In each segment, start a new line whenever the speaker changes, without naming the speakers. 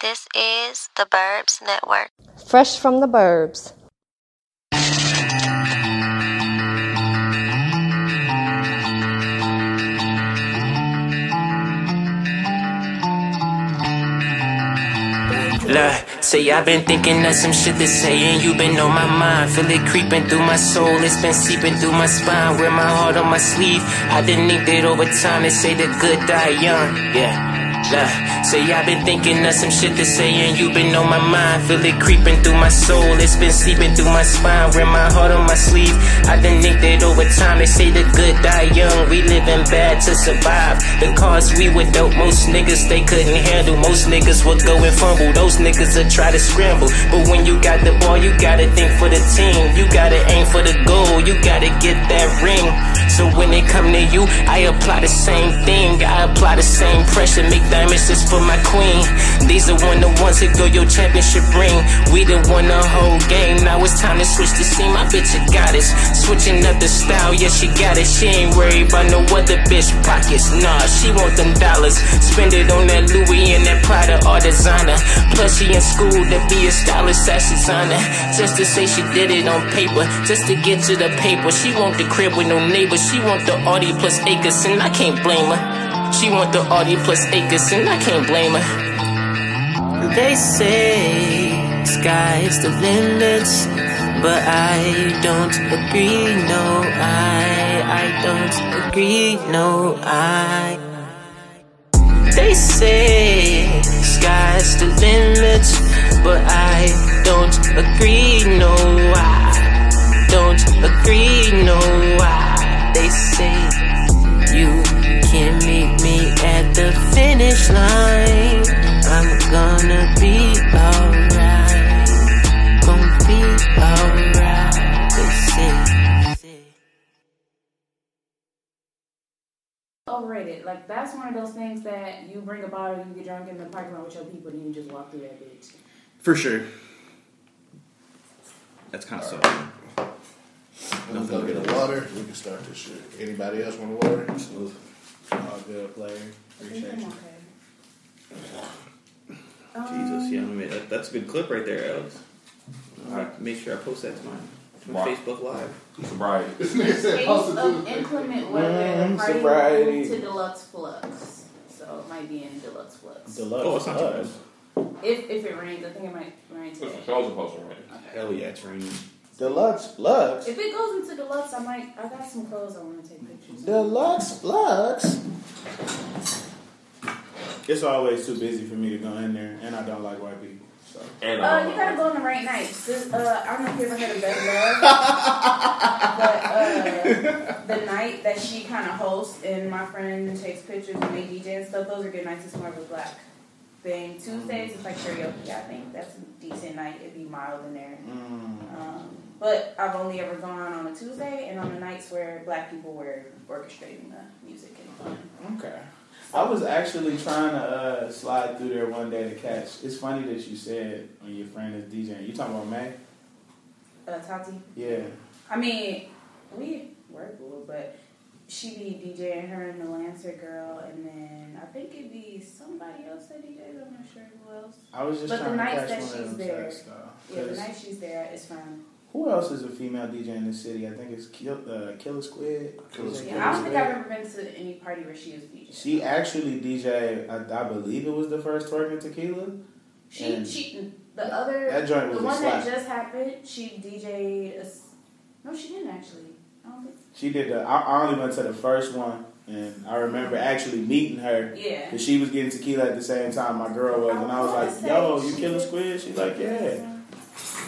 This is the Burbs Network.
Fresh from the Burbs.
Look, say I've been thinking of some shit to say and you been on my mind. Feel it creeping through my soul, it's been seeping through my spine. Wear my heart on my sleeve. I didn't need it over time. They say the good die young, yeah. Look, say I've been thinking of some shit to say and you been on my mind. Feel it creeping through my soul, it's been seeping through my spine. Wear my heart on my sleeve. I done nicked it over time. They say the good die young. We living bad to survive. The cause we were dope, most niggas they couldn't handle. Most niggas would go and fumble. Those niggas would try to scramble. But when you got the ball, you gotta think for the team. You gotta aim for the goal. You gotta get that ring. So when it come to you, I apply the same thing. I apply the same pressure. Make diamonds just for my queen. These are one of the ones that go your championship ring. We the one the whole game. Now it's time to switch the scene. My bitch a goddess. Switching up the style, yeah, she got it. She ain't worried about no other bitch pockets. Nah, she want them dollars. Spend it on that Louis and that Prada or designer. Plus, she in school to be a stylist at Susanna. Just to say she did it on paper. Just to get to the paper. She want the crib with no neighbor. She want the Audi plus acres, and I can't blame her. She want the Audi plus acres, and I can't blame her. They say sky's the limit, but I don't agree. No, I, I don't agree. No, I. They say sky's the limit, but I don't agree. No, I don't agree. No, I. They say you can meet me at the finish line. I'm gonna be alright. Gonna be alright. They say.
Overrated. Like that's one of those things that you bring a bottle, you get drunk in the parking lot with your people, and you just walk through that bitch.
For sure. That's kind of so.
Let me go get a water. We can start this shit. Anybody else want a water?
All good, player. Appreciate you.
Um,
Jesus, yeah, I mean, that, that's a good clip right there, Alex. I make sure I post that to my, to my
Wow.
Facebook Live.
Sobriety.
This nigga said
Case
post it to
of
the-
inclement weather.
Mm,
the party
sobriety.
moved to deluxe flux, so it might be in deluxe flux.
Deluxe.
Oh, it's not too bad.
if if it rains, I think it might rain today.
That's always supposed to rain.
Hell yeah, it's raining.
Deluxe Flux.
If it goes into deluxe, I might. I got some clothes I want to take pictures. of.
Deluxe Flux. It's always too busy for me to go in there, and I don't like white people. So.
And
Uh, you gotta
uh,
go on the right nights. This, uh, I don't know if you ever heard of Bed Love, but uh, the night that she kind of hosts and my friend takes pictures and they DJ and stuff, those are good nights. It's more of a black thing. Tuesdays it's like karaoke. I think that's a decent night. It'd be mild in there. Um, but I've only ever gone on a Tuesday and on the nights where black people were orchestrating the music and fun.
Okay. I was actually trying to uh, slide through there one day to catch. It's funny that you said when your friend is DJing. You talking about May?
Uh, Tati,
Yeah.
I mean, we were cool, but she be DJing her and the Lancer girl, and then I think it'd be somebody else that DJs. I'm not sure who else.
I was just
But the
trying to
nights
catch
that
one
she's
of them
there-
checks, though.
Yeah, the
'Cause
night she's there, it's fun.
Who else is a female DJ in this city? I think it's Kill, uh, Killer Squid.
Killer
Is it
Squid.
Yeah, I don't think I've ever been to any party where she was DJing.
She actually DJ. I, I believe it was the first twerk and tequila.
she,
and-
she the other
That joint was
the
a
one
slap.
that just happened. She DJed. A, s- no, she didn't actually. I don't think.
She did the. I, I only went to the first one, and I remember actually meeting her.
Yeah.
Cause she was getting tequila at the same time my girl was, and I was
wanna
like,
say
"Yo, you
she
Killer
did-
Squid?" She's like, "Yeah."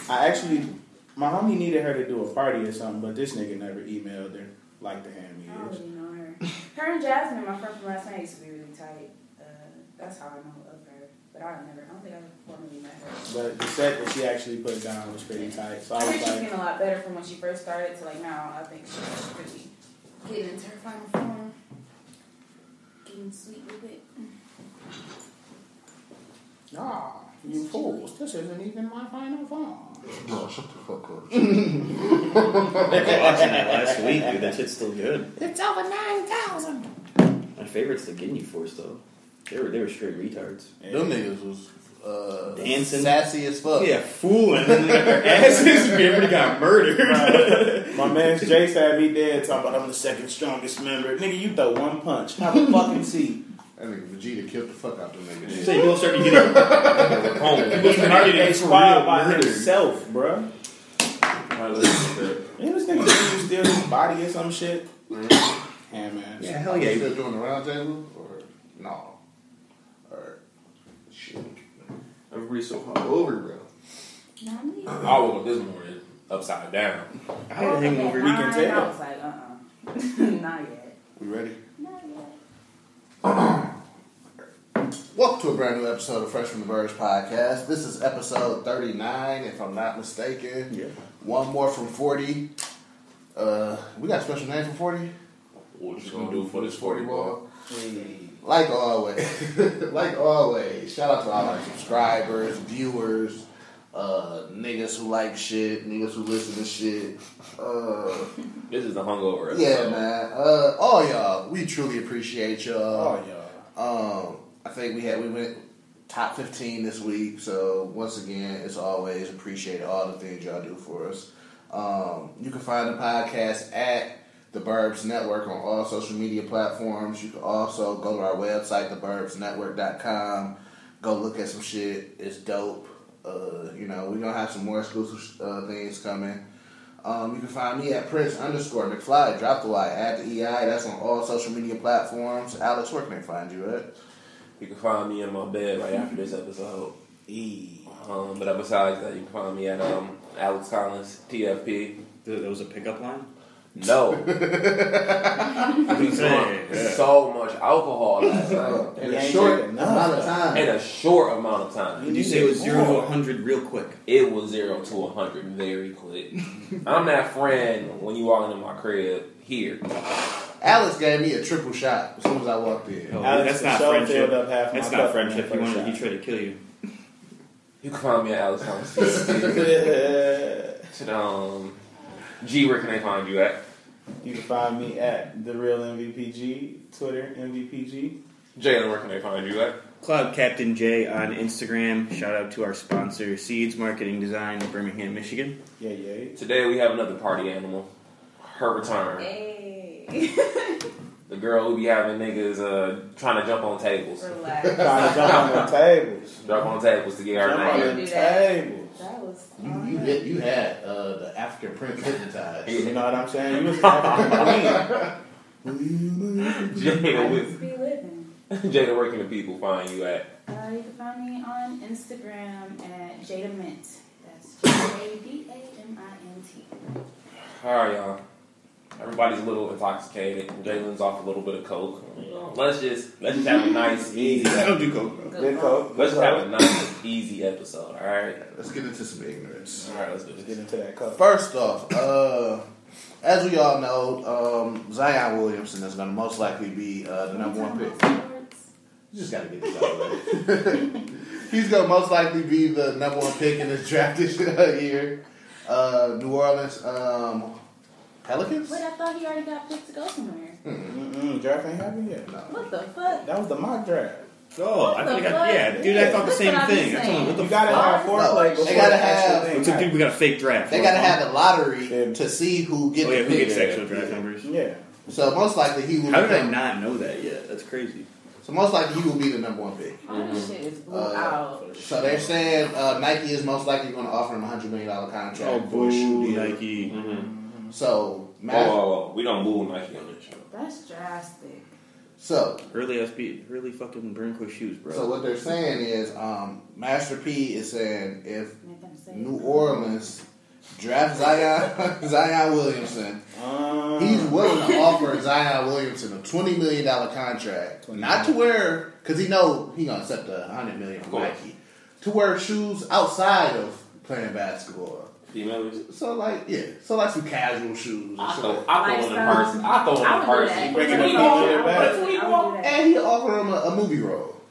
I actually, my homie needed her to do a party or something, but this nigga never emailed her like the hand
I don't
me is.
really know her. Her and Jasmine, my friend from last night, used to be really tight. Uh, that's how I know of her. But I don't never, I don't think I formally met her.
But the set that she actually put down was pretty tight, so I
I think
was
she's
like,
getting a lot better from when she first started to like now. I think she's really getting into her final form, getting sweet with it.
"Nah, you fools! This isn't even my final form."
No, shut the fuck up.
I was watching that last week, dude. That shit's still good.
It's over nine thousand.
My favorite's the Guinea Force, though. They were, they were straight retards.
Them niggas was uh,
Anson.
Sassy as
Oh,
fuck.
Yeah, fooling. And then they got their asses. We already got murdered.
My man Jace had me dead talking about I'm the second strongest member. Nigga, you throw one punch. Have a fucking seat.
That nigga Vegeta killed the fuck out them niggas.
So you go start to get it. home. You go start to
He
get
squad by
murdered.
himself, bruh.
Alright, let's get that.
Man, this nigga think he steal his body or some shit. Yeah, man.
Yeah,
Hell
hell
yeah.
yeah.
You
you-
still doing the round table? Or no? Or shit.
Everybody's so hungover, bro.
I
I woke up this morning upside down.
I had a hangover. You can
I
tell.
was like, uh uh Not yet.
We ready?
Not yet.
Welcome to a brand new episode of Fresh from the Birds podcast. This is episode 39, if I'm not mistaken.
Yeah.
One more from 40. Uh, we got a special name for 40?
What you gonna do for this 40 ball?
Like always, like always, shout out to all our subscribers, viewers, uh, niggas who like shit, niggas who listen to shit. Uh,
This is the hungover episode.
yeah, man. Uh, all y'all, we truly appreciate
Oh,
y'all.
yeah.
Um, I think we had we went top fifteen this week, so once again, as always, appreciate all the things y'all do for us. Um, you can find the podcast at the Burbs Network on all social media platforms. You can also go to our website, theburbsnetwork.com. Go look at some shit. It's dope. Uh, you know, we're gonna have some more exclusive uh, things coming. Um, you can find me at Prince underscore McFly. Drop the Y. Add the EI. That's on all social media platforms. Alex, where can they find you at?
You can find me in my bed right after this episode. Um, but besides that, you can find me at um, Alex Collins TFP.
Th- That was a pickup line?
No, we drunk
Yeah.
so much alcohol last night
In
You
a
ain't
short
drinking
amount of
nothing.
in
time.
a short amount of time.
Did you say it was 0 to 100 real quick?
It was zero to a hundred very quick. I'm that friend when you walk into my crib here.
Alex gave me a triple shot as soon as I walked in.
Oh, that's
Alex
not
Michelle
friendship.
filled up half my
That's
cup
not
in
friendship.
that
He,
first
wanted, he
shot.
tried to kill you.
You can find me at Alex Collins TFP. Should, um, G, where can I find you at?
you can find me at the real MVPG, Twitter MVPG.
Jalen, where can I find you at?
Cloud Captain J on Instagram. Shout out to our sponsor, Seeds Marketing Design, Birmingham, Michigan.
Yeah, yeah.
Today we have another party animal. Her return.
Hey.
The girl who be having niggas uh, trying to jump on tables.
Relax.
Trying to jump on the tables.
Jump on tables to get
Jump
our
on
name.
the
Do that.
tables.
That was.
You, you, hit, you had uh, the African prince hypnotized.
You know what I'm saying? You was having a
Jada,
I just
with-
be living.
Jada, where can the people find you at?
Uh, you can find me on Instagram at Jada Mint. That's J A D A M I N T.
Alright, y'all. Everybody's a little intoxicated. Jalen's off a little bit of coke. Let's just let's just have a nice, easy.
I don't
Episode.
do coke, bro.
Good coke.
Let's just have a nice, easy episode. All right.
Let's get into some ignorance.
All right. Let's do
Let's
this.
get into that cup.
First off, uh, as we all know, um, Zion Williamson is going to most likely be uh, the number one pick. You just gotta get this out of the way. He's gonna most likely be the number one pick in this draft this year. Uh, New Orleans um, Pelicans.
But I thought he already got picked to go somewhere.
Mm-mm, draft ain't happened yet.
What the fuck?
That was the mock draft.
Oh, I
What
think
the
I,
fuck?
yeah, dude, I thought the
That's
same
what I was
thing. I told him,
saying.
what the
You gotta
fuck?
have
fuck?
foreplay
They
before
gotta
the actual
have-
thing
So, dude, we
happens.
got a fake draft.
They
What
gotta
the fuck?
have a lottery
Yeah.
to see who gets
Oh, yeah,
the
who
pick.
gets actual draft numbers?
Yeah.
So most likely he will.
How did I
become,
not know that yet? That's crazy.
So most likely he will be the number one pick.
All that shit is blew
Uh,
out.
So they're saying uh, Nike is most likely going to offer him a hundred million dollar
Oh,
contract for a shoe
Ooh,
deal.
Nike.
So
Whoa,
Mav-
whoa, whoa. We don't move Nike on this show.
That's drastic.
so
Early SB, early fucking Brinko shoes, bro.
so what they're saying is um, Master P is saying if
Make them say
New Orleans draft Zion Zion Williamson.
Um,
He's willing to offer Zion Williamson a twenty million dollar contract, not to wear because he know he gonna accept a hundred million from
Cool.
Nike to wear shoes outside of playing basketball.
Females.
So like yeah, so like some casual shoes. Or
I throw,
something.
I throw in the person. I throw in
I
the
would
person.
do
Bring
that.
it in.
all the way
I
back.
would do that.
And he offer him a, a movie role.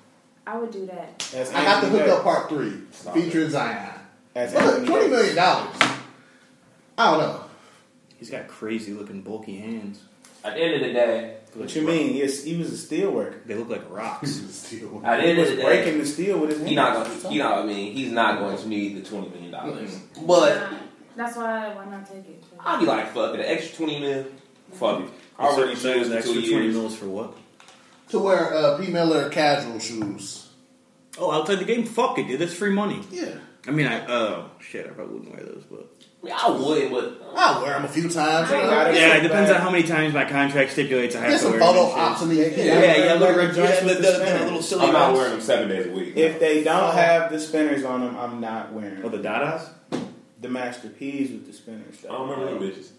I would do that.
that's
I got the
Anthony
hookup
Davis.
part three featuring Zion.
That's
Look,
Anthony
twenty
Davis.
million dollars. I don't know.
He's got crazy looking bulky hands.
At the end of the day,
What you mean? He, is, he was a steel worker.
They look like rocks.
Still.
at the
He
end of
was
the day,
breaking the steel with his hands.
he not gonna, he not, I mean, he's not going to need the twenty million dollars. But
But Um, that's why why not take it?
I'll be like, fuck it, an extra twenty mil, fuck it. I
So
already
you said it was
chose
an
the
extra
two
twenty
years.
mils for what?
To wear uh, P. Miller casual shoes.
Oh, outside the game, fuck it, dude. That's free money.
Yeah.
I mean, I oh shit, I probably wouldn't wear those, but
I, mean, I would, but
I wear them a few times.
I ain't got
Uh,
it.
yeah, it depends on how many times my contract stipulates I have
get
to
some
wear
photo
them and
ops in these.
shit. Yeah, yeah,
Like
little,
the joints
yeah, the,
with
the,
the
the,
spinner.
little silly.
I'm not
ones.
wearing them seven days a week.
If they don't have the spinners on them, I'm not wearing
Oh,
them.
the Dadas?
The Master P's with the spinners.
I
Oh.
don't remember them bitches.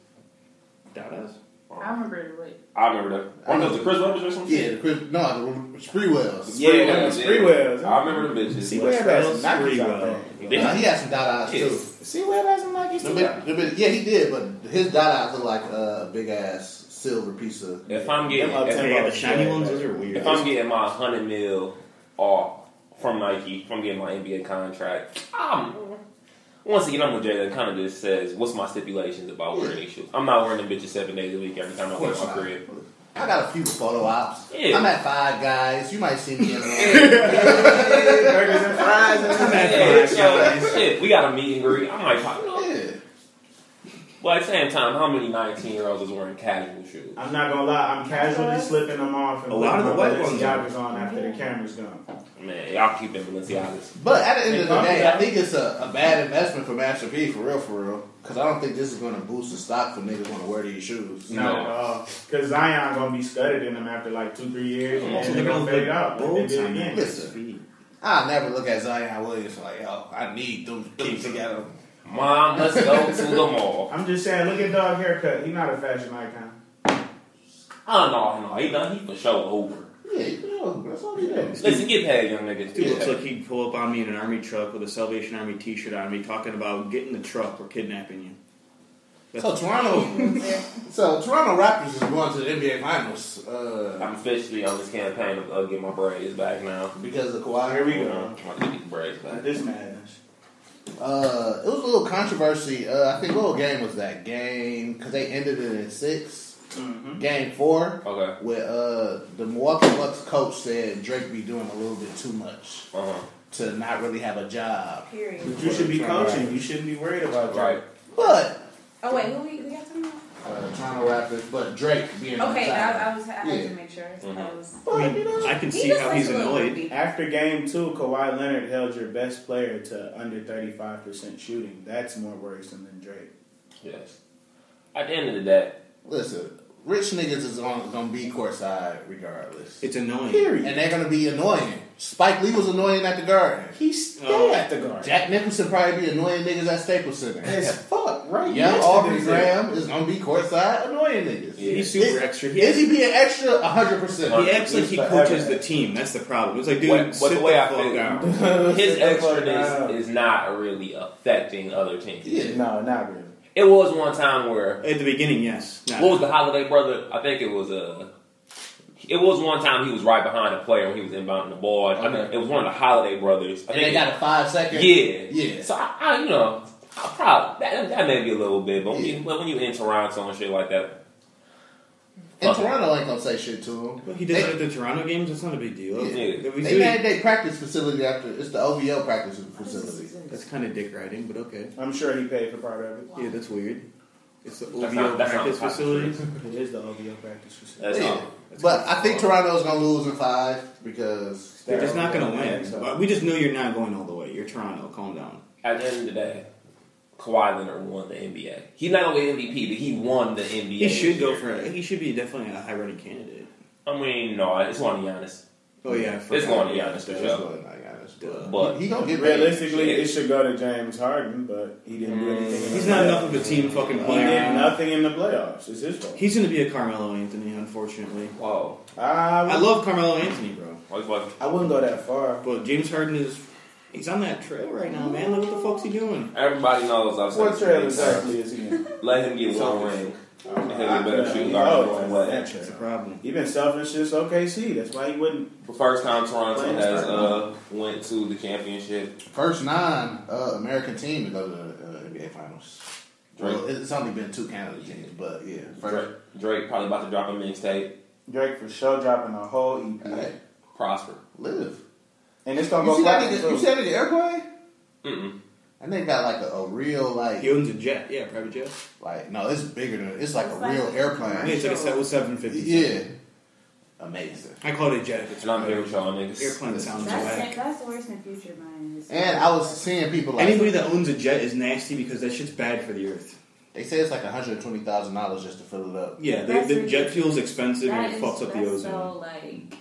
Dadas?
I remember it late.
I remember them. One of those the Chris Webber's or something.
Yeah, the Chris, no, the Spreewells.
Yeah, them was free wells.
I remember them bitches.
See
Well,
where that's
Trails free
Nikes out
well.
there.
Nah, he had some Dada's too.
Yes.
See where that's Nikes
The
too.
big- the big- yeah, he did, but his Dada's look like a big ass silver piece of.
If I'm getting,
Them up
if,
ten
They got the
bucks,
shiny
yeah.
ones. Those are weird.
if I'm getting my hundred mil off from Nike, from getting my NBA contract, I'm, once again, I'm with Jay. That kind of just says, "What's my stipulations about wearing these shoes? I'm not wearing them bitches seven days a week every time I wear my crib."
I got a few photo ops.
Yeah.
I'm at five guys. You might see me in
Yeah.
there.
Burgers and fries. And
Yeah, so, shit, we got a meet and greet. I might pop.
yeah.
But at the same time, how many 19 year olds is wearing casual shoes?
I'm not gonna lie, I'm casually slipping them off and
A lot of the
putting my
white ones
Balenciagas on after the camera's gone.
Man, y'all keep them Balenciagas.
But at the end of the day, I think it's a, a bad investment for Master P, for real, for real. Because I don't think this is going to boost the stock for niggas want to wear these shoes.
Not
No.
at all. Because uh, Zion gonna be studded in them after like two, three years, and
Also,
then
Oh, they're
they're
gonna
gonna
look
fade out. Like they
bolts
did
on
again.
these
Listen.
feet.
I'll never look at Zion Williams like, yo, I need them to keep together.
Mom, let's go to the mall.
I'm just saying, look at dog haircut. He's not a fashion icon.
Oh, no, no, he done. He for sure over.
Yeah, you know, that's all he does.
Listen, get paid, young niggas.
Dude
Get
looks like
paid.
he'd pull up on me in an army truck with a Salvation Army T-shirt on me, talking about getting the truck or kidnapping you.
So Toronto, so Toronto Raptors is going to the NBA Finals uh,
I'm officially on this campaign of uh, get my braids back now.
because of Kawhi.
Here we
You
go.
know, I'm gonna get these braids back.
This madness.
Uh, it was a little controversy. Uh, I think what game was that game because they ended it in 6 Game four,
Okay.
where uh, the Milwaukee Bucks coach said Drake be doing a little bit too much
Uh huh.
to not really have a job.
Period.
But you should be coaching. You shouldn't be worried about that.
Right.
But
Oh wait, who we, we got talking about?
uh, Toronto Raptors, but Drake being on
Okay,
the job.
I, I was I had
Yeah.
to make sure.
Mm-hmm.
I
Mhm.
was.
I mean, I can see
just
how
looks
he's
a little
annoyed.
creepy.
After game two, Kawhi Leonard held your best player to under 35% shooting. That's more worrisome than Drake.
Yes. At the end of the day,
Listen, rich niggas is on, gonna be courtside regardless,
It's annoying.
Period.
Mm. and they're gonna be annoying. Spike Lee was annoying at the Garden.
He stayed
Oh.
at the guard.
Jack Nicholson probably be annoying niggas at Staples Center.
As fuck, right?
Yeah,
next to
Aubrey
this
Graham is gonna be courtside annoying niggas.
Yeah.
He's super
Is-
extra. He,
Is
acts,
he being extra? hundred
he
percent.
acts like he
He's
coaches
forever.
the team. That's the problem. It's like, dude,
What- what
sit
the way
the
I
fuck
feel.
down.
his
Sit the fuck
extraness
down.
is not really affecting other teams.
Yeah.
No, not really.
It was one time where
At the beginning, yes. Nah.
What was the holiday brother? I think it was Uh, it was one time he was right behind a player when he was inbounding the ball. I think
Okay.
it was one of the holiday brothers. I
And
think
they got a five second.
yeah,
Yeah.
So I, I you know, I probably that, that may be a little bit, but when,
Yeah.
you, but when you in Toronto and shit like that,
And
Okay.
Toronto ain't gonna say shit to him.
Well, he does it at the Toronto games. That's not a big deal.
Yeah.
If we
They
do it-
made their practice facility after it's the OVL practice facility.
that's kind of dick riding, but okay.
I'm sure he paid for part of it.
Yeah, that's weird. It's the
That's
OVO
not- that's not
practice
the practice
facility.
It is the OVO practice facility.
that's
Yeah.
all. That's
But
cool.
I think Toronto's gonna lose in five because
They're just not going to
Yeah,
win.
so-
But we just know you're not going all the way. You're Toronto. Calm down.
at the end of the day, Kawhi Leonard won the NBA. He's not only MVP, but he won the
He
NBA.
should
this
go
year.
for. He should be definitely a high running candidate.
I mean, no, it's on Giannis.
Oh yeah, I
It's
forgot.
going to Giannis for
That's
sure.
what I got. That's-
But
he, he gonna get paid.
Realistically, it should go to James Harden, but he didn't
Mm.
do anything. in the
He's not
playoffs.
enough of a team
Uh,
fucking
He did
player.
nothing in the playoffs. It's his fault.
He's going to be a Carmelo Anthony, unfortunately.
Whoa,
I,
I
would,
love Carmelo Anthony, bro.
I was about
I wouldn't go that far.
But James Harden is. He's on that trail right now, man. Look what the fuck's he doing.
Everybody knows I've
What
said
trail
this many times.
exactly is he in?
Let him get one
Celtics.
ring.
Oh,
He'll get better shooting guard than one leg.
Oh, That's the problem.
He been selfish since OKC. That's why he wouldn't.
The first time Toronto
Playing
has
start.
uh, went to the championship.
First nine uh, American team to go to the uh, NBA Finals. Well, it's only been two Canada teams, but yeah.
Drake,
First,
Drake probably about to drop a mixtape.
Drake for sure dropping a whole EP,
hey,
Prosper.
live.
and it's gonna
You
go
see that
platinum
nigga? You
too.
see that nigga airplane?
Mm-mm.
And they got like a, a real like
He owns a jet. Yeah, private jet.
like no, it's bigger than it's like
It's
a
like-
real
I need
airplane.
to set with seven fifty.
Yeah, amazing.
I call it a jet. If it's
And I'm here with y'all niggas.
Airplane sounds
That's,
whack.
that's worse than future mine.
And I was seeing people like
Anybody that owns a jet is nasty because that shit's bad for the earth.
they say it's like one hundred twenty thousand dollars just to fill it up.
Yeah,
That's
the, the jet
ridiculous.
fuel's expensive and it
is-
fucks up the
that's
ozone.
So like,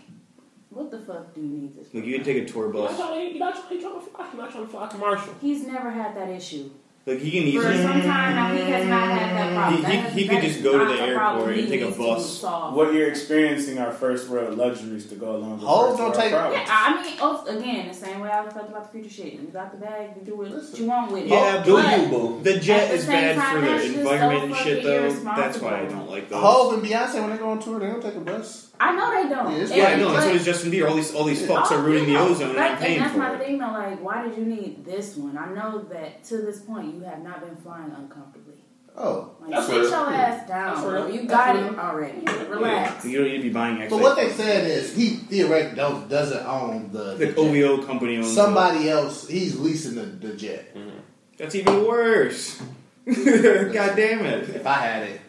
what the fuck do you need this?
Like
for?
you can take a tour
You're not
bus.
trying to- you're not trying to fly- you're not trying to fly commercial.
He's never had that issue.
Like he can
For
easily.
some time now, he has not had that problem.
He-
That
he-
has-
he
that
could
is
just go to
not
the
a
airport
problem
and
he
take a
needs to
bus.
solve.
What you're experiencing are first world luxuries to go along with
Hoes
first
don't
world
take-
problems.
Yeah, I mean, oh, again, the same way I was talking about the future shit. You got the bag, you do it. What you want with it.
Yeah,
But-
but the jet
At the
is
same
bad
time,
for
that's
the
just
environment and
so fucking
shit, though. That's why I
irresponsible.
don't like those.
Hove and Beyonce when they go on tour, they don't take a bus.
I know they don't.
Yeah, it's
yeah, I
And-
know. That's
but-
what it's Justin Bieber. All these all these fucks
Oh,
are ruining the
yeah.
ozone and
Like,
I'm paying
that's
for
my
it.
thing though. Like, why did you need this one? I know that to this point you have not been flying uncomfortably.
Oh,
Like,
That's
sit
real.
your ass down,
That's
bro.
real.
You
That's
got
real.
it already.
Yeah,
Relax.
you don't need to be buying. Extra.
but what they said is he theoretically don't, doesn't own the, the
the
jet.
OVO company owns it.
Somebody else, he's leasing the, the jet.
That's even worse. God damn it!
If I had it,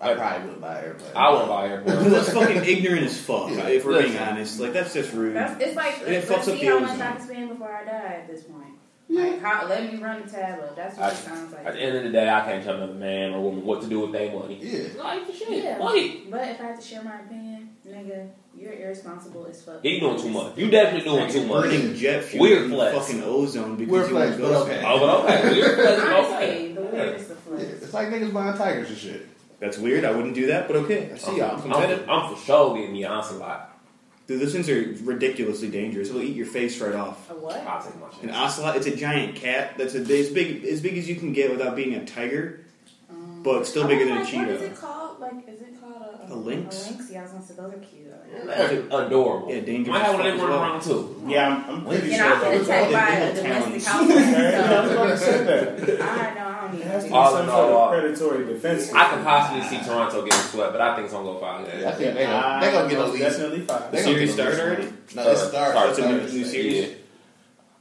I probably wouldn't buy an airplane.
I wouldn't buy airport.
That's fucking ignorant as fuck.
Yeah.
If we're being
Listen.
honest, like that's just rude.
That's, it's like
And it
let's
fucks
see
up the
how much
ozone.
I can spend before I die at this point. Like, how, let me run the tab up. That's what
I-
it sounds like.
At the end of the day, I can't tell another man or woman what to do with their money.
Yeah.
Like the shit.
yeah,
Like,
but if I had to share my opinion, nigga, you're irresponsible as fuck.
he doing too much. You definitely doing too much.
Burning jet fuel
Weird
in
flex.
fucking ozone because
Weird
you want
flex,
to
but
go.
okay.
Oh, but okay. Weird flex, but okay.
Honestly, the weirdest of
Yeah,
flex.
It's like niggas buying tigers and shit.
That's weird. I wouldn't do that, but okay. I see y'all. I'm competitive.
I'm, I'm for sure getting the answer lot.
Dude, those things are ridiculously dangerous. It'll eat your face right off.
A what?
I'll take my
An
chance.
ocelot, it's a giant cat that's a, as big as big as you can get without being a tiger, but still bigger than a
like, Oh What is
cheetah.
it called? Like, is it called a,
A lynx?
A lynx? Yeah, I was gonna say those are cute.
That's adorable.
Yeah, dangerous
Might have one of
as
them running
well.
around too.
Yeah, I'm, I'm pretty
You
And
sure.
I've been
those are-
attacked by a
Little
domestic
towns.
Yeah, I was
household.
going to say that.
So, I know, I don't
It has to
need
be
All
some
in
sort
all, uh,
of predatory defense.
I could possibly see Toronto getting swept, but I think it's gonna go five.
I think they
Yeah,
gonna, they gonna get
Ah,
at
most
least.
Definitely five.
The
They gonna
series
get at
started already?
least- No, it
Uh,
starts.
sorry,
that's a new- new series.
Yeah.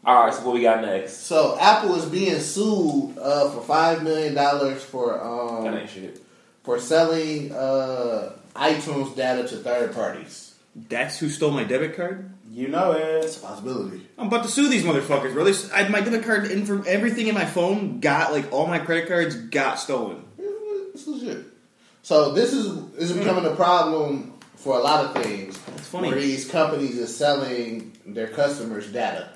All right, so what we got next?
So Apple is being sued uh, for five million dollars for
That
um,
ain't shit.
for selling uh, iTunes data to third parties.
That's who stole my debit card?
You know
It's
it.
a possibility.
I'm about to sue these motherfuckers, bro. They, s- I, my debit card, and from everything in my phone, got, like, all my credit cards got stolen.
It's legit. So this is is becoming a problem for a lot of things.
Mm. It's funny.
Where these companies is selling their customers' data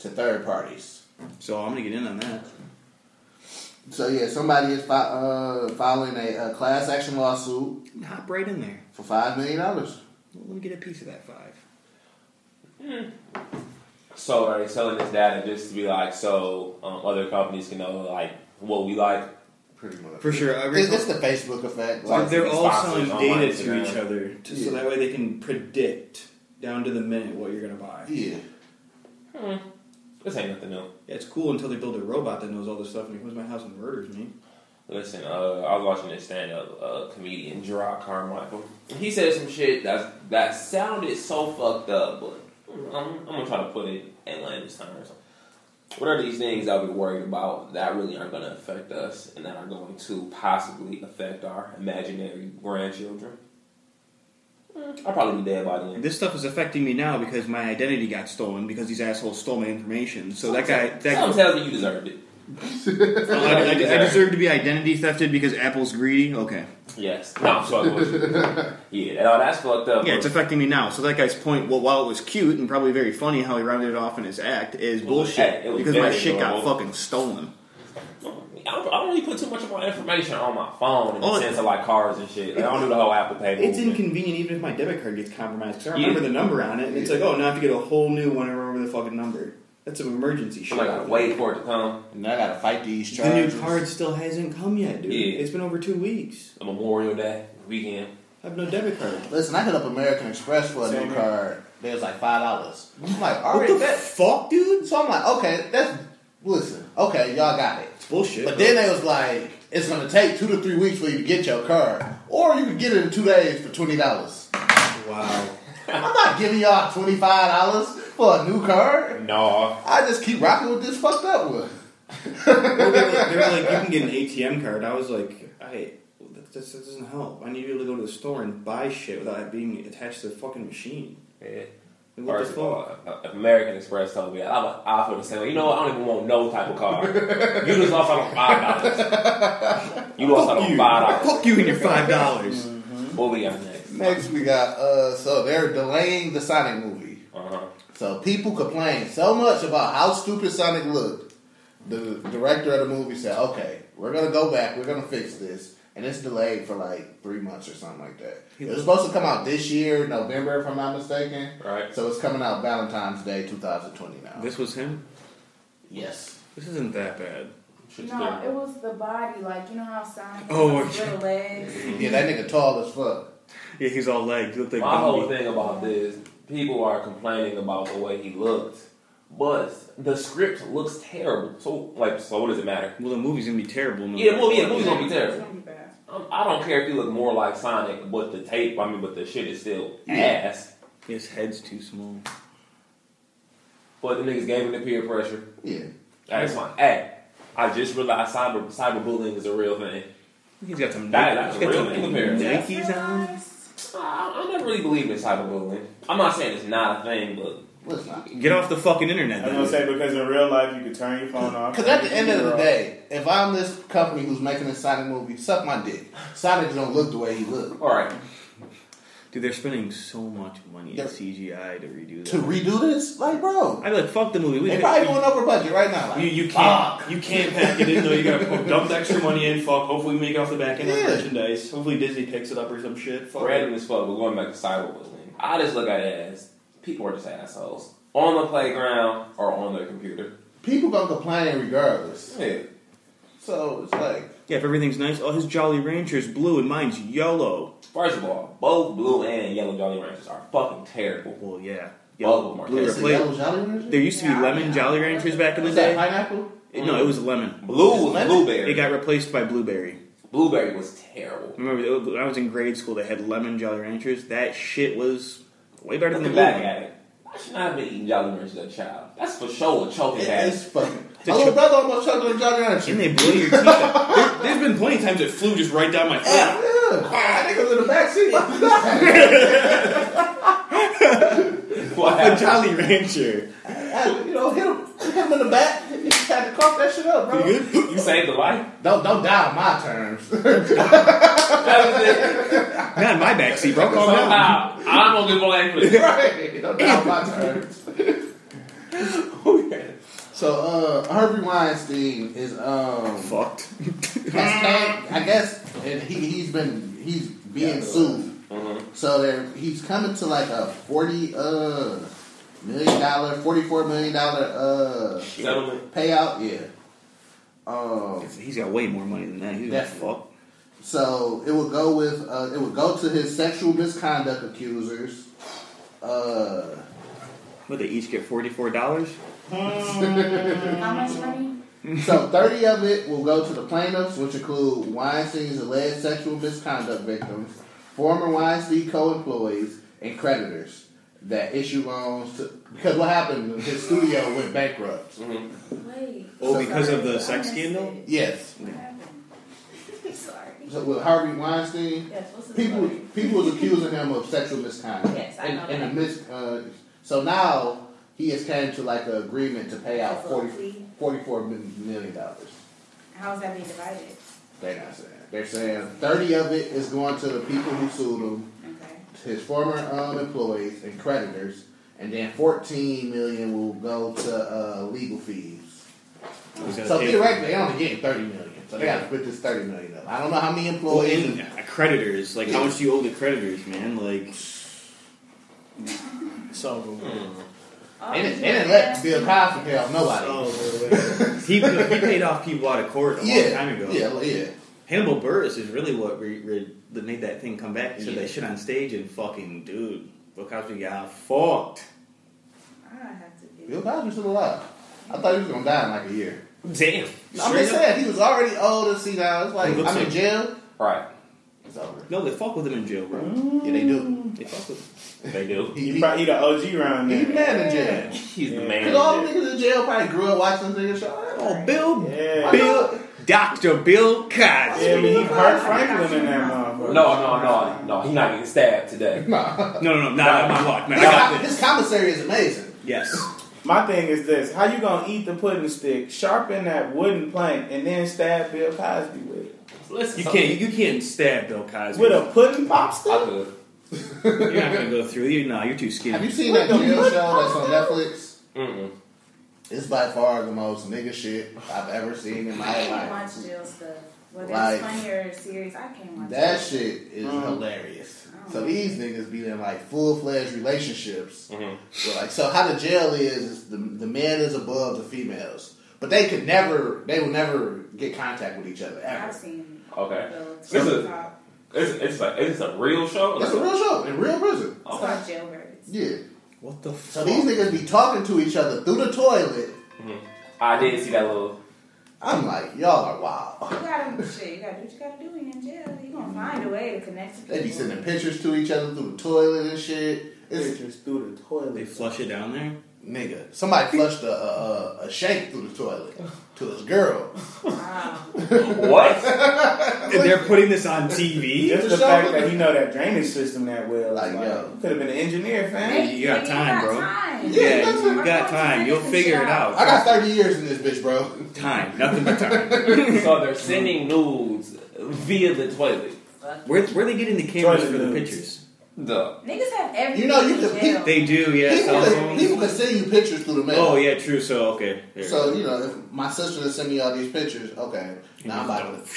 to third parties.
So I'm gonna get in on that.
So yeah, somebody is fi- uh, filing a, uh class action lawsuit
Hop right in there.
for five million dollars.
Well, let me get a piece of that five.
So are they selling this data just to be like so um, other companies can know like what we like?
Pretty much.
For sure. I
It's, it's the Facebook effect.
Like
Like,
they're all
sponsors
selling
online
data to
today.
each other, to, so
Yeah.
that way they can predict down to the minute what you're gonna buy. Yeah,
yeah.
This ain't nothing new.
it's cool until they build a robot that knows all this stuff and he comes to my house and murders me.
Listen, uh, I was watching this stand-up uh, comedian Gerard Carmichael. He said some shit that that sounded so fucked up, but I'm, I'm gonna try to put it in layman's terms. What are these things that we're worried about that really aren't gonna affect us and that are going to possibly affect our imaginary grandchildren? Mm, I'll probably be dead by then.
This stuff is affecting me now because my identity got stolen because these assholes stole my information. So that guy, that
Something tells me you deserved it.
I, I- I deserve to be identity thefted because Apple's greedy. Okay,
Yes. No, I'm fucking with you. Yeah, no, that's fucked up.
yeah, it's affecting me now. So that guy's point, well, while it was cute and probably very funny how he rounded it off in his act, is bullshit
hey, it was
because my
very
shit got
adorable.
fucking stolen.
I don't, I don't really put too much of my information on my phone in the
Oh,
sense of like cars and shit. Like, I don't do the whole Apple Pay.
It's
movement.
inconvenient even if my debit card gets compromised because I
Yeah.
remember the number on it, and it's like, oh, now I have to get a whole new one and remember the fucking number. That's an emergency shit.
I'm like, I gotta wait for it to come.
And I gotta fight these
the new
charges.
card still hasn't come yet, dude.
Yeah.
It's been over two weeks.
A Memorial Day weekend.
I have no debit card.
Listen, I hit up American Express for a
Same
new
here.
card. They was like five dollars. I'm like, all
What the
right, that.
fuck, dude?
So I'm like, okay, that's Listen, okay, y'all got it.
Bullshit.
But
bro.
then they was like, it's gonna take two to three weeks for you to get your car, or you can get it in two days for twenty dollars.
wow.
I'm not giving y'all twenty five dollars for a new car.
No.
I just keep rocking with this fucked up one.
Well, they, were like, they were like, you can get an ATM card. I was like, I that, that, that doesn't help. I need to be able to go to the store and buy shit without it being attached to the fucking machine.
Yeah.
Like, what the
First of
fuck?
all, uh, American Express told me that. I, was- I feel the same way. You know what? I don't even want no type of car. You just lost out on $5. You lost out
Fuck
on
you.
$5.
Fuck you and your five dollars.
What we got next?
Next we got uh, so they're delaying the Sonic movie.
Uh-huh.
So people complain so much about how stupid Sonic looked. The director of the movie said, "Okay, we're gonna go back. We're gonna fix this." And it's delayed for like three months or something like that. It was supposed to come out this year, November, if I'm not mistaken.
Right.
So it's coming out Valentine's Day, 2020 now.
This was him.
yes.
This isn't that bad.
Shit's
No,
different.
it was the body, like you know how Sonic
Oh,
has little legs.
Yeah, that nigga tall as fuck.
Yeah, he's all legs. He looked like
My whole
Bambi.
thing about this, people are complaining about the way he looked, but the script looks terrible. So, like, so what does it matter?
Well, the movie's gonna be terrible. No
Yeah,
matter
well, yeah,
what.
movie's gonna be
It's
terrible.
gonna be bad.
Um, I don't care if you look more like Sonic, but the tape, I mean, but the shit is still ass.
His head's too small.
But the niggas gave him the peer pressure.
Yeah.
That's fine. Hey, I just realized cyber cyberbullying is a real thing.
He's got some. Nike-
That- that's
he's got
really
some
compared.
Nikes on.
I, I never really believed in cyberbullying. I'm not saying it's not a thing, but
Listen, I-
Get off the fucking internet.
I was gonna
then.
say because in real life you could turn your phone off.
Because at the end of the day, if I'm this company who's making a Sonic movie, suck my dick. Sonic don't look the way he looked.
all right.
Dude, they're spending so much money
They're-
in CGI to redo that.
To redo this, like, bro,
I'd be like, fuck the movie. We
they
gotta-
probably going over budget right now. Like,
You, you
fuck.
can't you can't pack it in though. You gotta put, dump the extra money in. Fuck. Hopefully we make it off the back end
Yeah.
of merchandise. Hopefully Disney picks it up or some shit. Fuck.
Random as fuck, but going back to cyberbullying, I just look at it as people are just assholes on the playground or on their computer.
People gonna complain regardless.
Yeah.
So it's like,
Yeah, if everything's nice. Oh, his Jolly Rancher's blue and mine's yellow.
First of all, both blue and yellow Jolly Ranchers are fucking terrible.
Well, yeah,
Oh,
yellow,
Mark,
blue.
is
that's
it
replace-
yellow jelly Rancher?
there used to be
Yeah.
lemon Jolly Ranchers back in the
Is that
day.
pineapple?
It- no, it was lemon.
Blue was
Lemon?
blueberry.
It got replaced by blueberry.
blueberry was terrible.
Remember when I was in grade school, they had lemon Jolly Ranchers. That shit was way better than the
Looking
blue
back
one.
at it, I should not have been eating Jolly Ranchers as a child. That's for sure a choking
It
hazard.
is fucking.
It's a
My little
cho-
brother almost choked on Jolly Rancher.
And they blow your teeth out. There, there's been plenty of times it flew just right down my throat.
Yeah, Ah, that nigga was in the back seat.
A
Wow.
Jolly Rancher.
you know, hit him, hit him in the back. You just had to cough that shit up, bro.
You saved a life.
Don't don't die on my terms.
Not in my backseat, bro. Calm down.
Somehow, I'm gonna get blamed for this.
right. Don't die on my terms. Oh, So uh, Harvey Weinstein is um
Fucked.
has came, I guess and he he's been he's being sued. So they're, he's coming to like a forty uh million dollar, forty four million dollar uh
Settlement.
payout. Yeah. Um.
He's got way more money than that. He's
Definitely.
fucked.
So it would go with uh, it would go to his sexual misconduct accusers. Uh,
What they each get forty four dollars?
How much money?
so thirty of it will go to the plaintiffs, which include Weinstein's alleged sexual misconduct victims, former Weinstein co-employees, and creditors that issue loans to. Because what happened? His studio went bankrupt.
Wait.
Oh,
So-
because of the
I
sex
missed
scandal?
it.
Yes.
What happened? Sorry.
So with Harvey Weinstein,
Yes. What's the
people
story?
people was accusing him of sexual misconduct.
Yes, I know
And, and
that.
a mis- uh, so now he has came to like an agreement to pay out 40, 44 million dollars.
How's that being divided?
They're not saying. They're saying thirty of it is going to the people who sued him,
Okay.
his former um, employees and creditors, and then fourteen million will go to uh, legal fees.
He's gotta
So
pay-
theoretically, they only getting thirty million. So they got to put this thirty million up. I don't know how many
Well,
employees.
and creditors. Like, how much do you owe the creditors, man? Like,
So,
Oh,
They didn't,
you
they didn't
asked
let Bill
me.
Cosby help nobody.
so
he, he paid off people out of court a long
yeah,
time ago.
yeah, yeah.
Hannibal Burris is really what re- re- that made that thing come back. He said
Yeah.
that shit on stage and fucking dude, Bill Cosby got fucked.
I have to
Bill
be.
Cosby's still alive. I thought he was gonna die in like a year.
Damn.
I'm just saying he was already old and senile. It's like
Looks
I'm in
like-
jail.
Right.
It's over.
No, they fuck with him in jail, bro.
Yeah, they do.
They fuck with
They do.
He,
He
he,
probably the OG round
he
there.
mad in jail.
He's the
Yeah.
man.
Cause all the
of
niggas in jail probably grew up watching this nigga show.
him. Oh, Bill,
Yeah.
Bill, Doctor Bill Cosby.
Yeah, I mean, he Bert Franklin in that
it. No,
motherfucker.
no, no, no. He's not getting stabbed today.
Nah.
No, no, no, not my luck, man. I
His
got
com-
this.
His commissary is amazing.
Yes.
My thing is this: How you gonna eat the pudding stick, sharpen that wooden plank, and then stab Bill Cosby with it?
Listen,
You can't. You can't stab Bill Cosby.
With a pudding pop stick?
I could.
You're not gonna go through. You nah. You're too skinny.
Have you seen
What
that
the
jail
fuck?
show that's on Netflix?
Mm-mm.
It's by far the most nigga shit I've ever seen in
I
my
can't
life.
watch jail stuff. Whether
Like-
it's funny or serious, I can't watch
That
it.
shit is
Mhm.
hilarious.
Oh.
So these niggas be in like full fledged relationships.
Mhm.
Mm-hmm.
Where, like so, how the jail is is the the man is above the females, but they could never, they will never get contact with each other ever.
I've seen.
Okay.
Bill
This is-
TikTok.
It's it's like it's a real show.
Oh, That's a real show in real prison.
It's
Okay.
Oh.
called Jailbirds.
Yeah.
What the
So
fuck?
these niggas be talking to each other through the toilet.
I did see that little.
I'm like, y'all are wild.
You gotta shit. You gotta do what you gotta do when you're in jail. You gonna find a way to connect to people.
They be sending pictures to each other through the toilet and shit. It's
Pictures through the toilet.
They flush it down there.
Nigga, somebody flushed a, a, a, a shank through the toilet to his girl.
Wow.
What?
And they're putting this on TV.
Just
The
the
show-
fact that he know that drainage system that well.
Like,
Like,
yo.
could have been an engineer, fam.
Hey, you got time, bro.
time.
Yeah,
you
I'm going
got
to
time.
finish
You'll
this
figure it
job.
out.
I got 30 years in this bitch, bro.
Time. Nothing but time.
so they're sending nudes via the toilet.
Where where they getting the cameras
Toilet
for the
nudes.
pictures?
The
Niggas have everything.
You know, you
in
can
jail.
They do. Yeah.
People,
cell
could,
phones.
people could send you pictures through the mail.
Oh yeah. True. So okay. There.
So, you know, if my sister to send me all these pictures, okay, now I'm about to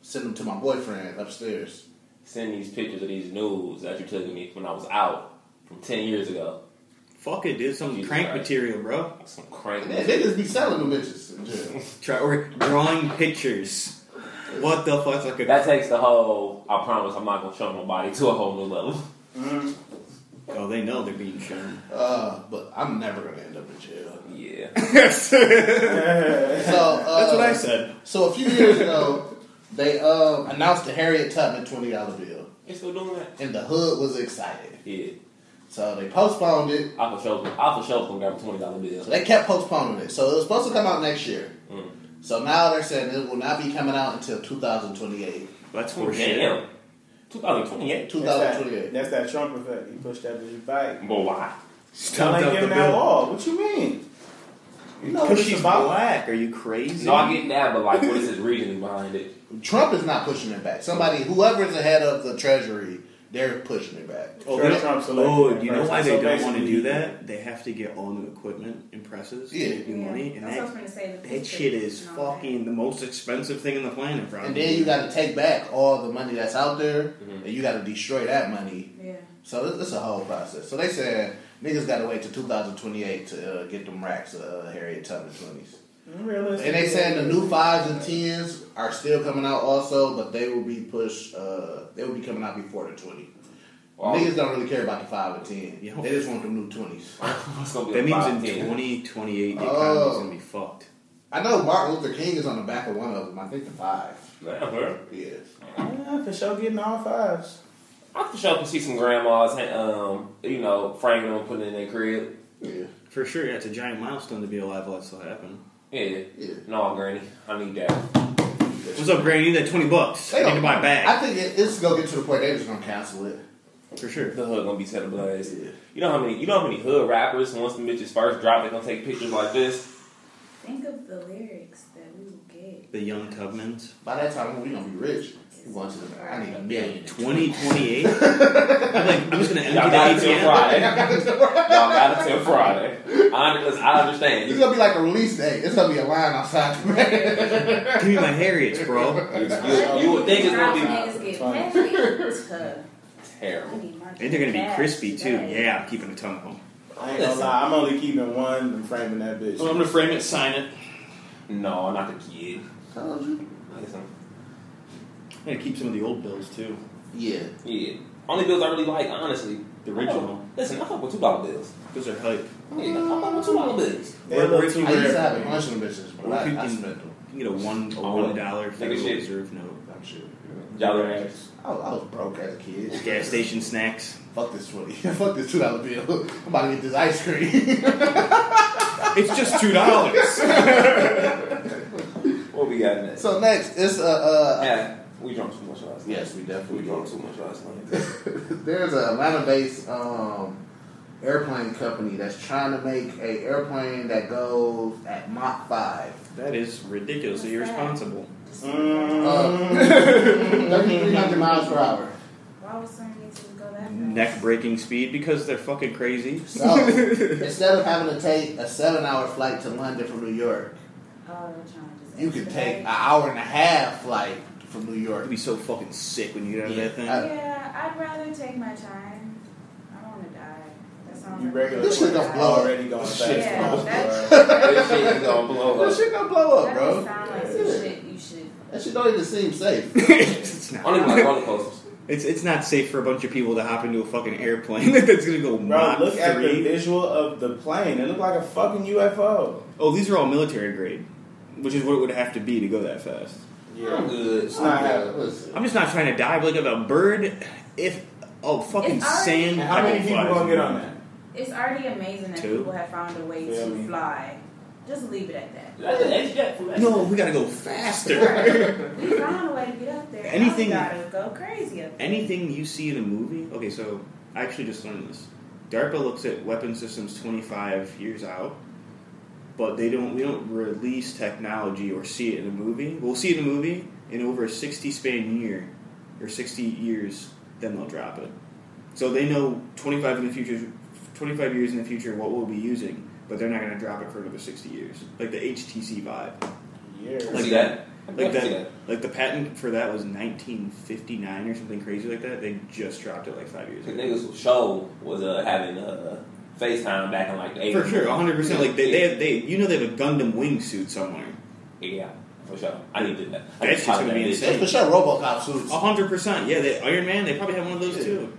send them to my boyfriend upstairs.
send these pictures of these nudes that you took of me when I was out from ten years ago.
Fuck it, dude. Some
Jesus
prank
Christ.
material, bro.
Some crank.
Man, niggas be selling them bitches in jail.
Try or drawing pictures. What the fuck's like a
That takes the whole. I promise, I'm not gonna show nobody to a whole new level.
Mm.
Oh, they know they're being shown.
Uh, but I'm never going to end up in jail.
Yeah.
That's what
So, uh,
I said.
So a few years ago, they um, announced the Harriet Tubman twenty dollar bill,
They still doing that?
and the hood was excited.
Yeah.
So they postponed it.
I for sure. I for sure gonna grab a twenty dollar bill.
So they kept postponing it. So it was supposed to come out next year.
Mm.
So now they're saying it will not be coming out until 2028.
That's
Oh,
for sure.
damn. 2028.
That's, that,
2028.
that's that Trump effect. He pushed that bitch back.
But why?
Y'all
Stumped
ain't
up the
giving that
bill.
law. What you mean? You know what
Because
it's
she's
about.
black. Are you crazy?
No, I get that, but like, what is his reasoning behind it?
Trump is not pushing it back. Somebody, whoever's ahead of the Treasury, they're pushing it back.
Oh,
Sure,
they-
Trump's elected
oh,
that
you know
person.
why
So
they don't want to
basically-
do that? They have to get all new equipment and presses
Yeah.
to make new money, and
That's what I was
that,
gonna say, the
that shit is
and all that.
fucking the most expensive thing on the planet, probably.
And then you got to take back all the money that's out there,
Mm-hmm.
and you got to destroy that money
Yeah.
So this, this is a whole process. So they said niggas got to wait till 2028 to uh, get them racks of uh, Harriet Tubman 20s.
Realistic.
And they saying the new fives and tens are still coming out also, but they will be pushed. Uh, they will be coming out before the 20.
Well,
Niggas don't really care about the five and ten.
Yeah.
They just want them new 20s.
it's gonna be
that
a
means in
5, 10.
2028 the
Oh.
economy's gonna be fucked.
I know Martin Luther King is on the back of one of them. I think the five.
Damn, bro.
Yeah.
Yeah, for sure getting all fives.
I for sure can see some grandmas, um, you know, framing them, putting it in their crib.
Yeah.
For sure, yeah, it's a giant milestone to be alive. Let still happen.
Yeah.
Yeah.
No, Granny, I need that.
What's up, Granny? That 20 bucks. I
They
need to
don't-
buy a
I
bag
think it, it's gonna get to the point they just gonna cancel it.
for sure.
The hood gonna be set ablaze.
Yeah.
You know how many? You know how many hood rappers once the bitches first drop, they gonna take pictures like this.
Think of the lyrics that we will get.
The young Tubmans.
By that time, we gonna be rich. We going to the. I need a million.
2028. I'm like, I'm just gonna empty
Y'all got it
the
till
ATM.
Friday. Y'all got it till Friday. I, under- listen, I understand.
It's
You,
gonna be like a release date. It's gonna be a line outside the bank.
Give me my Harriets, bro.
you, you would think it's gonna
Niggas get paid.
be terrible.
I need my
And they're gonna be
cash
crispy too.
today.
Yeah, I'm keeping a ton of them.
I ain't gonna lie, I'm only keeping one and framing that bitch.
gonna frame it, sign it.
No, not the kid.
Told you.
Listen,
I'm gonna keep some of the old bills too.
Yeah.
yeah. Only bills I really like, honestly.
Oh.
The original.
Listen, I Oh, fuck with two dollar bills.
Those are hype.
Yeah, I'm talking two dollar bills.
They
Where-
look
where can
I used
you
to
wear-
have a bunch of them bitches, but
Where
I, I
people-
spent them.
you can get a one a
Oh,
one dollar
take a
federal
shit.
reserve note.
I'm sure.
Dollar rags.
I was, I was broke as a kid.
Gas station snacks.
Fuck this twenty. Fuck this two dollar bill. I'm about to get this ice cream.
It's just two dollars.
What we got next?
so next, it's a. Uh, uh,
Yeah, we drunk too much last night.
yes, we
we
definitely
drunk too much last night.
There's a Atlanta-based um, airplane company that's trying to make a airplane that goes at Mach five.
That is ridiculously
What's that?
irresponsible.
Uh, Thirty-three hundred miles per hour.
Why would someone need to go that fast?
Mm. Neck breaking speed because they're fucking crazy.
So instead of having to take a seven-hour flight to London from New York,
Oh, they're trying to just
you could take
expedite.
an hour and a half flight from New York.
You'd be so fucking sick when you get out of that thing.
Yeah.
Yeah, I'd rather take my time. I want to die. That sounds
You
like-
regular
This shit gonna blow.
already going
This
fast.
shit
Yeah,
gonna
that's-
this shit is gonna blow
That
up.
shit gonna blow up,
That
bro.
doesn't sound like some shit you should.
That shit don't even seem safe.
it's,
I don't even
not,
like roller coasters.
it's it's not safe for a bunch of people to hop into a fucking airplane that's gonna go
Bro,
Mach
look at the
three.
visual of the plane. It looked like a fucking UFO.
Oh, these are all military grade, which is what it would have to be to go that fast.
I'm good.
It's not
Yeah,
happening.
listen.
I'm just not trying to die. But like if a bird, if a fucking
It's already-
sand.
And how many
fucking
people
flies-
gonna get on that?
It's already amazing that
Two.
people have found a way
Yeah, I
to
mean-
fly. Just leave it at that.
That's an edge jet from
No, we gotta go faster.
We found a way to get up there.
Anything-
You gotta go crazy up there.
Anything you see in a movie. Okay, so I actually just learned this. DARPA looks at weapon systems 25 years out, but they don't. We don't release technology or see it in a movie. We'll see it in a movie in over a 60 span year or 60 years. Then they'll drop it. So they know 25 in the future, 25 years in the future, what we'll be using. But they're not going to drop it for another 60 years, like the HTC Vive.
Yeah.
Like
See that?
Like
See
that, like the patent for that was 1959 or something crazy like that. They just dropped it like five years
The
ago.
niggas show was uh, having uh, FaceTime back in like the 80s.
For sure, 100. percent Like they, they, they, you know, they have a Gundam wingsuit somewhere.
Yeah, for sure. I need to do that.
That
I need
shit's
probably
gonna be
that bitch.
insane.
That's for sure Robocop suits.
100. percent Yeah, they, Iron Man. They probably have one of those too.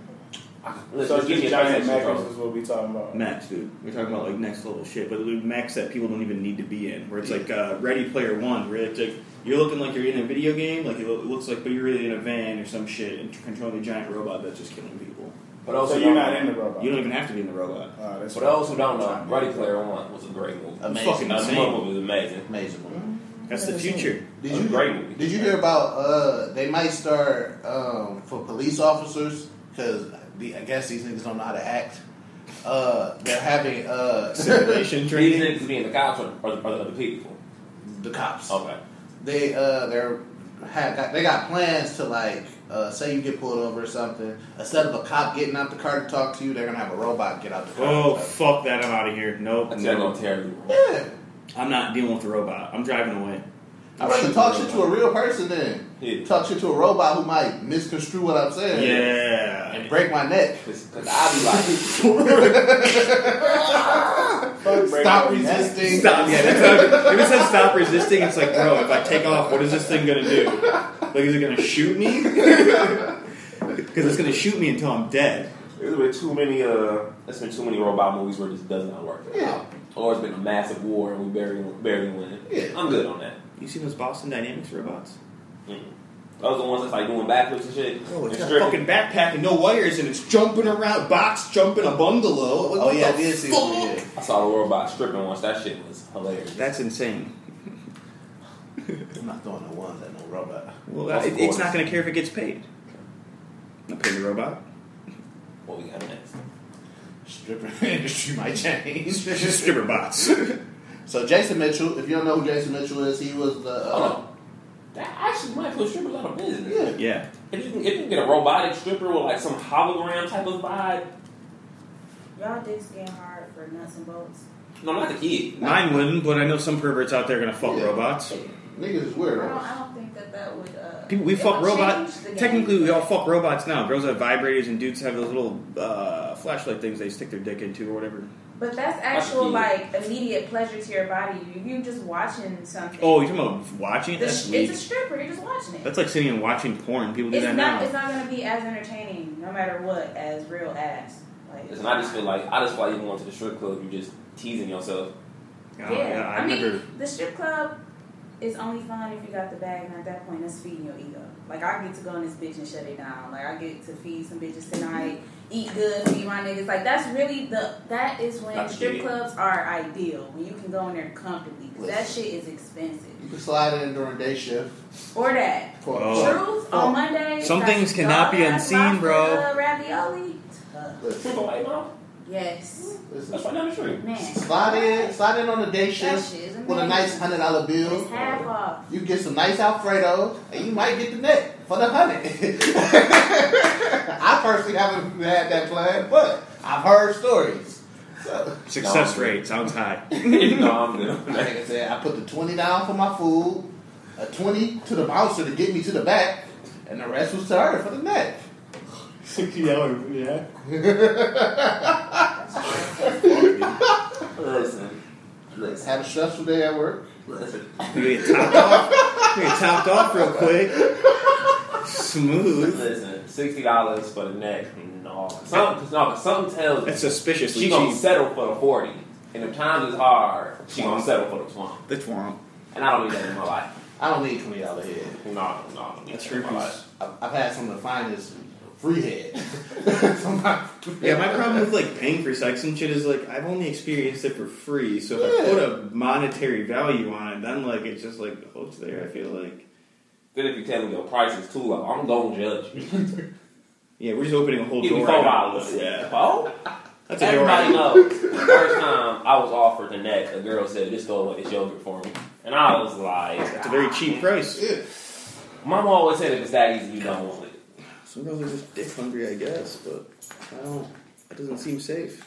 Listen,
So
just give me
just
a
giant
PlayStation
macros
controller.
is what we talking about.
Max, dude. We're talking about like next level shit, but the max that people don't even need to be in. Where it's like uh, Ready Player One, where it's like you're looking like you're in a video game, like it lo- it looks like, but you're really in a van or some shit and controlling a giant robot that's just killing people.
But also,
So you're not in the robot.
You don't even have to be in the robot.
Oh, that's
For those who don't know, Ready Player One was a great movie.
Amazing.
Fucking
That
insane.
movie was amazing.
Amazing movie.
That's the future.
Did
It was
you
a great movie.
Did you hear about uh they might start um for police officers because the, I guess these niggas don't know how to act. Uh, they're having uh
Simulation
These
training.
niggas being the cops or, or, or the people?
the cops.
Okay.
They uh they're have got, they got plans to like uh say you get pulled over or something. Instead of a cop getting out the car to talk to you, they're gonna have a robot get out the car. and
Oh
talk to you.
fuck that! I'm out of here. Nope.
That's
no.
gonna tear you.
yeah.
I'm not dealing with the robot. I'm driving away.
I'd rather talk shit to a real person than
Yeah.
talk shit to a robot who might misconstrue what I'm saying.
Yeah.
And break my neck.
Cause, cause I be like,
Stop resisting.
Stop. Yeah. That's how, if it says stop resisting, it's like, bro, if I take off, what is this thing gonna do? Like, is it gonna shoot me? Because it's gonna shoot me until I'm dead.
there's been too many. Uh, there's been too many robot movies where this does not work.
Yeah.
Or it's been a massive war and we barely barely win.
Yeah.
I'm good on that.
You seen those Boston Dynamics robots?
Mm. Those are the ones that's like doing backflips and shit.
Oh, it's
and
got a fucking
stripping.
backpack and no wires, and it's jumping around, box jumping a bungalow. Like,
Oh
what
yeah, I
the
did see
fuck?
one. Yeah.
I saw the robot stripping once. That shit was hilarious.
That's insane.
I'm not throwing no ones at no robot.
Well,
Of
it,
course.
it's not gonna care if it gets paid. I'm not paying the robot.
what we got next.
Stripper industry might change.
It's just stripper bots.
so Jason Mitchell, if you don't know who Jason Mitchell is, he was the
Hold
uh,
on. That actually might put strippers out of business.
yeah.
yeah.
If you can, if you can get a robotic stripper with like some hologram type of vibe,
Y'all dicks getting hard for nuts and bolts.
no, not the kid.
Mine wouldn't, but I know some perverts out there are gonna fuck
Yeah.
robots.
Niggas is
I
weird.
don't, I don't think that that would. Uh,
People, we
it
fuck
would
robots.
change the game.
Technically, we all fuck robots now. Girls have vibrators, and dudes have those little uh, flashlight things they stick their dick into or whatever.
But that's actual like immediate pleasure to your body. If you just watching something.
Oh, you're talking about watching it?
the
That's
sh-
weak.
it's a stripper. You're just watching it.
That's like sitting and watching porn. People do
it's
that
not.
now.
It's not going to be as entertaining, no matter what, as real ass. Like,
Listen, I just feel like I just feel like you going to the strip club, you're just teasing yourself.
I
Yeah,
don't- Oh, yeah,
I,
I've
mean,
never.
the strip club is only fun if you got the bag, and at that point, that's feeding your ego. Like, I get to go in this bitch and shut it down. Like, I get to feed some bitches tonight, eat good, feed my niggas. Like, that's really the that is when
Not to
strip
get it.
clubs are ideal when you can go in there comfortably. 'cause that shit is expensive.
You can slide in during day shift.
Or that
For,
Oh.
truth on Monday.
Some
like,
things cannot be
dog-ass
unseen, bro.
lobster, Ravioli. Tough.
Listen,
Hey, mom,
Yes,
That's
listen.
right down the street.
man.
Slide in, slide in on the day
That
shift
shit is
with a nice
amazing.
hundred dollar bill.
It's half off.
You get some nice Alfredo, and you might get the neck for the hundred. I personally haven't had that plan, but I've heard stories. So,
Success
No.
rate sounds high.
no, I'm good.
like I said, I put the twenty down for my food, a twenty to the bouncer to get me to the back, and the rest was to her for the neck.
Sixty dollars. Yeah.
Listen, listen,
Have a stressful day at work.
listen.
You get topped off. You get topped off real quick. Smooth.
Listen, sixty dollars for the neck. No, something, no, something tells me
That's suspiciously
she gonna
cheap.
settle for the forty. And if times is hard, she gonna settle for the twenty.
The twomp.
And I don't need that in my life.
I don't need twenty dollar head.
No, no, I don't need
That's
that in my
herpes.
life.
I've, I've had some of the finest free head. Some of my-
Yeah, my problem with like paying for sex and shit is like I've only experienced it for free, so if I
Yeah.
put a monetary value on it, then like it's just like oh, it's there. I feel like
Then if you tell me your prices too low, I'm gonna judge you.
yeah, we're just opening a whole
Give me
door.
four dollars.
Yeah,
Four?
that's a door.
Everybody knows. The first time I was offered the neck, a girl said, "This throw away this yogurt for me," and I was like, "Ah."
It's a very cheap price.
Yeah.
Mama always said, "If it's that easy, you don't want it."
Some girls are just dick hungry, I guess, but I don't. That doesn't seem safe.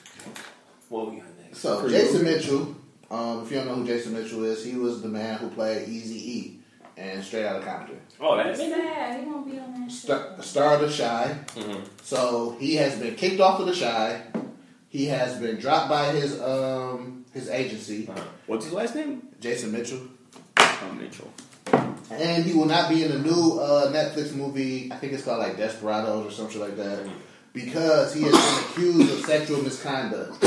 What we got next?
So
For
Jason
you.
Mitchell, um, if you don't know who Jason Mitchell is, he was the man who played Easy E and Straight Outta Compton,
Oh,
It's
that's
sad. He won't be on that
Star,
shit.
star of the Shy.
Mm-hmm.
Mhm.
So he has been kicked off of the Shy. He has been dropped by his um his agency,
What's his last name?
Jason Mitchell,
Tom Mitchell.
and he will not be in the new uh, Netflix movie. I think it's called like Desperados or something like that, because he has been accused of sexual misconduct.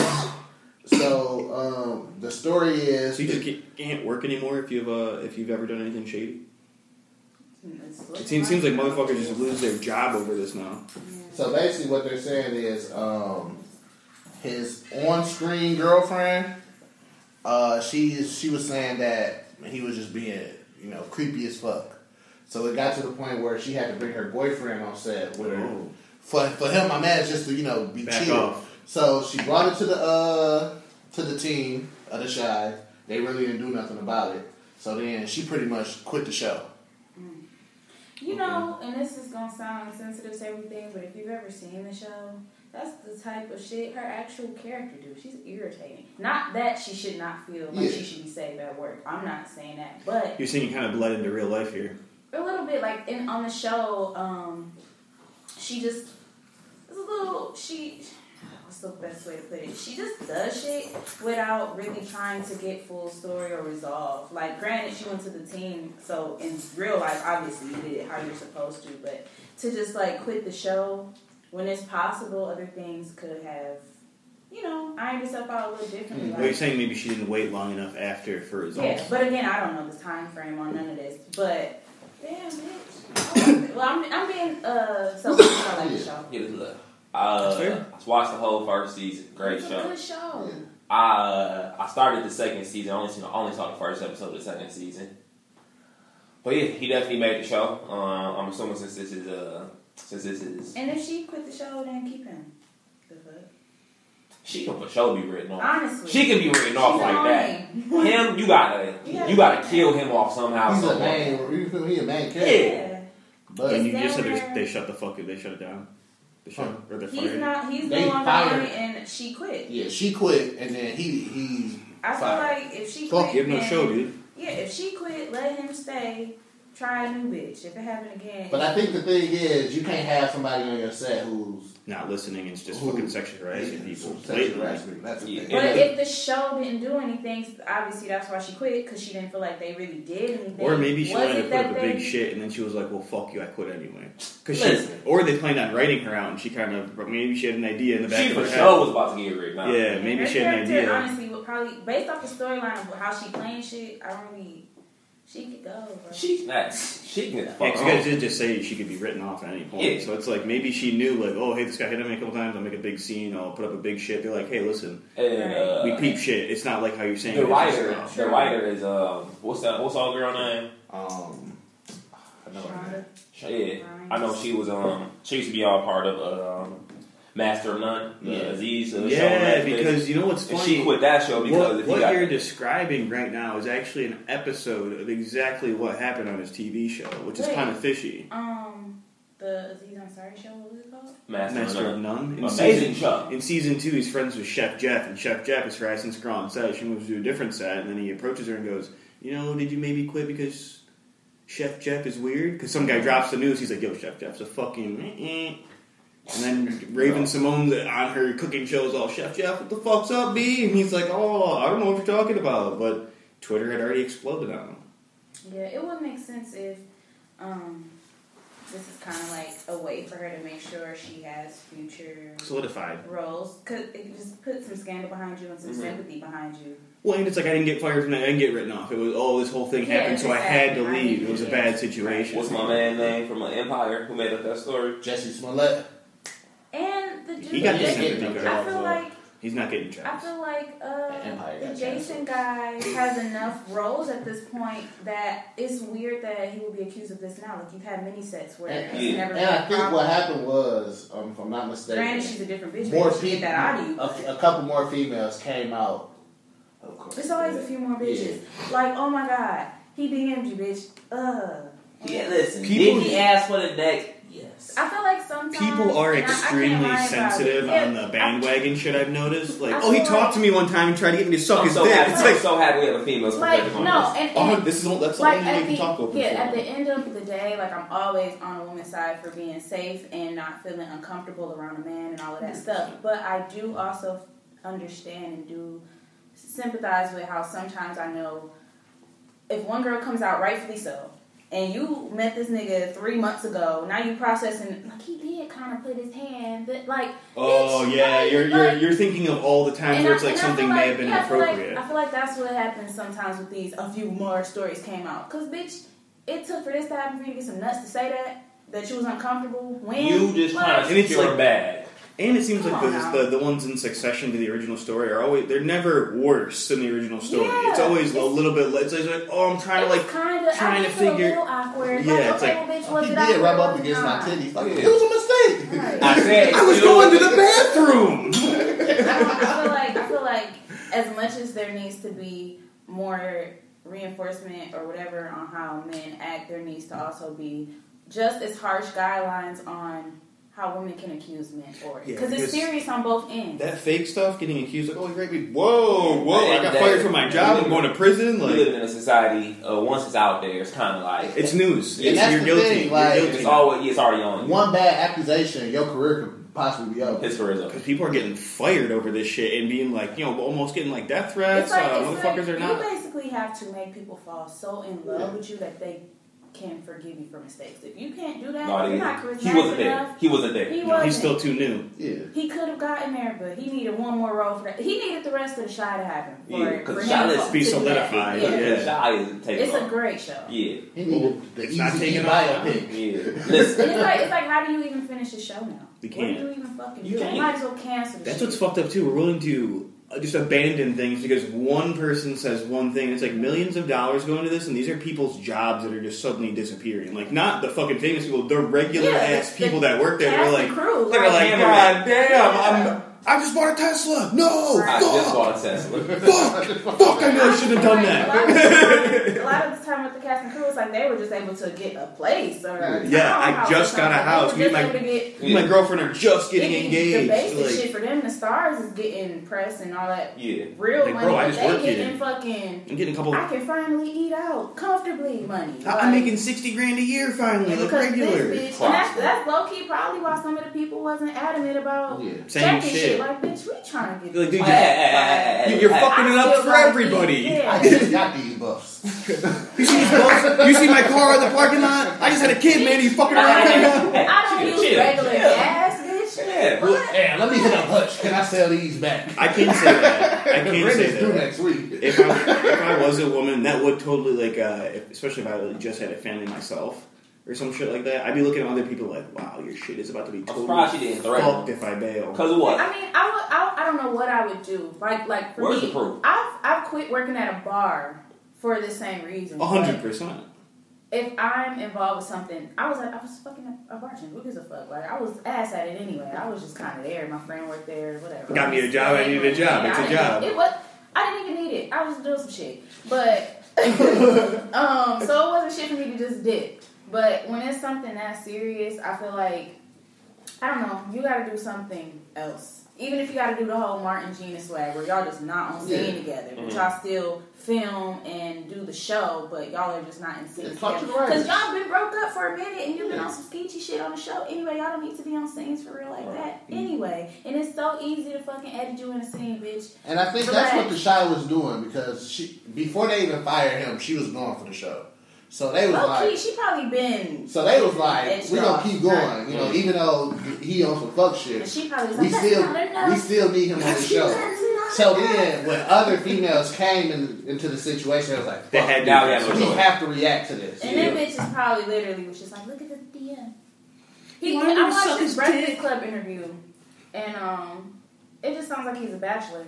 So um, the story is
So you just ca- can't work anymore if you've uh, if you've ever done anything shady.
It's
It seems, seems like motherfuckers just lose their job over this now.
So basically, what they're saying is um, his on-screen girlfriend. Uh, she she was saying that he was just being you know creepy as fuck. So it got to the point where she had to bring her boyfriend on set with her.
Oh.
For for him, my man, just to you know be
Back
chill.
off.
So she brought it to the uh to the team of the shy. They really didn't do nothing about it. So then she pretty much quit the show.
You know, and this is gonna sound insensitive to everything, but if you've ever seen the show, that's the type of shit her actual character do. She's irritating. Not that she should not feel like
Yeah.
she should be safe at work. I'm not saying that, but
You're seeing kind of bled into real life here.
a little bit like in on the show, um, she just it's a little she. What's the best way to put it? She just does shit without really trying to get full story or resolve. Like, granted, she went to the team, so in real life, obviously, you did it how you're supposed to. But to just like quit the show when it's possible, other things could have, you know, ironed itself out a little differently.
Well, you're
Like,
saying maybe she didn't wait long enough after for results.
Mm-hmm. yeah, but again, I don't know the time frame on none of this. But damn, bitch. I like it. well, I'm, I'm being uh, selfish. I like the show.
yeah, this is a- Uh,
fair.
I watched the whole first season. Great
it's a
show.
good show.
I I started the second season. I only seen, I only saw the first episode of the second season. But yeah, he definitely made the show. Uh, I'm assuming since this is uh since this is
And if she quit the show, then keep him. The fuck?
she can for sure be written off.
Honestly,
She can be written
She's
off like that.
annoying.
Him, you gotta
Yeah.
you gotta kill him off somehow.
He's a
somehow.
man. You feel me? He a man
Yeah.
character.
Yeah.
But
And you
Is
just said
there-
there's- they shut the fuck. They shut it down. They shut
Huh.
or they
He's
fired.
not. He's
They
no longer
fired.
on it, and she quit.
Yeah, she quit, and then he he.
I feel
Fired.
like if she
Fuck,
quit,
you have no
then-
show, dude.
Yeah, if she quit, let him stay. Try a new bitch. If it happen again,
But I think the thing is, you can't have somebody on your set who's
Not listening and it's just
Who-
fucking sexual harassing people.
Sexual
Blatantly.
harassment. That's the thing.
But if the show didn't do anything, obviously that's why she quit because she didn't feel like they really did anything.
Or maybe she
Was
wanted to
it
put
that
up a big
thing?
shit, and then she was like, "Well, fuck you, I quit anyway." 'Cause she,
Listen.
or they planned on writing her out, and she kind of maybe she had an idea in the back
She
of
for
her head.
sure was about to get rid. Nah.
Yeah, maybe
Her
she had an
character,
idea.
Honestly, would probably based off the storyline of how she playing shit. I don't really. She could go. Bro.
She's not. She can get the
Yeah, 'cause
fuck
you guys
on.
did just say she could be written off at any point.
oh. Yeah.
So it's like maybe she knew, like, oh, hey, this guy hit on me a couple times. I'll make a big scene. I'll put up a big shit. They're like, hey, listen,
And, uh,
we peep shit. It's not like how you're saying.
The
it.
writer,
It's
the writer is um, what's that? What's all girl name?
Um, I know her name.
Yeah, I know she was um, she used to be all part of um, Master of None, the
Yeah.
Aziz.
just-
Uh, show on
yeah,
Netflix.
because you know what's
and
funny.
she quit that show because
what
if
what
you got,
you're describing right now is actually an episode of exactly what happened on his TV show, which is
Wait.
kind of fishy.
Um, the Aziz Ansari show. What was it called?
Master, of
Master of
None,
None. In
amazing
season-
show.
In season two, he's friends with Chef Jeff, and Chef Jeff is harassing her on set. She moves to a different set, and then he approaches her and goes, "You know, did you maybe quit because Chef Jeff is weird?" Because some guy drops the news, he's like, "Yo, Chef Jeff's a fucking," eh, eh." and then Raven Simone's on her cooking shows all, "Chef Jeff, what the fuck's up, B?" And he's like, "Oh, I don't know what you're talking about," but Twitter had already exploded on him.
Yeah, it would make sense if um, this is kind of like a way for her to make sure she has future
Solidified.
roles. Cause it could just put some scandal behind you and some
Mm-hmm.
Mhm.
sympathy behind you.
Well, and it's like I didn't get fired from that. I didn't get written off. It was oh, this whole thing
Yeah,
happened, so I had to
exactly.
leave. It was a bad situation.
What's my man name from uh, Empire who made up that story?
Jesse Smollett.
And the dude,
He got
Yeah,
this
yeah,
sympathy
yeah.
card.
I feel like
He's not getting
I
jobs.
feel like
Empire
uh,
got
the Jason guy has enough roles at this point that it's weird that he will be accused of this now. Like you've had many sets where
And,
it's
Yeah.
never.
and
been
I
a
think what
problem.
happened was, um, if I'm not
Granted,
mistaken,
she's a different bitch.
more
More she
people,
get that out of you.
a, a couple more females came out. Of course,
It's always a few more bitches. Like, oh my god, he DM'd you, bitch. Ugh.
Yeah, listen.
People-
did he ask for the neck? Yes.
I feel like sometimes
People are
and I- I can't
extremely
lie about it.
sensitive
Yeah,
on the bandwagon shit I've noticed. Like,
I
oh, he
feel
talked
like-
to me one time and tried to get me to suck
I'm
his
so
dick.
happy.
It's
I'm
like,
so happy we have a female's
Like,
perspective on
no,
this.
and,
oh,
and
this is all, that's the
like
only way
at
you can
the,
talk about
yeah,
before.
at the end of the day, like I'm always on a woman's side for being safe and not feeling uncomfortable around a man and all of that stuff. But I do also understand and do sympathize with how sometimes I know if one girl comes out rightfully so, and you met this nigga three months ago, now you processing like he did kind of put his hand, but like
oh
bitch,
yeah,
like,
you're you're
like-
you're thinking of all the times
and
where
I-
it's like
and I
something
feel
may
like-
have been
yeah, I feel like-
inappropriate.
I feel like that's what happens sometimes with these a few more stories came out. Cause bitch, it took for this to happen for you to get some nuts to say that that you was uncomfortable when
You just
like,
trying to
And it's
secure
like-
a bag.
and it seems
Come
like
on
the,
now.
the the ones in succession to the original story are always they're never worse than the original story.
Yeah,
it's always a
it's-
little bit. le- It's always like, oh, I'm trying
it
to
was
like
kinda,
trying
I
to
just feel a
figure-
little awkward.
Yeah,
like,
it's
okay,
like,
well, bitch, was
He
it awkward,
did rub
was
up
it
against my
not?
titties. Like,
Yeah.
it was a mistake.
Right.
I said
I was
you-
going to the bathroom.
I feel like I feel like as much as there needs to be more reinforcement or whatever on how men act, there needs to also be just as harsh guidelines on how women can accuse men for it.
Yeah,
Because
because
it's serious on both ends.
That fake stuff, getting accused like, oh, he raped me. Whoa, whoa, I got
That-
fired from my job. I'm
that-
going to prison.
We
Like,
live in a society. Uh, once it's out there, it's kind of like
it's news.
Yeah,
It's-
that's
you're
the
guilty.
thing,
You're
like,
guilty.
it's always it's already on.
One bad accusation, your career could possibly be over.
His career's up.
Because people are getting fired over this shit and being like, you know, almost getting like death threats.
it's like,
uh,
it's like
motherfuckers are
you
not.
basically have to make people fall so in love with you that they can forgive you for mistakes. If you can't do that,
No,
you're
they-
not
he
charismatic
wasn't there.
enough.
He wasn't there.
He
No,
wasn't.
he's still too new.
Yeah.
He could have gotten there, but he needed one more role for that. He needed the rest of the shy to happen. For,
Yeah,
for
because
him
Shy
to-
is
be
to do that.
solidified.
Yeah.
Yeah.
Shy is taking
It's a
off.
great show.
Yeah,
He needed the
It's
easy
not taking off.
biopic.
yeah.
And
Listen,
It's like, it's like, how do you even finish the show now?
We
What
can't.
do you even fucking
You
do?
can't.
might as well cancel the
That's
shit.
what's fucked up too. We're willing to uh, just abandon things because one person says one thing. It's like millions of dollars go into this, and these are people's jobs that are just suddenly disappearing. Like not the fucking famous people, the regular
Yeah,
ass
the-
people
the
that work there. They're
cast
like,
and crew,
they're like,
Hammer
God
Man.
damn, I'm. I just bought a Tesla. No,
I
fuck,
just bought a Tesla.
fuck, fuck. I know I shouldn't have done
Like, A
that.
lot, of the time, a lot of the time, what the cast and crew, it's like they were just able to get a place. Or a
Yeah, I
townhouse or
just got a
something. They
house.
were
Me
just
and my-
able to get-
My girlfriend are just getting
It- The
engaged.
basic
like,
shit for them, the stars is getting press and all that
Yeah.
real
Like,
money.
bro, I
but
just
they
work here.
getting fucking.
I'm getting a couple.
I can finally eat out comfortably. Money.
I- I'm
Like,
making sixty grand a year finally,
because this
like regular.
bitch- and that's, that's low key probably why some of the people wasn't adamant about
Yeah.
Same
checking shit.
shit.
Like, bitch, we trying to get
Like,
this
dude, you're,
Hey, hey, hey, hey, hey,
you- you're
hey.
fucking it up
still
for
gonna eat.
everybody.
Yeah.
I just got these buffs.
You see these boats? You see my car in the parking lot? I just had a kid, man. He's fucking around.
I don't
Chill,
use
chill,
regular
chill.
gas, bitch.
Yeah,
What?
Hey, let me hit a hunch. Can I sell these back?
I can't say that. I can't
Rent
say
is due
that.
next week.
If I, if I was a woman, that would totally like, uh, if, especially if I like, just had a family myself or some shit like that. I'd be looking at other people like, wow, your shit is about to be
I'm surprised
totally
she didn't threaten
fucked
him.
if I bail.
Cause of what?
I mean, I would. I, I don't know what I would do. Like, like for
Where's
me,
the proof?
I've I've quit working at a bar for the same reason.
A hundred
Like,
percent.
If I'm involved with something, I was like, I was fucking a, a bartender. Who gives a fuck? Like, I was ass at it anyway. I was just kind of there. My friend worked there. Whatever.
Got me a job, I needed a job,
Yeah,
it's
I
a
didn't-
job.
It was. I didn't even need it. I was just doing some shit, but um, so it wasn't shit for me to just dip. But when it's something that serious, I feel like I don't know. You got to do something else. Even if you got to do the whole Martin Gina swag where y'all just not on scene
Yeah.
together, but
Mm-hmm.
y'all still film and do the show, but y'all are just not in scene
Yeah,
together.
fuck the writers.
Because y'all been broke up for a minute and you've been
Yeah.
on some skeechy shit on the show anyway. Y'all don't need to be on scenes for real like that anyway. And it's so easy to fucking edit you in a scene, bitch.
And I think that's what the show was doing because she before they even fired him, she was going for the show. So they was
Low
like,
key, she probably been.
so they was
Edged
like, we
off.
gonna keep going, you know, even though he on some fuck shit.
And she probably was
we
like,
still
that's not enough.
we still need him on the show. So then, when other females came in, into the situation, it was like,
They
fuck,
had
Now we
to.
have
do
no
this.
we
choice.
have to react to this.
And that bitch is probably literally was just like, look at the DM. He,
Why
I
would
watched
suck
his
his
Breakfast
dick?
Club interview, and um, it just sounds like he's a bachelor.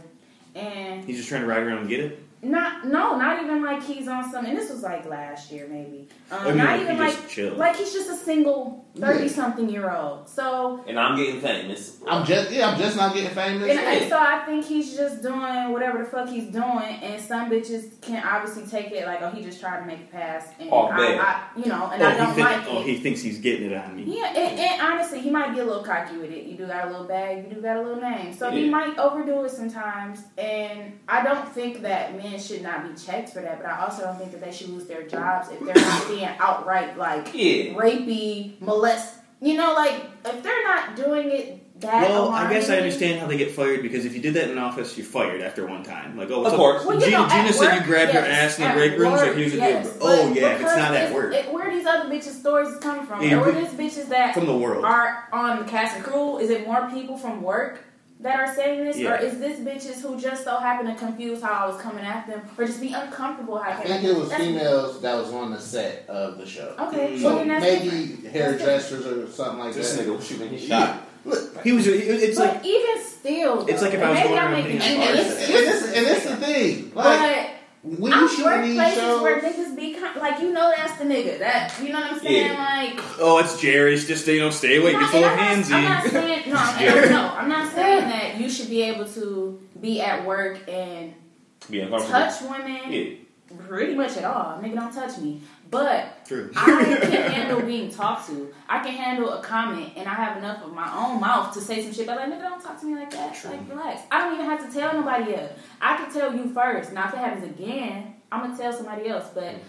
And
He's just trying to ride around and get it.
not, no, not even like he's on some. And this was like last year, maybe. Um,
I mean,
not
he
even
just
like,
chilled.
like he's just a single thirty-something year old. So,
And I'm getting famous.
I'm just yeah, I'm just not getting famous.
and, and so I think he's just doing whatever the fuck he's doing. And some bitches can obviously take it like, oh, he just tried to make a pass, and
Oh, man.
I, I, you know, and
oh,
I don't
he thi-
like it.
oh, he thinks he's getting it on me.
Yeah, and, and honestly, he might be a little cocky with it. You do got a little bag, you do got a little name. So he
Yeah.
might overdo it sometimes. And I don't think that men should not be checked for that, but I also don't think that they should lose their jobs if they're not being outright, like,
Yeah.
rapey, molest. You know, like, if they're not doing it that
Well, I guess I
alarmingly-
understand how they get fired because if you did that in an office, you're fired after one time. Like, oh, what's
Of
up?
course.
Well, you
Gina,
know, at
Gina said
work,
you grabbed your
yes.
ass in the
At
break room, so
work,
here's what
yes.
you did. Oh,
But
yeah, if it's
because
not at work.
it- where are these other bitches' stories coming from?
Yeah,
or where
but-
these bitches that
From the world.
are on the cast and crew? Is it more people from work that are saying this,
Yeah.
or is this bitches who just so happen to confuse how I was coming at them, or just be uncomfortable? How
I
came
think
at
it
them?
was
That's-
females that was on the set of the show.
Okay,
Mm.
well,
So
then that's different.
maybe
That's
hairdressers or something like
This
that.
nigga was shooting his shot.
Yeah. Look,
He was. it- It's
But
like
even still,
It's
though,
like if I was
maybe
going
I'm
around
making
being
and
hard.
this, and this, and this the thing. Like,
But
when you
I've
shoot
worked
these
places where
shows,
niggas be con- like, you know, that's the nigga. That you know what I'm saying?
Yeah.
Like.
oh, it's Jerry. It's just you know, stay away. You're
Not-
full of
and I'm not-
handsy.
I'm not saying, no, I'm,
Yeah.
no, I'm not saying that you should be able to be at work and
Being uncomfortable.
touch women
Yeah.
pretty much at all. Nigga, don't touch me. But
True.
I can handle being talked to. I can handle a comment, and I have enough of my own mouth to say some shit. But like, nigga, don't talk to me like that. Like, relax. I don't even have to tell nobody else. I can tell you first. Now, if it happens again, I'm gonna tell somebody else. But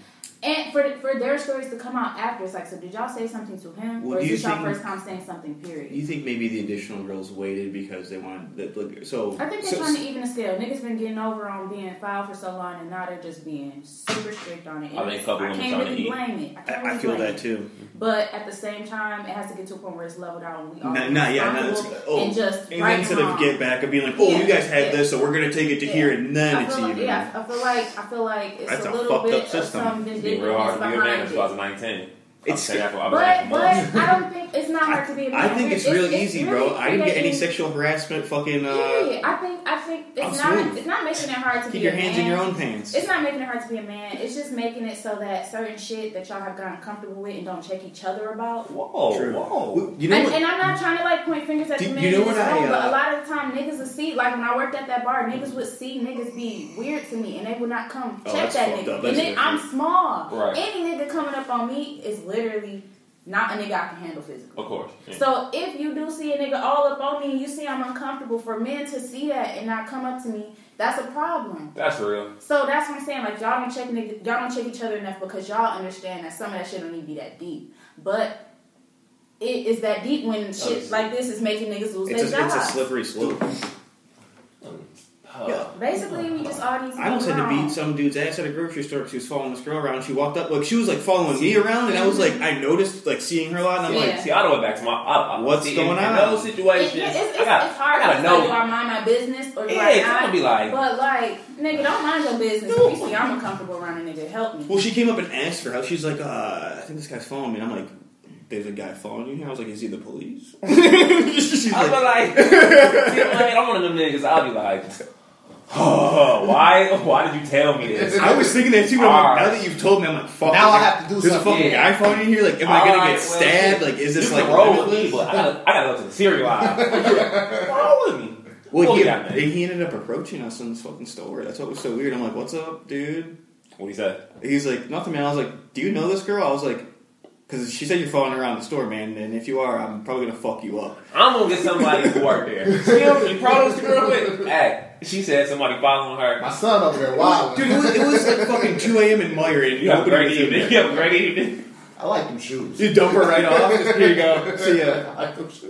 and for for their stories to come out after, it's like, so did y'all say something to him,
Well,
or
do
is
you
this y'all
think-
first time saying something? Period.
You think maybe the additional girls waited because they wanted that? Like, so
I think they're
so-
trying to even the scale. Niggas been getting over on being foul for so long, and now they're just being super strict on it.
I think a couple women
can't
trying to
really
eat.
blame it. I,
I,
can't really
I feel
blame
that
it.
too.
But at the same time, it has to get to a point where it's leveled out. And we all
Not,
be
not yeah. Not, it's,
responsible
oh,
and just
and
right
instead
and wrong.
of get back and being like, oh,
Yeah,
you guys had
yeah.
this, so we're gonna take it to
Yeah.
here, and then
I
it's
feel like,
even.
yeah, I feel like I feel like it's
That's
a
a
little
fucked
bit
up system.
of some
Being real hard
vindictiveness
to be a man
behind
in
it.
2019.
It's
I've been that for, I've been that
But but
for months.
I don't think it's not hard to be. a
I think
man.
it's real easy, bro.
really
I didn't get any
freaking-
sexual harassment. Fucking uh,
Yeah, I think I think
I'm
it's not
smooth.
it's not making it hard to
keep
be
your
a
hands
man.
in your own pants.
It's not making it hard to be a man. It's just making it so that certain shit that y'all have gotten comfortable with and don't check each other about.
Whoa,
True.
whoa.
You know
and,
what?
and I'm not trying to like point fingers at
Do-
the
you
men
know
in this
what I,
room, but a
uh,
lot of the time niggas would see like when I worked at that bar, niggas would see niggas be weird to me and they would not come
Oh,
check
that's
that
fucked
nigga.
up.
And
That's
then I'm
different.
small.
Right.
Any nigga coming up on me is literally not a nigga I can handle physically.
Of course. Yeah.
So if you do see a nigga all up on me and you see I'm uncomfortable, for men to see that and not come up to me, that's a problem.
That's real.
So that's what I'm saying. Like y'all don't check nigga, y'all don't check each other enough because y'all understand that some of that shit don't need to be that deep. But it is that deep when shit
it's-
like this is making niggas lose
It's
their
a, it's a
jobs.
slippery slope.
Um,
Basically, we just all need to
I almost had to
around.
beat some dude's ass at a grocery store. 'cause She was following this girl around. She walked up like she was like following me around, and I was like, I noticed like seeing her a lot, and I'm
Yeah.
like,
See, I don't go back to my. I, I,
What's
see,
going
in,
on?
In those
It-
situations,
yeah, it's, it's,
I gotta,
it's hard
I gotta
to
know.
know. Do I mind my business or do
Yeah,
I
it's
not?
gonna be like-
but like, nigga, don't mind your business. If you see I'm uncomfortable around a nigga, help me.
Well, she came up and asked for help. She's like, uh, I think this guy's following me. And I'm like, there's a guy following you here. I was like, is he the police? She's
I'll
like,
be like, see, I'm like, I'm one of them niggas. I'll be like, oh, why, why did you tell me this?
I was thinking that too. But I'm like, now
Alright.
that you've told me, I'm like, fuck.
Now I
there's a-
have to do
There's a
something,
fucking
yeah.
guy following you here. Like, am I gonna
Alright,
get
well,
stabbed?
shit.
Like, is this
You
like
can roll with
limitless?
me, but I gotta, I gotta go to the cereal aisle. roll with me.
Well,
Well,
he,
yeah, man.
and he ended up approaching us in this fucking store. That's what was so weird. I'm like, what's up, dude?
What he said?
He's like, nothing, man. I was like, do you know this girl? I was like, because she said you're following her around the store, man. And if you are, I'm probably gonna fuck you up.
I'm gonna get somebody to work there. You know, you probably was girl with. Hey, she said somebody following her.
My son over there, wow.
Dude, it was, it was like fucking 2 a.m. in Myron.
You have a great evening. You have a great evening.
I like them shoes.
You dump her right off. Here you go. See ya.
I don't sh-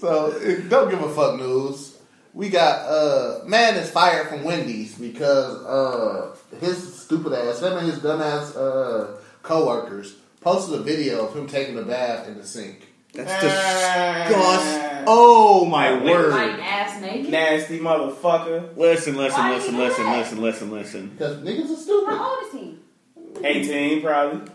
so it- don't give a fuck news. We got uh man is fired from Wendy's because uh his stupid ass, him and his dumbass uh coworkers posted a video of him taking a bath in the sink.
That's disgust. Oh my
Like
word.
ass naked.
Nasty motherfucker.
Listen, listen,
Why
listen,
do you do
listen,
that?
listen, listen, listen.
Because niggas are stupid.
How old is he?
18 probably.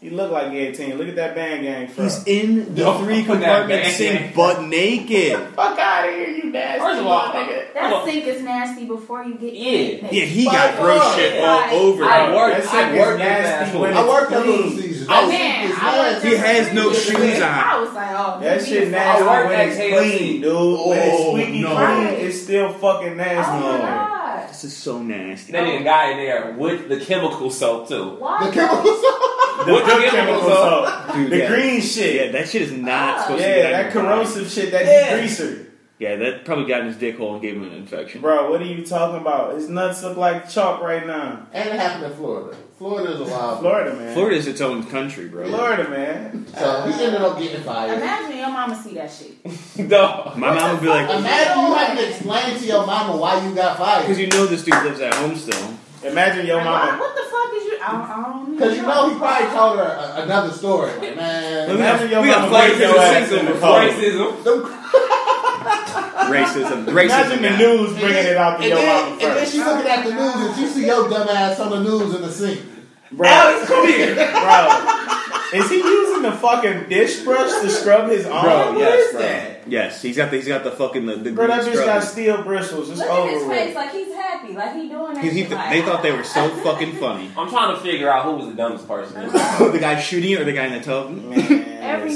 He look like 18. Look at that band gang from.
He's in the
Yo,
three
put that
compartment
back
sink,
in.
but naked.
Fuck out of here, you nasty
First of all,
motherfucker.
That
Hold on.
sink is nasty before you get
Yeah.
anything.
Yeah, he got
Fuck
gross
off.
shit all over.
I
him.
work-
That
I
shit
work
is nasty
with
when
that.
I
it's
work at Little
clean.
Caesars.
Oh,
That
man,
shit is
I like
nasty.
He has no shoes
I
on.
was like, oh,
That shit
I
nasty
work
when
at
it's clean,
KFC.
dude. when it's
Oh,
squeaky
no.
clean, it's still fucking
Oh
nasty.
my
No.
god.
This is so nasty.
They need a guy in there with the chemical soap too.
Why?
The chemicals
With the
Good chemicals up.
Dude,
The
yeah.
green shit.
Yeah, that Oh, shit is not
Oh.
Ah.
supposed to be.
Yeah,
on
that
your body.
corrosive shit, that
Yeah.
degreaser.
Yeah, that probably got in his dick hole and gave him an infection.
Bro, what are you talking about? His nuts look like chalk right now.
and it happened in Florida. Florida is a wild
Florida, man.
Florida is its own country, bro.
Florida, man.
So he ended up getting fired.
Imagine your mama see that shit.
Dog.
My mom would be like,
Imagine you having to explain to your mama why you got fired.
because you know this dude lives at home still.
Imagine your
Like, why-
mama.
what the fuck is you? I don't, I don't
Because you know he probably told her a, another story. Like, man,
Imagine your
We got
mama
flags
break
in
your
the
ass
sink
in the
over
cold.
Racism.
Racism. Racism.
Imagine the
guy.
news bringing it out to
and
your
then,
mama
and then
first.
she looking at the news and she see your dumb ass on the news in the sink.
Bro,
Alex, come here.
bro. Is he using the fucking dish brush to scrub his arm?
Bro,
What
yes,
is
bro.
that?
Yes, he's got the he's got the fucking the, the
Bro, that
green
bitch got
scrubs.
steel bristles. It's
Look at his
over
face,
with.
like he's happy, like he doing that.
He- he-
shit, like,
they thought they were so fucking funny.
I'm trying to figure out who was the dumbest person. in this.
the guy shooting it or the guy in the tub.
Every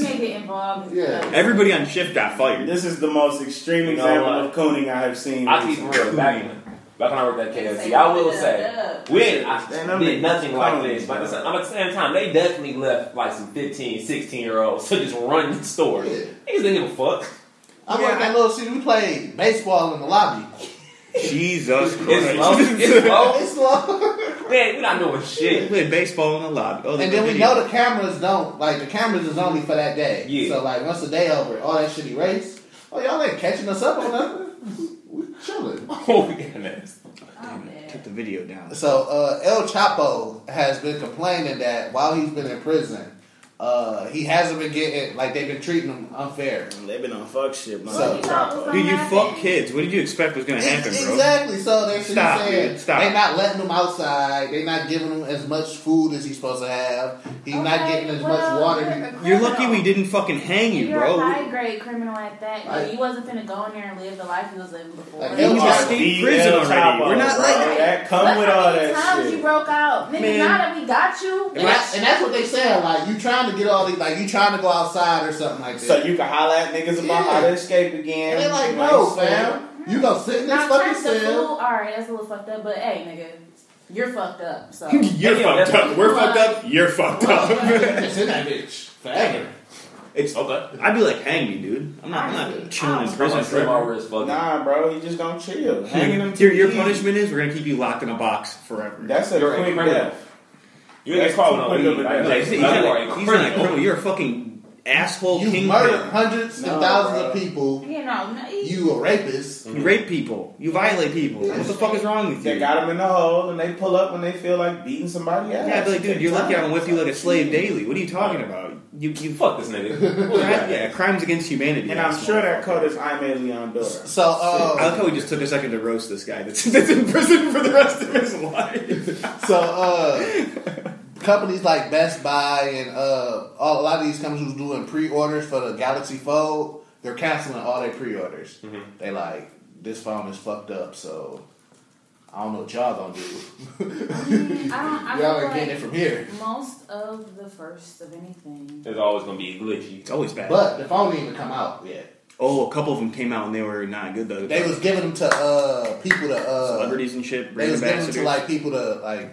Man,
nigga involved. Is
Yeah.
Everybody on shift got fired.
this is the most extreme
You know
example
what?
of cooning I have seen.
I keep
recently.
real. Back when, back when I worked at KFC, I will say we didn't,
Man,
I
them
did
niggas
nothing like
clowns,
this. But at the
bro.
same- at the same time, they definitely left like some 15, 16 year olds to just run the store.
Yeah.
Niggas didn't give a fuck.
I
Yeah.
worked at Little City. We played baseball in the lobby.
Jesus Christ.
It's low. It's low.
It's slow.
Man, we're not doing
They
shit.
played baseball in the lobby. Oh, they
And then we
did
know
it.
the cameras don't like the cameras is only for that day.
Yeah.
So like once the day over, all that shit erased. Oh y'all ain't catching us up on nothing. We chilling.
Oh, we got next.
Oh,
took the video down.
So uh, El Chapo has been complaining that while he's been in prison, Uh, he hasn't been getting like they've been treating him unfair.
They've been on fuck shit, man.
So-
Dude, you fuck kids. What did you expect was gonna happen, bro?
Exactly. So they should
Stop,
saying
dude, stop.
They're not letting him outside. They're not giving him as much food as he's supposed to have. He's not getting as much water.
You're lucky we didn't fucking hang you,
You're a
bro.
high grade criminal at that.
Like-
you wasn't finna go in there and live the life you was living before.
Like,
You
You
just
are
escaped prison
El
already. We're not
Chapo,
like
bro. that. Come
Look
with
how
all
many
that
times
shit.
you broke out, nigga.
Man.
Now that we got you,
And, that- and that's what they said. Like you trying to get all these, like you trying to go outside or something like that.
So you can holler at niggas about how to
Yeah.
escape again.
and they're like,
You
no,
might
fam, you gonna sit in this
not
fucking
trying to
cell?
fool. All right, that's a little fucked up, but hey, nigga, you're fucked up. So
You're
Hey, yo,
fucked
that's-
up. We're fucked up. You're fucked up.
It's in that bitch forever.
it's.
Okay.
I'd be like, hang me, dude. I'm not. I'm not chilling in prison
Prison
forever.
forever is
say-
fucking.
Nah, bro, you just gonna chill. Hanging them.
Your,
to
your, your
the-
punishment is we're gonna keep you locked in a box forever.
That's a
You're a
quick
criminal.
death.
You ain't
That's
called
too
no lead.
quick of a
Like,
death.
like,
He's, he's
you
not,
are a
he's not a
criminal.
criminal. You're a fucking asshole
You
kingpin.
murder hundreds
No,
and thousands
bro.
of people.
you know, no, you,
You a rapist.
You rape people. You violate people. What the fuck is wrong with you?
They got them in the hole and they pull up when they feel like beating somebody else.
Yeah, I'd be like, dude, you're lucky I don't whip you like a slave daily. What are you talking
Right.
about? You, you fuck.
Fuck this nigga.
Crime, yeah, crimes against humanity.
And I'm
asshole.
sure that code is I'm a Leon Dora.
So,
I like
uh,
how we just took a second to roast this guy that's, that's in prison for the rest of his life.
so uh, companies like Best Buy and uh, all, a lot of these companies who's doing pre-orders for the Galaxy Fold, they're canceling all their pre-orders.
Mm-hmm.
They like this phone is fucked up, so I don't know what y'all gonna do.
Mm, I don't. I
y'all
feel
ain't getting it
like
from here.
most of the first of anything.
There's always gonna be glitchy.
it's always bad.
But the phone didn't even come out yet.
oh, a couple of them came out and they were not good though.
They was giving them to uh, people to uh,
celebrities and shit.
They
Brand
was giving them
ambassadors.
to like people to like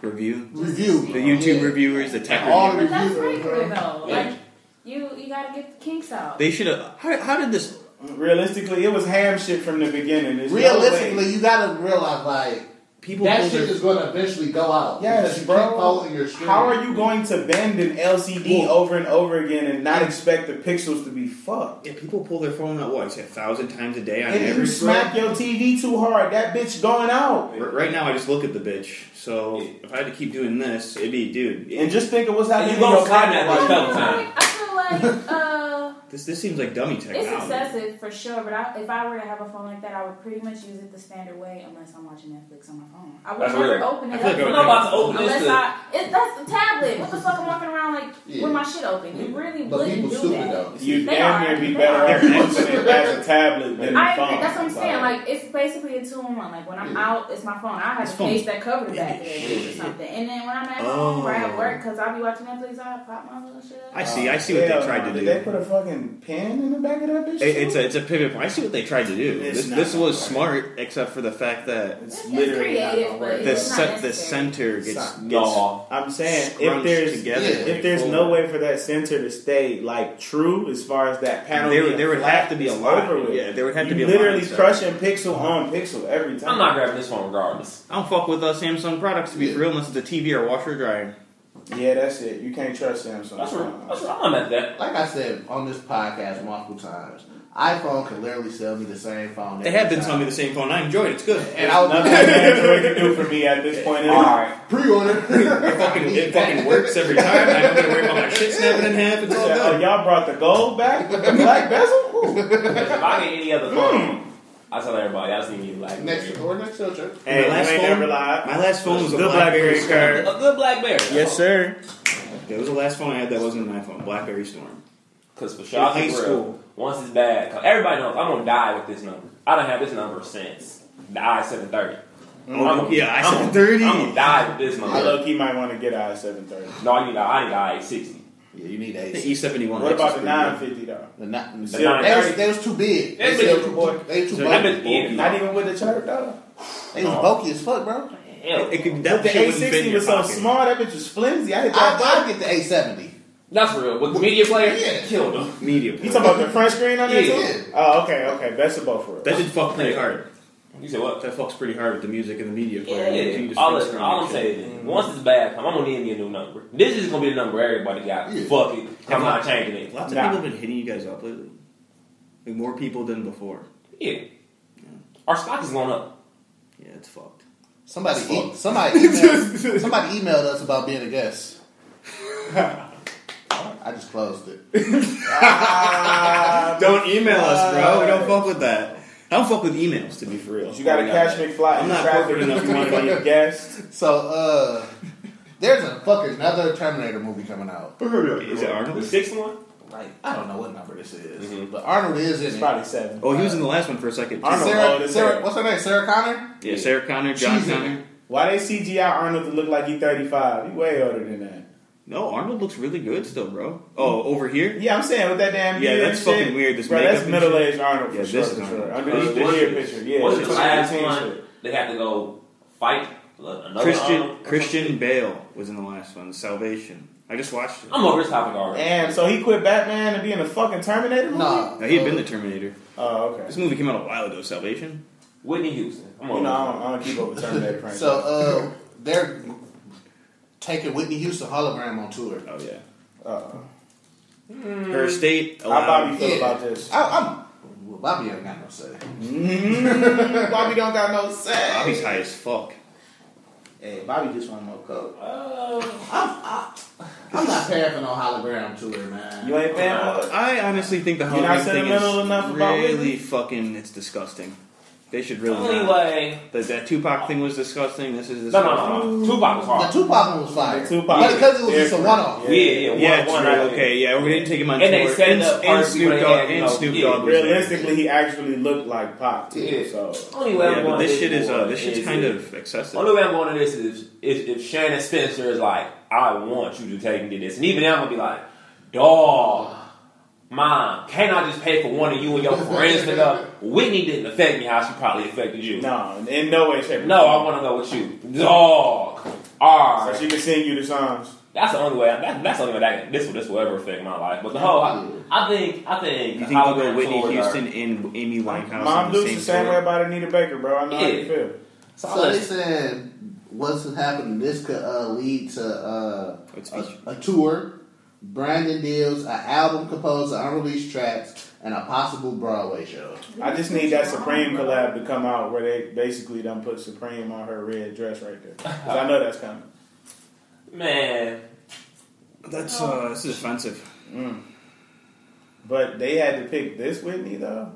review.
review
The YouTube
Yeah.
reviewers, the tech
All
reviewers.
But that's
Review it,
regular
huh?
though.
Yeah.
Like you, you gotta get the kinks out.
They should have. How, how did this?
Realistically, it was ham shit from the beginning. There's no
Realistically,
way.
you gotta realize like
People
that
pull
shit
their-
is gonna eventually go out. Because
yes,
you
bro.
keep folding your screen.
How are you going to bend an LCD
Well-
over and over again and not expect the pixels to be fucked?
Yeah, people pull their phone out. What? I said a thousand times a day on
And if
every
you smack your TV too hard, that bitch going out.
R- Right now, I just look at the bitch. So if I had to keep doing this, it'd be, dude.
And just think of what's
And
happening.
you
in
gonna
your
slide
pocket
that
while
bitch
you-
up.
I feel like uh,
This this seems like dummy technology.
it's excessive for sure. But I, if I were to have a phone like that, I would pretty much use it the standard way, unless I'm watching Netflix on my phone. I would
That's
never
weird.
open
I
it
feel
up.
like I
I'm
would
not about to open
Unless
this. To,
I, it, that's a tablet. What the fuck? I'm walking around like
Yeah.
with my shit open. You really
But
wouldn't
people
do
stupid
that.
though.
You
They
damn
are.
near be
They
better
are.
off using it as a tablet than
I
a phone.
agree. That's what I'm saying. Like it's basically a two in one. Like when I'm
Yeah.
out, it's my phone. I have
It's
a
phone.
case that cover the back of that bitch or something. And then when I'm at home or
Oh.
at work, because I'll be watching Netflix, I pop my little shit up.
I see. I see what they
Hell
tried to
no.
do.
Did they put a fucking pin in the back of that bitch?
It- it's
too?
a it's a pivot point. I see what they tried to do.
It's
This
not
this was
right.
smart, except for the fact that
It's
It's
literally not
creative,
gonna
but
work.
the
It's not
ce- the
necessary.
center gets, gets
no.
I'm saying if
scrunched
there's
together.
yeah,
if there's no way for that center to stay like true as far as that panel,
there
being
there would
flat,
have to be a
it's
lot.
Over with.
Yeah, there would have to
You
be a
literally
lot. of stuff.
crushing pixel on pixel every time.
I'm not grabbing this phone regardless.
I don't fuck with uh, Samsung products to be
Yeah.
real unless it's a TV or washer or dryer.
Yeah, that's it. You can't trust Samsung.
That's what, that's what I'm at that.
Like I said on this podcast multiple times, iPhone can literally sell me the same phone.
They
every
have been
time.
telling me the same phone. I enjoy it. It's good.
and I
Nothing
was
Android can do for me at this point. In
Alright.
pre-order.
It fucking it fucking works every time. I don't gotta worry about my shit snapping in half. It's all
Oh,
good.
y'all brought the gold back with the black bezel. Ooh.
If I get any other phone, I tell everybody I just need me a black.
next or next filter.
Hey,
my last
you ain't
phone.
never lied.
My last phone was a
The
BlackBerry
BlackBerry
Storm.
A good blackberry.
Yes, sir.
That was the last phone I had that wasn't an iPhone. BlackBerry Storm.
Because for
In
sure,
high
high
school.
school, once it's bad, 'cause everybody knows I'm gonna die with this number. I don't have this number since the I seven thirty.
Oh, yeah, I said
Mm, I'm
30.
gonna die with this
I
number.
low key might want to get out at seven thirty.
No, I need a, I need a I sixty.
Yeah, you need
The E
eight.
E71.
What about the nine
That's
fifty though?
The not,
The
they, was,
930.
they was too big.
That
They,
bitch
was
was
too,
bulky.
they was too
So
bulky.
That bitch bulky.
Not even with the chart though.
They was bulky as fuck, bro.
Hell,
It, it could, that
The
shit
A
wouldn't fit in
sixty
your
was so
pocket.
small that bitch was flimsy. I hit that.
I, I get the eight seventy.
that's real. With the media player,
Yeah.
killed him.
Media.
You talking about the front screen on there
Yeah.
too? Oh, okay, okay. Best of both worlds.
That did fuck pretty hard.
You said what?
That fucks pretty hard with the music and the media
Yeah,
player. You
yeah.
just
All,
fix
listen,
it on
all
that
I'm
shit.
saying is, once it's bad, I'm gonna need me a new number. This is gonna be the number everybody got.
Yeah.
Fuck it, I'm not changing it.
Lots of
Nah.
people have been hitting you guys up lately. Like more people than before.
Yeah, our stock is going up.
Yeah, it's fucked.
Somebody, e- somebody, emailed, somebody emailed us about being a guest. I just closed it.
Ah,
Don't email us, bro. We don't fuck with that. I don't fuck with emails, to be for real.
You got a cash
me.
McFly.
I'm not
traffic
corporate enough
enough
to want to-
guest.
So, uh, there's a fucking another Terminator movie coming out.
Is it
The
Arnold?
sixth one?
Like, I don't know what number this is,
Mhm.
but Arnold is
Mm-hmm. It's
in it.
probably seven.
Oh, he was in the last one for a second. too.
Arnold. Arnold
Sarah,
is in
Sarah,
it.
what's her name? Sarah Connor.
Yeah, Sarah Connor, John
She's in
Connor.
it.
Why they CGI Arnold to look like he 35? He way older than that.
No, Arnold looks really good still, bro. Oh, over here?
Yeah, I'm saying with that damn
Yeah,
beard
that's
and shit.
fucking weird, this
Bro,
makeup
that's
and
middle aged Arnold for
Yeah,
sure.
this
for
is
sure.
Arnold.
Underneath the
Uh,
hair
what's-
picture. Yeah,
was
it's
the
a
last
16
one
shit.
they had to go fight another um,
Christian
Arnold?
Christian Bale was in the last one, Salvation. I just watched it.
I'm over this topic already.
Damn, so he quit Batman to be in the fucking Terminator movie?
No,
No, he had
uh,
been the Terminator.
Oh,
This
okay.
movie came out a while ago, Salvation.
Whitney Houston. I'm over
You know, I
this.
don't, I don't keep up with Terminator pranks.
So uh, they're taking Whitney Houston hologram on tour.
Oh, yeah.
Uh-oh.
Mm-hmm.
Her estate.
how Bobby
allowed-
feel
Yeah.
about this?
I, I'm well, Bobby ain't got no say.
Bobby don't got no say.
Bobby's high as fuck.
Hey, Bobby just want more coke.
I'm not paying for no hologram tour, man.
You ain't paying for it?
I honestly think the
You're not
Halloween thing
sentimental
is
enough about
really
Whitney?
fucking. It's disgusting. They should really. Not.
Anyway,
That, that Tupac thing was disgusting. This is
no,
disgusting.
no, no, no. Tupac was
the
hard.
Tupac one was fire,
Tupac
but
is
because it was just a
different.
one-off.
Yeah, yeah, one,
Yeah,
one
true.
right
okay, yeah, we didn't take him on
And they
tour.
said
and,
the
and
parts we
Snoop
would've
Dogg
had, you
and
know,
Snoop
yeah.
Dogg. was there.
Realistically, he actually looked like Pop, too.
Yeah.
So,
Only way
yeah,
I'm
but
going
this
to
shit is uh,
one
this shit's kind of excessive.
Only way I'm going to this is if, if Shannon Spencer is like, I want you to take me to this, and even then I'm gonna be like, dog, mom, can't I just pay for one of you and your friends to go? Whitney didn't affect me how she probably affected you.
no, in no way, shape, or
No, I
form.
want to go with you, dog. All right,
So she can sing you the songs.
that's the only way. That, that's the only way that this will this will ever affect my life. But the whole, I, I think, I think,
you think they'll go
Hologram
Whitney
tours are-
Houston and Amy Winehouse
Mom
on the
Duke's the
same,
same
tour?
way about Anita Baker, bro. I know how you
Yeah.
feel.
So they said what's happening. This could uh, lead to uh,
Let's
a,
feature.
a tour, branding deals, an album composed of unreleased tracks, and a possible Broadway show.
I just need that Supreme collab to come out where they basically done put Supreme on her red dress right there. 'Cause I know that's coming.
man.
That's uh, this is offensive.
But they had to pick this Whitney though.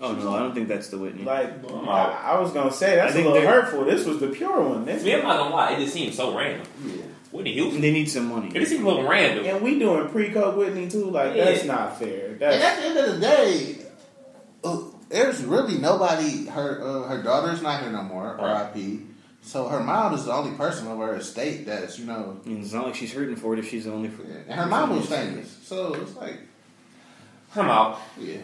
Oh no, I don't think that's the Whitney.
Like
Wow.
I, I was gonna say
I
that's a
think
little
they're-
hurtful. This was the pure one. This
Me, I'm not gonna lie. It just seems so random.
Yeah.
Whitney Houston.
They need some
It just
money.
seems a little random.
and we doing pre coke Whitney too. Like
Yeah.
that's not fair.
And
That's
at the end of the day, uh, there's really nobody. Her uh, her daughter's not here no more. R.I.P. So her mom is the only person over her estate that's you know,
I mean, it's not like she's hurting for it if she's the only.
and her mom was famous. So it's like,
I'm out.
yeah.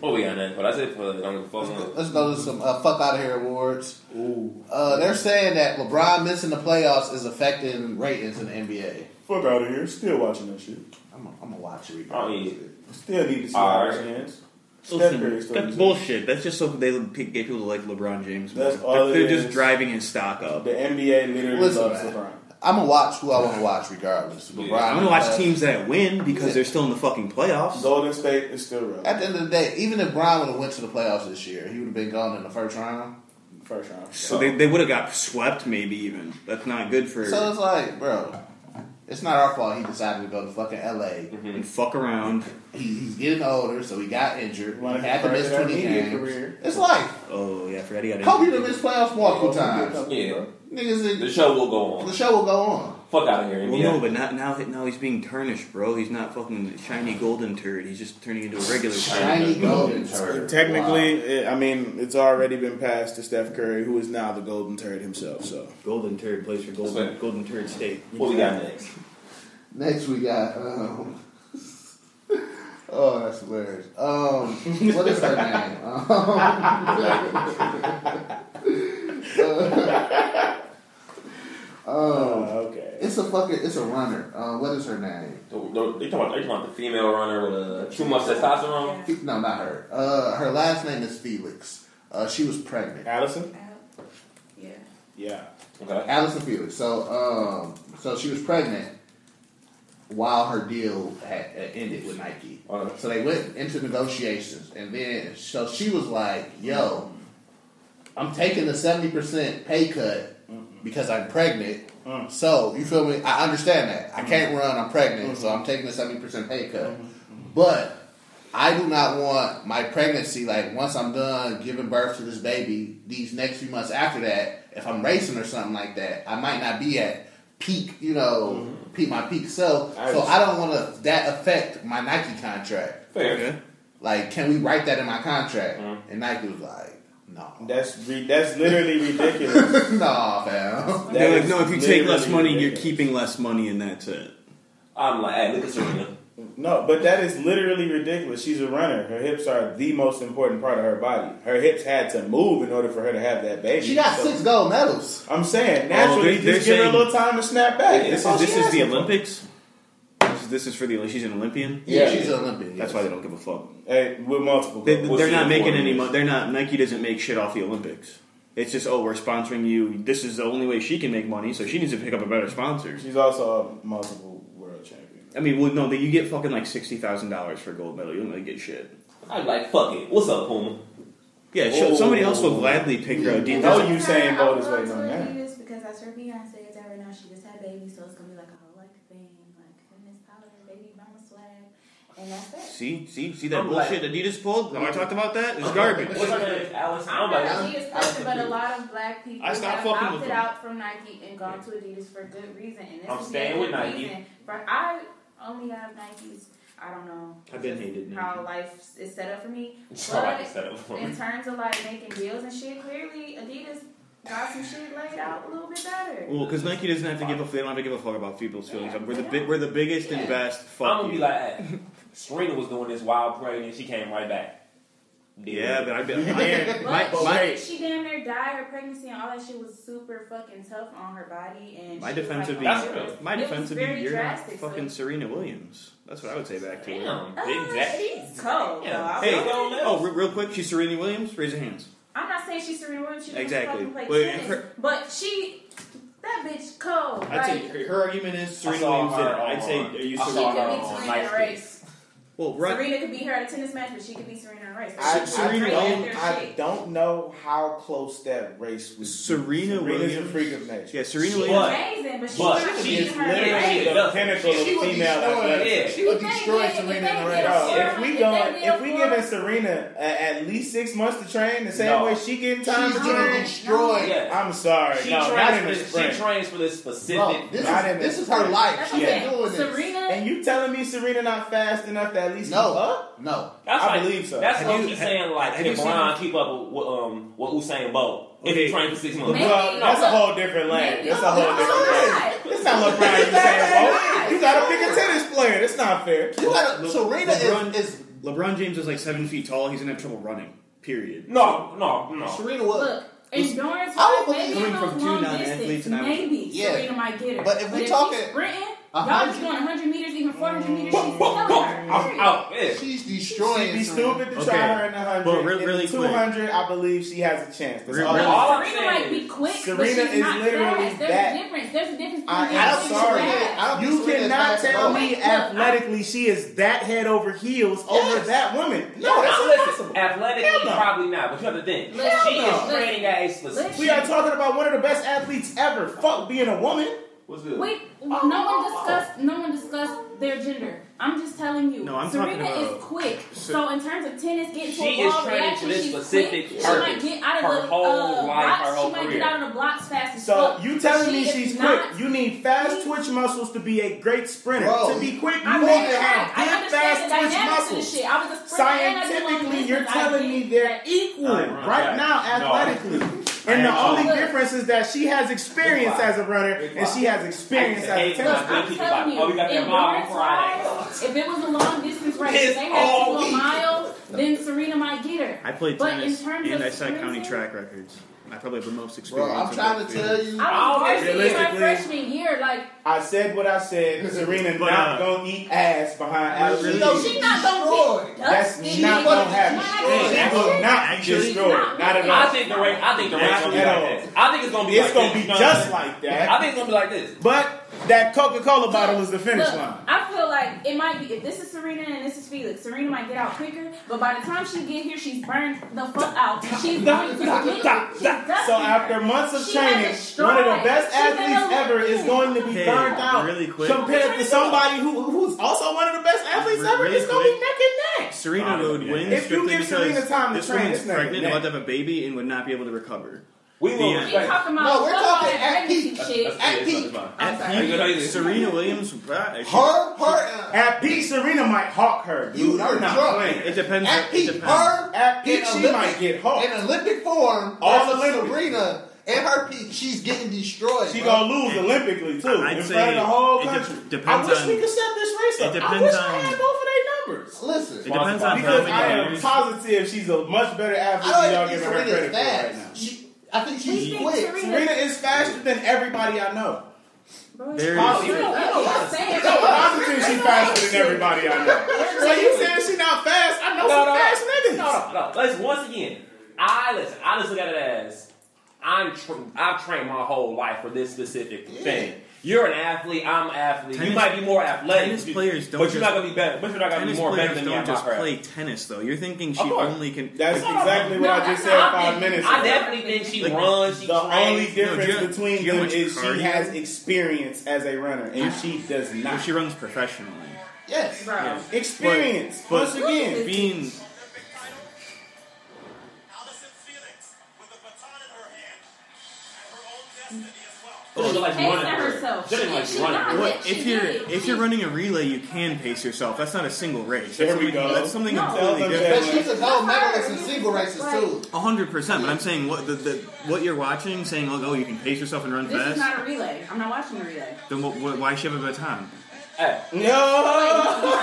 What we got next? Well, that's it for the Don't Give a
Let's
Fuck
go-
Month.
Let's go to some uh, fuck out of here awards.
Ooh.
Uh, they're saying that LeBron missing the playoffs is affecting ratings in the NBA.
fuck out of here. Still watching that shit.
I'm gonna I'm gonna watch it.
Oh, yeah.
regardless.
Still need to see
All
our
right.
hands. Steph Curry
Listen,
still
that's
deserves-
bullshit. That's just so they get people to like LeBron James. more.
That's all
they're,
it
they're just
is.
driving his stock up.
The NBA literally
Listen,
loves
man.
LeBron.
I'm gonna watch who I want to watch regardless. LeBron.
I'm gonna watch
uh,
teams that win because
Yeah.
they're still in the fucking playoffs.
Golden State is still relevant.
At the end of the day, even if Brian would have went to the playoffs this year, he would have been gone in the first round.
First round.
So they, they would have got swept, maybe even. That's not good for
So it's like, bro, it's not our fault he decided to go to fucking LA.
and fuck around.
He, he's getting older, so he got injured.
One of
He
his
had to miss
first
20
media
games.
career.
It's like
Oh yeah, I forgot he got
Kobe done
injured.
missed playoffs multiple
Yeah.
times.
Yeah,
Niggas,
the
it,
show will go
the
on.
show will go on.
Fuck out of here,
Well,
NBA.
no, but not, now now he's being tarnished, bro. He's not fucking shiny golden turd. He's just turning into a regular turd.
Shiny golden turd.
Technically, it, I mean, it's already been passed to Steph Curry, who is now the Golden Turd himself. So
Golden turd plays for golden
Okay.
golden turd state.
what we got next?
Next we got. Um, oh, that's hilarious. Um, what is her name? Um, um,
okay.
it's a fucking. It's a runner. Uh, what is her name?
The, the, they talking about, they talking about the female runner with uh, too much testosterone.
Fe- No, not her. Uh, her last name is Felix. Uh, she was pregnant.
Allison.
Yeah.
Yeah.
Okay.
Allison Felix. So, um, so she was pregnant while her deal had uh, ended with Nike.
Okay.
So they went into negotiations, and then so she was like, "Yo, I'm taking the seventy percent pay cut because I'm pregnant,
Mm.
So you feel me? I understand that. I can't run. I'm pregnant, so I'm taking a seventy percent pay cut. But I do not want my pregnancy. Like once I'm done giving birth to this baby, these next few months after that, if I'm racing or something like that, I might not be at peak. You know, peak my peak self.
I
so I don't want to that affect my Nike contract.
Fair.
Like, can we write that in my contract? And Nike was like, no,
That's re- that's literally ridiculous.
no, fam.
That
They're like,
is
no, if you take less
literally
money, you're
ridiculous.
keeping less money, and that's it.
I'm like, hey, look at Serena.
No, but that is literally ridiculous. She's a runner. Her hips are the most important part of her body. Her hips had to move in order for her to have that baby.
She got
So,
six gold medals.
I'm saying naturally,
they-
just
Oh, they're
give her
saying-
a little time to snap back.
This is
oh,
That's all
this
she
is the
asking for.
Olympics. This is, this is for the she's an Olympian.
Yeah,
Yeah.
she's an Olympian.
That's why they don't give a fuck.
Hey, with multiple.
They,
goals.
We'll
they're
see
not
in
making
four
any
years.
money. They're not. Nike doesn't make shit off the Olympics. It's just oh, we're sponsoring you. This is the only way she can make money, so she needs to pick up a better sponsor.
She's also a multiple world champion.
I mean, well, no, that you get fucking like sixty thousand dollars for a gold medal. You don't really get shit.
I'm like, fuck it. What's up, Puma?
Yeah, she'll- somebody else will
Oh.
gladly pick her. up.
You
There's
know
a-
you- Usain
I
Bolt is
want
waiting
to
on that.
review this Because that's her fiance is there right now. She just had a baby, so it's gonna be like a whole like thing, like feminist power, baby mama swag, and that's it.
See, see, see that
I'm like-
bullshit Adidas pulled. No, I talked about that. It's garbage.
What's her name? Alice.
I don't
I'm
know
like,
if she is
Alice
person, but a
Cooper.
lot of black people
I stopped
have
fucking with
opted
them.
out from Nike and gone to Adidas for good reason. And this
I'm
is
staying
the
with
only
Nike.
reason. For I only have Nikes. I don't know.
I've been hated, Nike.
How life is set up for me.
It's all right, it's set up for me.
in terms of like making deals and shit, clearly Adidas got some shit laid out a little bit better.
Well, because Nike doesn't have to give a. They don't have to give a fuck about people's feelings. We're the big. We're the biggest and best. Fuck
I'm gonna
you.
be like, hey, Serena was doing this while pregnant. She came right back.
yeah, but I've been.
But
My,
she,
my,
she damn near died. Her pregnancy and all that shit was super fucking tough on her body. And
My
she was,
defense
like,
would be
a lot
That's
worse.
real.
my
It was
defense would be
very
you're not
drastic, so-
fucking Serena Williams. That's what I would say back to her.
damn,
Uh,
big Jack.
she's cold. though. I
Hey,
was like,
oh, re- real quick, she's Serena Williams. Raise your hands.
I'm not saying she's Serena Williams. She doesn't
Exactly.
fucking play
Wait,
tennis,
her-
but she, that bitch cold.
I'd
like,
say her argument is
I
Serena
saw
Williams did it.
her
I'd say
on-
are you
I
she
saw
Serena?
could
her
be
on
Serena in
Nice
a race.
Well, right.
Serena could beat her at a tennis match, but she could be Serena in a race.
I,
She's
Serena
I,
great at
don't,
their
I
shit.
don't know how close that race was.
Serena
Serena's
Williams?
a freak of nature.
Yeah, Serena
She's
Williams.
amazing, but she's
But
not
she
beating
is
her in a
literally
race.
Literally
Yeah.
the pinnacle
She
of
would
female
destroy-
athletics.
Yeah.
She would
If they
destroy
did- if
Serena
they
in the
did-
race.
Bro, if
If
we
they
going,
did
if we
afford-
giving Serena a, at least six months to train, the same
No.
way she getting time
She's
to
gonna
train,
destroy.
Yeah.
I'm sorry,
She,
no, not in the
trains for,
sprint.
this, she trains for this specific.
Bro, this
Not in
is, this
the
is her
sprint.
life.
That's
She's
what I'm
been
Yeah.
doing
saying.
this.
Serena
and you telling me Serena not fast enough to at least keep
No,
up?
no.
that's
I
like,
believe so.
That's
Have
what
you-
he's
ha-
saying. Like,
have
can
you seen
Brian
her-
keep up with um with Usain Bolt if
Okay.
he trained for six months?
Maybe.
Well, that's a
No.
whole different lane.
Maybe.
That's a whole
No,
different
it's
lane.
not.
That's not LeBron James. bro. You gotta pick a tennis player. That's not fair.
You gotta,
Le-
Serena
LeBron-
is, is
LeBron James is like seven feet tall. He's gonna have trouble running. Period.
No, no, no.
Serena was.
Look, endurance
I
wise,
don't
maybe
believe
if it
coming
was
from two
long
non-athletes
distance,
and I was-
maybe
Yeah.
Serena might get her.
But if we
she's
talking-
sprinting,
A
y'all just
hundred-
doing 100 meters, even 400 meters, she's
Boom, boom,
killing
boom.
her.
I'm
Period.
out. Yeah.
She's
She'd
destroying
be
Serena.
stupid to
Okay.
try her in the hundred.
But re-
in
really
two hundred, I believe she has a chance. That's
Re-
all
really-
I'm
All I'm
Serena
saying
might be quick, but
Serena
she's
is
not
literally
fast. There's
that-
a difference. There's a difference.
I
between
I
am
don't
being
think
sorry.
Serena-
fast.
I don't think
You
Serena is
cannot
fast at
tell
all.
me
Look,
athletically she is that head over heels over
Yes.
that woman.
No,
No, that's
Now, listen,
impossible.
Athletically,
Hell no.
probably not. But you have to think.
Hell
she
no.
is training at a
Listen.
specific.
We are talking about one of the best athletes ever. Fuck being a woman.
What's good?
We, no one discussed. No one discussed their gender. I'm just telling you.
No, I'm
Serena
talking about-
is quick. So in terms of tennis, getting to
She
a
is
ball
training
reaction,
for this
she's
specific
quick.
purpose.
She might get out of
Her
the
whole
uh,
life,
blocks.
her whole
she might
career.
get out of the blocks fast as
So
fuck.
you telling
She
me
is
she's
not-
quick? You need fast twitch muscles to be a great sprinter.
Bro,
to be quick, you need to
I mean,
have
I
good
understand the
fast
dynamics
twitch
of this
muscles.
shit. I was a sprinter and I did long
Scientifically, you're
distance. I
telling me
did
they're
that.
equal
I ain't running
right
back.
now
No.
athletically.
I ain't
And the only
running.
difference is that she has experience
Big
as a runner
Big
and she has experience as a
Hey,
tennis
my
Look,
player.
I'm telling you,
Oh, we got that mile on
endurance
Friday.
wise, if it was a long distance race,
Piss
if they had
all
to do a
week.
mile, then Serena might get her.
I played
but
tennis
in terms
and
of
I set county
sprinting,
track records. I probably have the most experience.
Bro, I'm
in
trying
that
to
field.
tell you.
I was
I don't
varsity my
realistically-
freshman year, like
I said what I said. Serena
But,
not
uh,
gonna eat ass behind
really-
athletes.
she not gonna
Destroyed.
get
That's
dusted.
not gonna happen.
She's
She
not
will
gonna get that shit.
not be
Actually-
destroyed. Not at
I
all.
think the race. I think the race
Not
gonna be
at
like
all.
this. I think it's gonna be.
It's
like
gonna
this,
be
you know
just
what I'm
like
saying?
that.
I think it's gonna be like this.
But that Coca Cola bottle is the finish
Look,
line.
I I feel like it might be if this is Serena and this is Felix, Serena might get out quicker, but by the time she get here, she's burned the fuck out. And she's going to get it. She's dusty.
So after months of
She
training,
has a
one of the
stride.
best
She
athletes
has a
ever is
lead.
going to be
Hey,
burnt out
really quick.
compared to somebody who who's also one of the best athletes
Re-
ever.
really
It's going to be
quick.
neck and neck.
Serena
Oh,
would
yeah.
win
If you
strictly
give Serena
because
time to
this
train,
woman's
this nigga
pregnant,
neck.
about to have a baby, and would not be able to recover.
We will
The-
She
respect.
talking about
No, we're
football
talking
and
at
pregnancy
peak.
shit.
That's- that's-
At peak.
that's fine.
I'm sorry.
At peak,
Are you-
Serena Williams. uh, right,
Her, her, uh,
At peak, Serena might hawk her.
You
Dude,
are
I'm not
drunk.
playing.
It depends.
at
it
peak,
depends.
her,
At peak,
in
she
Olympic-
might get hawked.
in Olympic form.
All
All
Olympic.
Serena in her peak, she's getting destroyed.
She
bro.
gonna lose Olympically too,
I'd
in
say
front of the whole
it de-
country. I
depends
wish
on-
we could set this race up.
it
I
depends
wish I
on-
had both of their numbers.
It
Listen,
depends on
Because
how
I
many.
am positive she's a much better athlete
I
than y'all
don't even think
giving her
Serena's
credit for right now.
fast. She, I think she's
think
quick.
Serena-
Serena is faster than everybody I know.
There
Oh,
is-
You know, you know what I'm saying?
I'm positive she's faster than everybody I know. So you saying she's not fast? I know
No,
some
no,
fast
no, no,
niggas.
no. Listen, once again, I listen. I just look at it as I'm. Tra- I've trained my whole life for this specific thing. You're an athlete. I'm an athlete. you
Tennis-
might be more athletic,
tennis
but you-
players don't
But
just-
you're not gonna be better. But you're not gonna be
Tennis
more better
players
than me.
don't
at my
just
craft.
play tennis, though. You're thinking she
Of course.
only can.
That's exactly what I just said
I
five
think-
minutes
I
ago.
definitely think she
Like,
runs. She
The
trains.
only difference
do you- do
between
you know
them
which
is she
cardio-
has experience as a runner, and she does
Well,
not.
she runs professionally.
Yes.
Bro.
Experience,
But-
once again.
Being
She doesn't like
Pacing
running.
herself.
She doesn't like
She- she
running.
not-
what
She
if you're
did.
if you're running a relay, you can pace yourself. That's not a single race.
There
That's
we
something,
go.
That's something
No.
completely
Tell them
different.
But she's a gold medalist in single races too.
A hundred percent. But I'm saying what the, the what you're watching, saying like, oh, you can pace yourself and run
This is
fast.
not a relay. I'm not watching a relay.
Then wh- wh- why should she have a baton?
Hey,
No.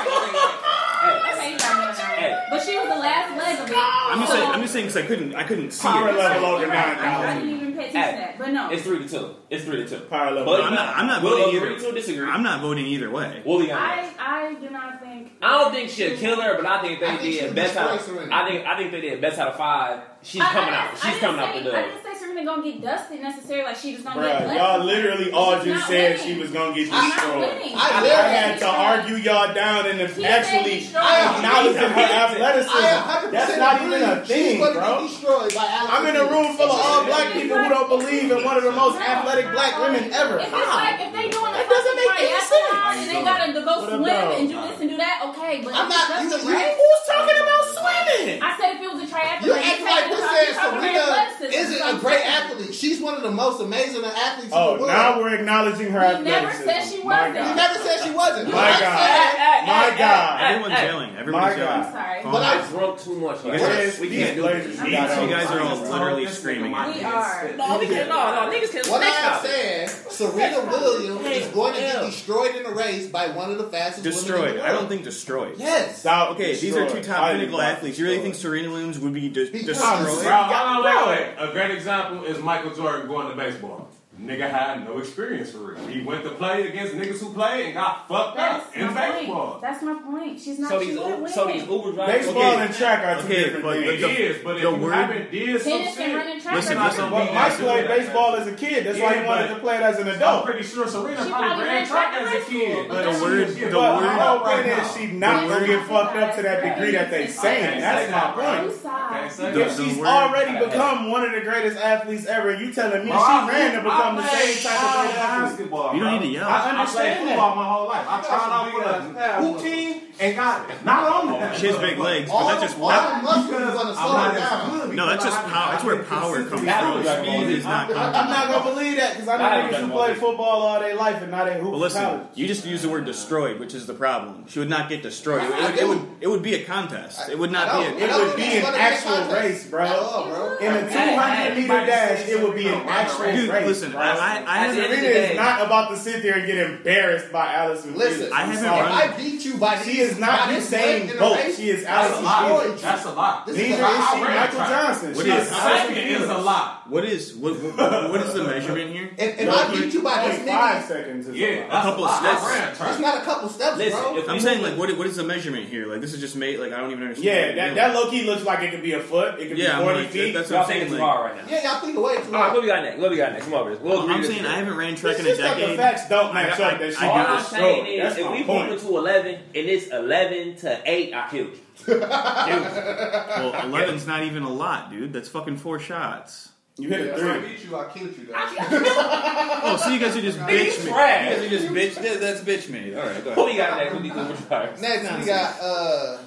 Okay,
hey,
you got me on that one.
Hey.
But she was the last leg of it.
I'm just saying.
So-
I'm just saying because I couldn't. I couldn't see
Power
it.
level.
You're
over
right, you're right.
9,000.
I didn't even pay attention to
Hey.
that. But no.
it's three to two. It's three to two.
Power level.
But
I'm not- I'm not
We'll
voting
agree
either.
to disagree.
I'm not voting either way.
We'll be honest.
I, I do not think.
I don't think she'll kill her, but I think they
I think she's
did best out.
disgraced already.
I think I think they did best out of five. She's coming
I, I,
out.
I
She's
didn't
coming out
say,
the
I
door.
didn't say Serena gonna get dusted necessarily. Like she was gonna get.
Bruh,
left.
y'all literally all
She's
just
not
said
winning.
she was gonna get
I'm not
destroyed.
winning.
I
I
literally
had to argue y'all down and
She
actually
said
I
acknowledging her
I
athleticism.
100%
That's not
agree.
even a thing,
she's gonna
bro.
Be destroyed by Alex
I'm in a
Rodriguez.
room full of all black people who don't believe in one of the most athletic black women ever.
If it's
How?
like if they doing the
That doesn't make any sense.
triathlon and they gotta to
What
go swim
about-
and do this and do that, okay. But
I'm
if
not.
it's
You,
just a
you,
race-
who's talking about swimming?
I said if it was a triathlon,
You
they
act
take
like
it
we
off,
said
it's off her
Serena
athleticism.
isn't a great athlete. She's one of the most amazing athletes
Oh,
in the world.
now we're acknowledging her
We never
athleticism.
said she
My
wasn't.
you
God.
never said she wasn't.
My
I
God.
said-
My God.
Everyone's yelling.
My
Everyone's yelling.
I'm
God.
sorry.
Calm
But I-
down.
I drunk too much.
You
Like,
guys-
we
these
can't do
blazers
this.
we got
You
on.
guys are all
This
literally screaming. at me.
We are.
No, we can't. No, no, niggas can't.
What I
niggas
am
stop it.
saying, Serena Williams is going to get
Hell.
destroyed in a race by one of the fastest women in
Destroyed.
the
I
world.
don't think destroyed.
Yes.
South
Oh, Okay, these are
destroyed.
two top
I am
pinnacle
about
athletes. You really think
destroyed.
Serena Williams would be de-
Because-
destroyed?
Bro,
Bro, hold on, wait, wait. A great example is Michael Jordan going to baseball. Nigga had no experience for real. He went to play against niggas who played and got fucked
That's
up in
my
baseball.
point. That's my point. She's not.
So
she
these,
wouldn't
Uber-
win.
so these Uber drivers.
Baseball
Okay.
and track are two
Okay,
different
but-
things.
It is, but if
the
you
word-
haven't did some
tennis and
shit,
running track.
Listen,
are-
listen.
But Mike played baseball as a kid. That's why he
Yeah,
wanted
but-
to play it as an
I'm
adult.
pretty sure Serena
She
probably ran track as a kid. But
The
she
word-
is getting
the
But
fucked
word-
up
my whole
right
point
now.
is she not gonna get fucked up to that degree that they saying.
Can't
That's
say
my
that, bro.
point.
You saw.
Can't say that.
The-
If
the
she's
word-
already become one of the greatest athletes ever, you telling me
Bro,
she
I-
ran to become
I
the
played
same type of
college
great athlete?
basketball.
You
bro.
don't need to yell.
I understand
played
football my whole life. I tried out for the hoop team and got not only that.
She has big legs, but
All,
that's just
all the muscles is going to slow her down.
no. That's just power. That's where power comes from. Speed is not.
I-
Coming.
I'm not gonna believe that because I
I
know
haven't
niggas who
done
play
nothing.
football all their life and now they hoop
But
for
listen,
college.
you just used the word destroyed, which is the problem. She would not get destroyed. It, would- it would. It would be a contest. It would not be.
It
A,
would be an actual race, bro.
At all, bro.
In a 200 meter dash, it would be an actual
dude,
race.
listen.
bro.
I, I, I
At the
haven't.
end of
Serena
the day-
is not about to sit there and get embarrassed by Allison.
Listen,
I haven't
if
run-
I beat you by
She
these
is not
Not in-
Usain
in a
Bolt.
race?
She is
That's a
Alexis
lot.
Boyd.
That's a lot.
This
This
is
Neither
a
is she
high rate
Michael
track.
Johnson.
What
She
is-
is Alexis
second is
Pujols.
a lot.
What is what, what, what is the measurement here?
If, if I beat you by this
Only
nigga,
five seconds is
Yeah,
a
that's
lot.
a
couple
lot.
steps.
I ran
it's
track.
not a couple steps,
Listen,
bro.
if I'm saying like what what is the measurement here? Like this is just made like I don't even understand.
Yeah, that, that low key looks like it could be a foot. It could
Yeah,
be
I'm
40
like,
feet.
that's what
Y'all
I'm saying.
thinking
Like,
tomorrow right now.
yeah, y'all think away too
All right, what
much.
we got next? What we got next? Come on, Riz. We'll agree
I'm
to
saying
this.
I haven't ran track
It's
in a
just that the
decade.
facts don't
I-
match
I-
up. That shit
I-
All I'm
is
saying
destroyed.
is,
That's
if
my
we
point.
moving to eleven and it's eleven to eight, I killed you.
Well, 11's not even a lot, dude. That's fucking four shots.
You hit a
If I
three.
beat you, I killed you. Though.
Oh, so you guys are just bitch me. You guys are just bitch. That, that's bitch made. All right, go
Who
ahead.
we got next? Who we got next?
Next, we got uh,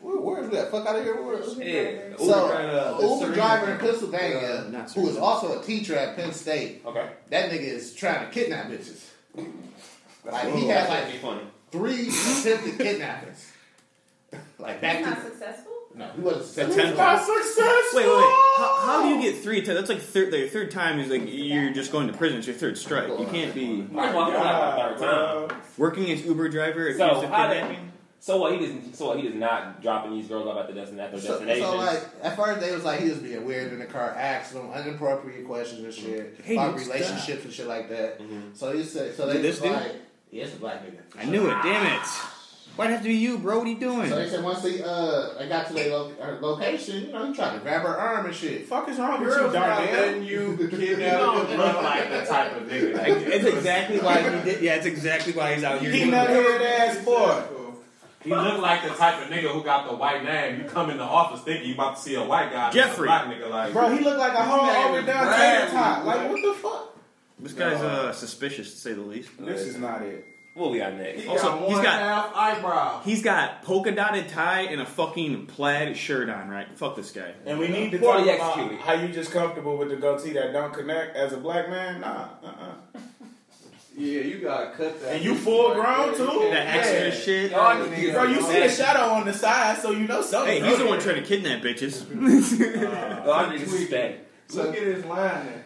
where, where is that? Fuck out of here. Where,
Yeah.
so,
Uber, uh,
Uber driver in
Uh,
Pennsylvania,
not
who is
Serena.
also a teacher at Penn State,
Okay.
that nigga is trying to kidnap bitches. Like he
Ooh,
had
that'd
like
be funny.
three attempted kidnappings. Like back
He's not
to
successful.
no, he wasn't
Attempt-
successful.
Not successful.
Wait, wait, wait. How, how do you get three? T- that's like third. Like, third time is like you're just going to prison. It's your third strike. You can't be
Might as well come out the third time.
bro.
working as Uber driver.
So,
accused of
how did-
kidnapping?
So what? He doesn't. So what? He is not dropping these girls off at the destination. At their
So,
destination.
so like at first they was like he was being weird in the car, asking them inappropriate questions and
Mm-hmm.
shit about
what's
relationships and shit like that. So he said, so they
Mm-hmm. Did this
was
dude?
like, yeah, it's a black nigga.
I knew it. Damn it. Why'd it have to be you, bro? What are you doing?
So they said once they uh they got to their lo- her location, you know, he tried to grab her arm and shit.
Fuck is wrong with you,
Girls not
Darnell?
letting you kidnap. don't look like the type of nigga that
It's exactly why he did. Yeah, it's exactly why he's out here. doing
Peanut
that.
head ass boy.
He looked like the type of nigga who got the white name. You come in the office thinking you about to see a white guy,
Jeffrey.
a black nigga like.
Bro, he looked like a
name
whole
is
overdone
Brad.
tank top. Like, what the fuck?
This guy's uh, suspicious to say the least.
This is not it.
what we got next? Oh,
He
also,
got
he's
one
got-
half eyebrow.
He's got polka dotted tie and a fucking plaid shirt on, right? Fuck this guy.
And we need to talk
Poorly
about
executed.
how you just comfortable with the goatee that don't connect as a black man. Nah, uh-uh.
Yeah, you gotta cut that.
And you full grown too?
That extra shit.
Oh,
niggas-
Bro, you see the shadow on the side, so you know something.
Hey,
bro.
he's the one trying to kidnap bitches.
Uh.
Oh, I need to respect.
Look at his line.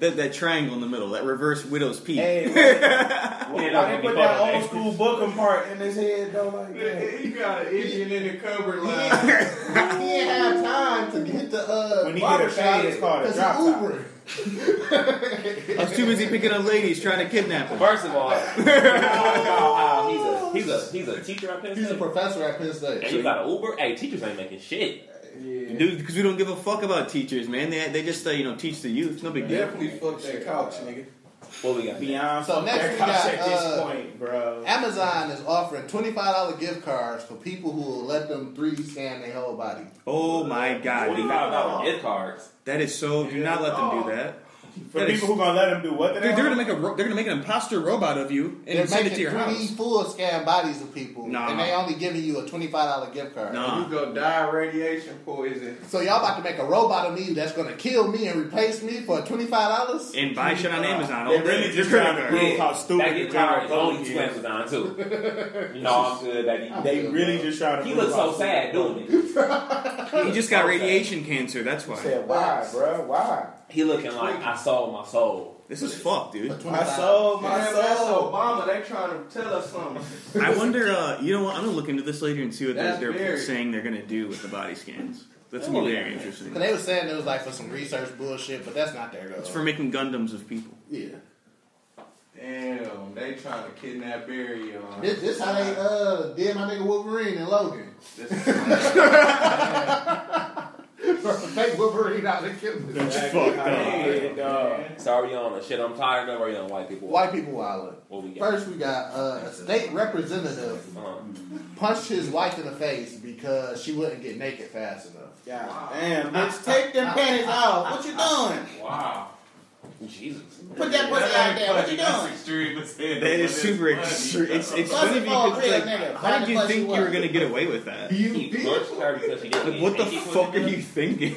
that that triangle in the middle, that reverse widow's peak.
Hey, why
Yeah,
they
that
put
would be
that
fun.
old school booking part in his head though? Like, that?
He got an engine in the cupboard
He didn't have time to get the uh
When he
barber
get a fade, it's
shop,
called a
'cause he
drop top.
Ubering.
I was too busy picking up ladies trying to kidnap them.
First of all, how he's a he's a he's a teacher at Penn
He's a
State.
professor at Penn
And you
State.
got an Uber? Hey, teachers ain't making shit.
Dude, because we don't give a fuck about teachers, man. They they just uh, you know teach the youth. It's no big deal.
fucked that couch, nigga.
What we got? next?
Beyond
So
so
next we
next
got,
at this
uh,
point, bro.
Amazon is offering twenty five dollar gift cards for people who will let them three D scan their whole body.
Oh my god,
Twenty
dude.
five dollar gift cards.
that is so. Do not let them
Oh.
do that.
For
that is-
people who gonna let him do what? to
Dude,
them?
they're gonna make a ro- they're gonna make an imposter robot of you and
They're
send it
making
to your
3D
house.
full scan bodies of people,
Nah.
and they only giving you a twenty five dollar gift card.
Uh-uh.
Nah.
go die of radiation poison.
So y'all about to make a robot of me that's gonna kill me and replace me for twenty five dollars?
and buy shit on Amazon. Oh,
They
all
really
day.
just trying to prove how stupid
that
the
gift
general
card is
public
only
is.
to Amazon too. no, I'm good, baby.
They really just trying to.
He
prove
looks
how
so sad
stupid.
doing it.
He just got radiation cancer. That's
I
why.
Said why, bro? Why?
He looking like I sold my soul.
This is fucked, dude.
My soul, my soul.
Obama, they trying to tell us something.
I wonder. Uh, you know what? I'm gonna look into this later and see what they're,
That's
they're
very-
saying they're gonna do with the body scans. That's gonna be very interesting.
Cause they was saying it was like for some research bullshit, but that's not their goal.
It's for making Gundams of people.
yeah.
Damn, they trying to kidnap Barry. Um,
This, this how they uh did my nigga Wolverine and Logan. Fake Wolverine out of killing
Yeah, dog.
Sorry, on the shit I'm tired of. Are you on white people?
White people wildin'.
What we got?
First we got uh, a state representative
Uh-huh.
punched his wife in the face because she wouldn't get naked fast enough.
God damn, bitch, take them panties off. What you doing?
wow.
Jesus.
Put that pussy out there. What you
That's
doing?
extreme as hell,
That is
but
super
it's funny.
extreme. It's, it's
First
funny
of all,
because
real
like,
nigga,
how did you
find a
think you
place you
were gonna get away with that?
He punched her because she didn't.
Like, what the
and she
fuck are
punched
you thinking?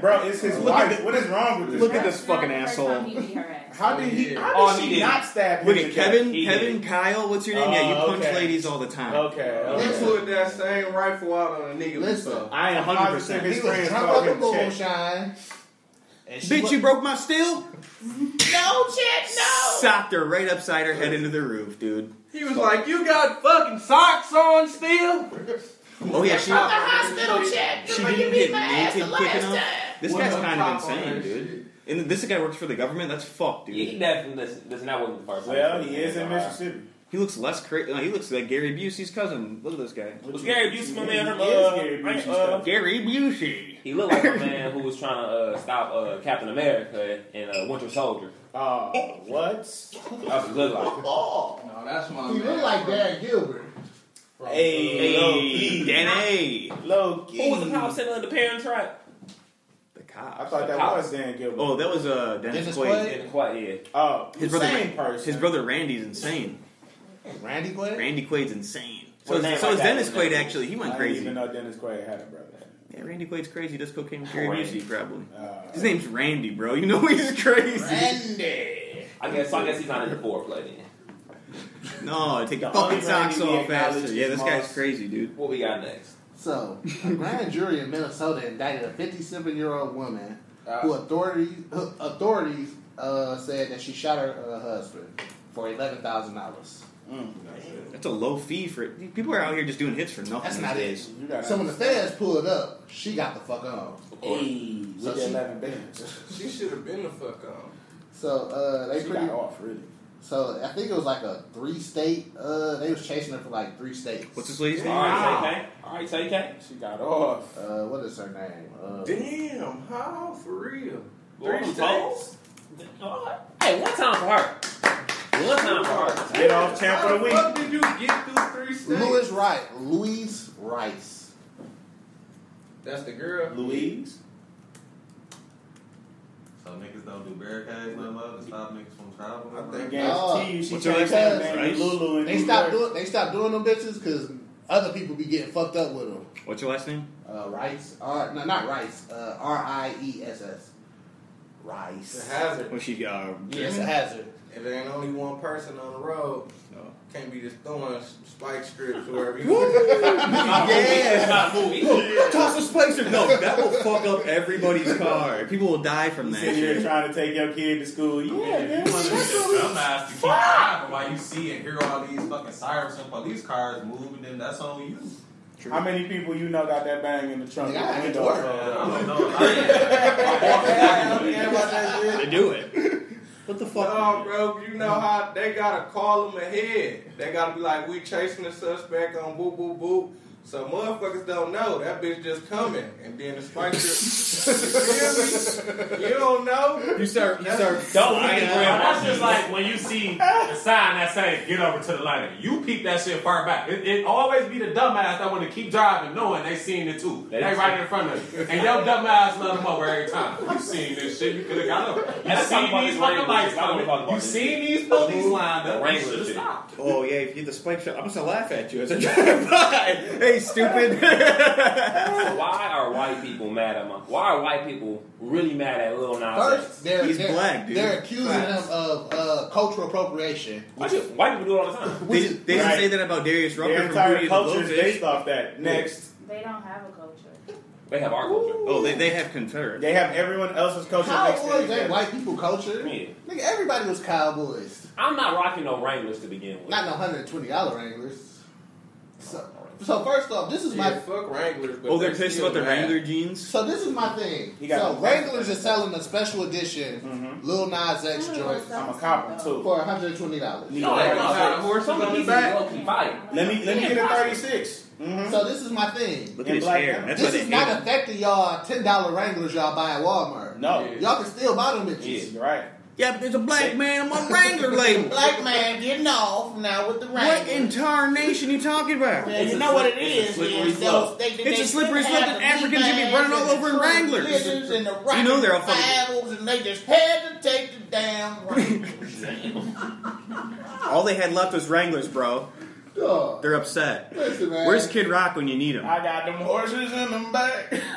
Bro, it's his
Look at
wife. What is wrong with this?
Look at
guy?
this fucking
Not the first
asshole.
time he beat her ass.
How did he?
Oh,
How did
he
she
did.
not stab him?
Look at
to death?
Kevin,
He
Kevin, Kyle. What's your name? yeah, you
Oh,
punch
okay.
ladies all the time.
Okay.
He
okay.
pulled that same rifle out on a nigga.
Listen,
I am
100%.
hundred percent.
he
His
was
friends
drunk on
called
the
him Chet.
moonshine. And she
Bitch,
wa-
you broke my steel?
No, shit,
Socked her right upside her head into the roof, dude.
He was like, "You got fucking socks on still."
Oh yeah, she
hospital, Chad.
she didn't get naked quick enough. This
One
guy's
more
kind
cop
of
on
insane,
that
dude. And this guy works for the government. That's fucked, dude.
Yeah, he definitely listen. Listen, that wasn't the first.
Well, he is in Mississippi.
He looks less crazy. he looks like Gary Busey's cousin. Look at this guy.
Was Gary Busey my man from
He
uh,
is Gary Busey's
I- uh,
cousin.
Gary Busey.
He looked like a man who was trying to uh, stop uh, Captain America and uh, Winter Soldier.
Uh, what?
That's what he looked like.
Oh,
No, that's my
You look like Dad Gilbert.
Hey,
Hey, Danny.
low key.
Who was the power center of the parent trap?
The
I
cop.
thought that
Cop.
was Dan Gilbert.
Oh, that was uh, Dennis,
Dennis
Quaid.
Quaid?
Yeah, quite yeah.
Oh,
His
the
brother-
same person.
His brother Randy's insane.
Randy Quaid?
Randy Quaid's insane.
Well,
So,
name
is, so
like
is
that
Dennis
is
Quaid
never-
actually? He
I
went
didn't
crazy.
even know Dennis Quaid had a brother.
Yeah, Randy Quaid's crazy. He does cocaine with Gary
Randy.
Busey, probably.
Uh,
His name's Randy, bro. You know he's crazy.
Randy.
I guess so I guess he's not in the foreplay then.
No, take
The
your fucking
only
socks
Randy we
off faster.
acknowledge
Yeah,
is
this
Moss.
guy's crazy, dude.
What we got next?
So, a grand jury in Minnesota indicted a 57 year old woman
uh,
who authorities who authorities uh, said that she shot her uh, husband for eleven thousand dollars.
mm,
That's a low fee for it. People are out here just doing hits for nothing
That's
these
not it.
days.
you got
So when the feds pulled up, she got the fuck on.
Hey, with
So
the
she-
eleven bands,
She should have been the fuck on.
So uh, they
she
pretty.
got off really.
So I think it was like a three state. Uh, they was chasing her for like three states.
What's this lady's name?
Alright, TK. Alright, TK.
She got off.
Uh, what is her name? Uh,
Damn, how? For real?
Well,
Three
I'm
states?
Alright. Hey, one time for her. One time for her.
Get off champ
How
of
the
the week.
fuck did you get through three states?
Louis Rice. Louise Rice.
That's the girl.
Louise.
So niggas don't do barricades no more to stop niggas from traveling.
I
I
think-
guarantee you, she
What's
changed
her
her
last name?
name
Rice?
to Lulu and
Uh, They stopped doing. They stopped doing them bitches because other people be getting fucked up with them.
What's your last name?
Uh, Rice. Uh, no, not Rice. Uh, R I E S S.
It's
Rice.
a hazard.
Was she uh,
It's a hazard.
If there ain't only one person on the road,
No.
can't be just throwing s- spike strips wherever you go.
Yeah.
Not movie.
Toss a spicer. No, that will fuck up everybody's car. People will die from that.
Sitting here
shit.
trying to take your kid to school. You yeah,
One of these dumbass to keep driving while you see and hear all these fucking sirens and police cars moving, then that's on you.
How many people you know got that bang in the trunk?
Nigga, I
with
had
the window
to work.
And I don't
closed?
know. I- I'm walking everywhere.
They do it. What the fuck?
No, bro, you know how they gotta call them ahead. They gotta be like, we chasing the suspect on boo boo boo. So motherfuckers don't know that bitch just coming, and then the spike strip. you, feel me? you don't know.
You start. You
start
Don't
I
leave it
know.
around.
That's just like when you see a sign that says "Get over to the lane." You peep that shit far back. It, it always be the dumbass that want to keep driving, knowing they seen it too. They
They
right in front of you, and your dumbass let them over every time. You seen this shit? You could have got over. You
Let's talk
seen
about
these
this
fucking
Wranglers.
lights
I wanna talk
coming.
about
You
this.
seen these police lined up. You
Wranglers
should have
shit.
stopped.
Oh yeah, if you get the spike shot, I'm just gonna laugh at you as I drive by. Hey, stupid.
Why are white people mad at my? Why are white people really mad at Lil Nas
First,
X?
they're
He's
they're,
black, dude.
they're accusing
Facts.
him of uh, cultural appropriation.
Why do- White people do it all the time.
they they didn't say that about Darius Rucker
Their
from Beauty
entire
and the
culture is
Blowfish.
based off that. Next,
They don't have a culture.
They have our culture.
Oh, they, they have Confederate.
they have everyone else's culture
How
mixed in
was that
together.
white people culture?
Yeah.
Nigga, everybody was cowboys.
I'm not rocking no Wranglers to begin with.
Not no hundred twenty dollar anglers. So, so first off, this is
Yeah,
my
fuck Wranglers. But
Oh, they're pissed
still
about the
mad.
Wrangler jeans.
so this is my thing.
He got
So
the-
Wranglers is selling a special edition
Mhm.
Lil Nas X joint
I'm a cop one too.
for one hundred twenty dollars.
Need
no,
to
they
have
don't
my-
have
have
horses
Some
on the
pieces
back.
low-key fire.
Let me let me get a thirty six.
So this is my thing.
Look
And
at his
black
hair.
guy.
That's why
This
they
is
hate
not
him.
affecting y'all ten dollar Wranglers y'all buy at Walmart.
No,
Yeah.
Y'all can still buy them
Yeah,
bitches.
you're right.
Yeah, but there's a black man on my Wrangler label.
Black man getting off now with the
What in tarnation you talking about?
Yeah,
It's
you
a
know what
slip-
it
it's a
is.
slippery
is those-
slope.
they- they-
It's a
they
slippery
have
slope
the
that Africans should be
Levi's
running all
and
over
the
in Wranglers.
Trump and the
You know they're all
Rockets
fucking-
Bibles, and they just had to take the damn Wranglers.
All they had left was Wranglers, bro.
Dog,
They're upset.
Listen, man.
Where's Kid Rock when you need him?
I got them horses in them back.
Listen,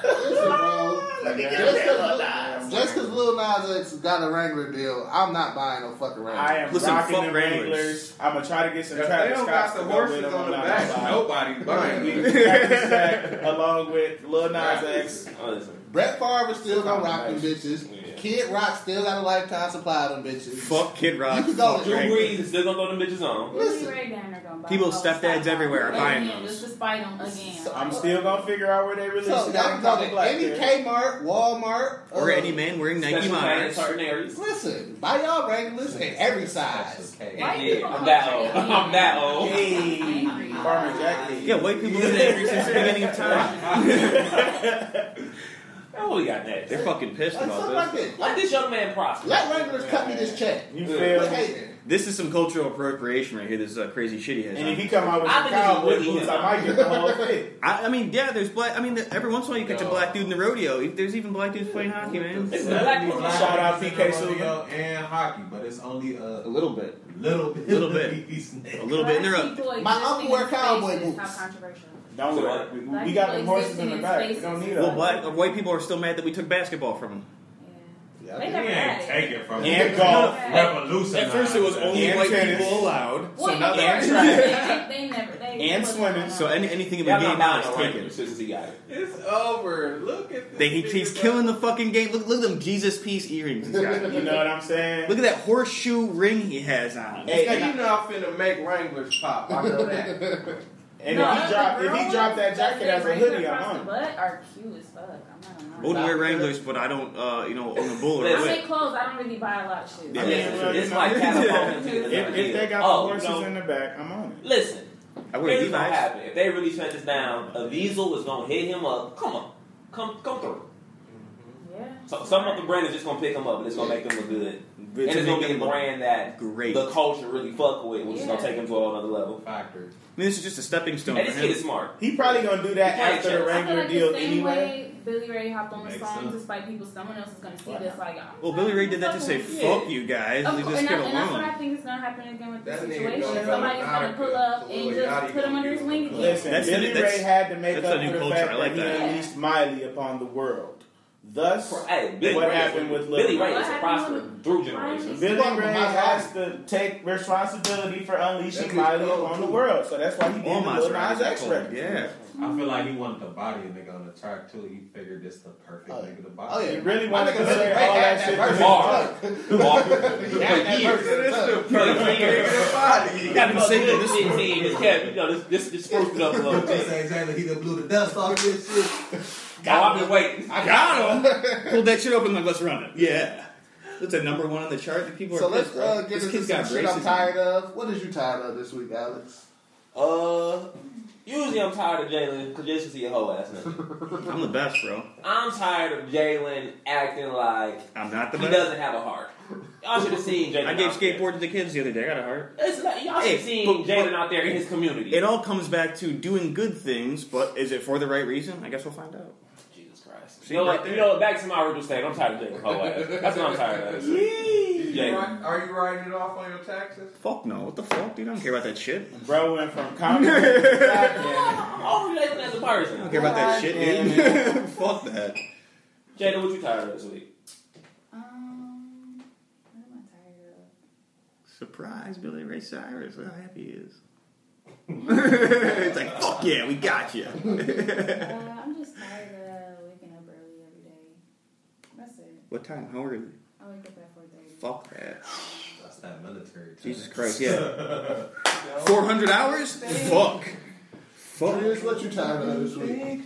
bro.
Let me get
Just
them Lil
'cause-
Nas.
Just because Lil Nas X got a Wrangler deal, I'm not buying no fucking
I
Wrangler.
am
Listen,
rocking
fuck
them
Wranglers.
Wranglers. I'm gonna try to get some
If they
Travis
don't
Scott's
got
to
the
go
horses
with them
on the
when I
back,
buy.
nobody's buying.
Travis Scott along with Lil Nas X.
Honestly.
Brett Favre still gonna rock them bitches. Kid Rock still got a lifetime supply of them bitches.
Fuck Kid Rock.
You can go
Fuck
to
Drake.
Drew Brees is still gonna throw them bitches on.
Listen.
People, stepdads everywhere are buying
Again,
those.
Just to spite them again.
I'm still gonna figure out where they really
So
sit down
y'all can
and talk
go to
black
any
there.
Kmart, Walmart,
Or
uh,
any man wearing Nike
Special
monitors.
Listen, buy y'all regulars in every size.
I'm that old. I'm that old.
Farmer Jack.
Yeah, white people have been angry since the beginning of time.
Oh, we got next.
They're fucking pissed
Like
about
something
this.
like Let this young man prosper.
Let regulars cut me this check.
You
feel me?
This is some cultural appropriation right here. This uh, crazy shit he has.
And
on.
if he come out with some cowboy boots, I might get the whole fit.
I, I mean, yeah, there's black. I mean, the, every once in a while you catch a black dude in the rodeo. If There's even black dudes playing hockey, man.
It's
black
people.
Shout out PK
rodeo and hockey, but it's only a,
little bit,
little bit,
little bit, a little bit. And they're up.
My uncle wear cowboy boots.
Don't worry. We, we got the horses in the back. We don't need
Well,
them.
black, uh, white people are still mad that we took basketball from them.
They never We had ain't it. take it from
And
them.
golf.
Revolutionized
At first, it was only
And
white
tennis.
people allowed.
Well,
so now
they,
that's
never, they, they never. They
swimming. So any, anything in the
Y'all
game
not
now is
buying it,
taken.
It's over. Look at
They, he, he's killing the fucking game. Look, look at them Jesus piece earrings he's got.
You know what I'm saying?
Look at that horseshoe ring he has on.
Hey, you know I'm finna make Wranglers pop. I know that.
And if he drop, if he drop that jacket as a hoodie, I'm on.
But are cute as fuck. I'm not
I wouldn't wear Wranglers, but I don't, uh, you know, own a bull or
I
a
make clothes. I don't really buy a lot of shoes.
Yeah.
It's like catapulting.
If, if they got
Oh,
the horses
no.
in the back, I'm on it.
Listen,
I
wear
here's what
Levi's.
happened. If they really shut this down, Avizel is gonna hit him up. Come on, come come through.
Yeah.
So, some other brand is just gonna pick them up, and it's gonna make them look good.
to
and it's
make
gonna be a
them look
brand that
great.
the culture really fuck with, which is gonna
Yeah.
take them to a whole other level.
Factor.
I mean, this is just a stepping stone
And
for
this
him.
kid is smart.
He probably gonna do that
He probably
after the
checks.
I feel
regular
like
deal
the same
anyway.
way Billy Ray hopped on the
Makes
song
sense.
despite people. Someone else is gonna see this like. I'm
Well, Billy Ray did that
Oh,
to say,
fucking with
fuck you guys,
Of
leave
course, and,
this kid
I, and that's what
alone.
I think is gonna happen again with this
That nigga
situation.
gonna go
Somebody's gonna
Nautica.
pull up and
Lil
just
Yachty
put him
gonna
under his wing again.
Listen,
That's the-
Billy
that's-
Ray had to make
that's
up
a new
for the
culture.
fact
I like
that,
that.
he unleashed Miley upon the world. Thus,
Hey, Billy
what
Ray is-
happened with Lil
Billy
Wayne.
Ray is a prosper through generations.
Billy Ray has to take responsibility for unleashing Miley upon the world, so that's why he did the Lil Nas X record.
I feel like he wanted to body a nigga on the track too. He figured this the perfect nigga to body.
Oh, yeah. He really
My
wanted
nigga
to
Lil
say
Ray
all
had
that shit
verse
to
in
Mark.
the tuck.
Mark.
He had that verse in the tuck.
You got to say this team. This cat, you know, this this, this spruced it up a little bit.
He done blew the dust off this shit.
Oh, I've been waiting.
I got him. Pulled that shit open. Like, let's run it. Yeah, that's a number one on the chart. That people
So
are
let's
pissed,
uh,
bro.
get
this
into
kid's
some
got
shit
braces.
I'm tired of. What is you tired of this week, Alex?
Uh, usually I'm tired of Jalen because Jalen's a whole ass nigga.
I'm the best, bro.
I'm tired of Jalen acting like
I'm not the
he
best.
doesn't have a heart. Y'all should have seen Jalen.
I gave
out there.
skateboard to the kids the other day. I got a heart.
It's not, y'all should
Hey,
have seen
but-
Jalen
but-
out there in his community.
It all comes back to doing good things, but is it for the right reason? I guess we'll find out.
Jesus Christ.
See,
You know,
right
what?
there.
you know what? Back to my original state. I'm tired of Jalen whole ass. That's what I'm tired of.
You
Jalen.
write- Are you writing it off on your taxes?
Fuck no. What the fuck, dude? I don't care about that shit.
Bro went from
I'm over Jalen as a person.
I don't care about that shit, dude. Fuck that.
Jalen, what you tired of this week?
Um,
Surprise, Billy Ray Cyrus. Look How happy he is. it's like, fuck yeah, we got you.
Uh, I'm just tired of waking up early every day. That's it.
what time? How early?
I wake up at four thirty.
Fuck that.
That's that military.
Jesus Christ, yeah.
Oh.
400 hours? Fuck. Fuck.
Here's what you tired of this week.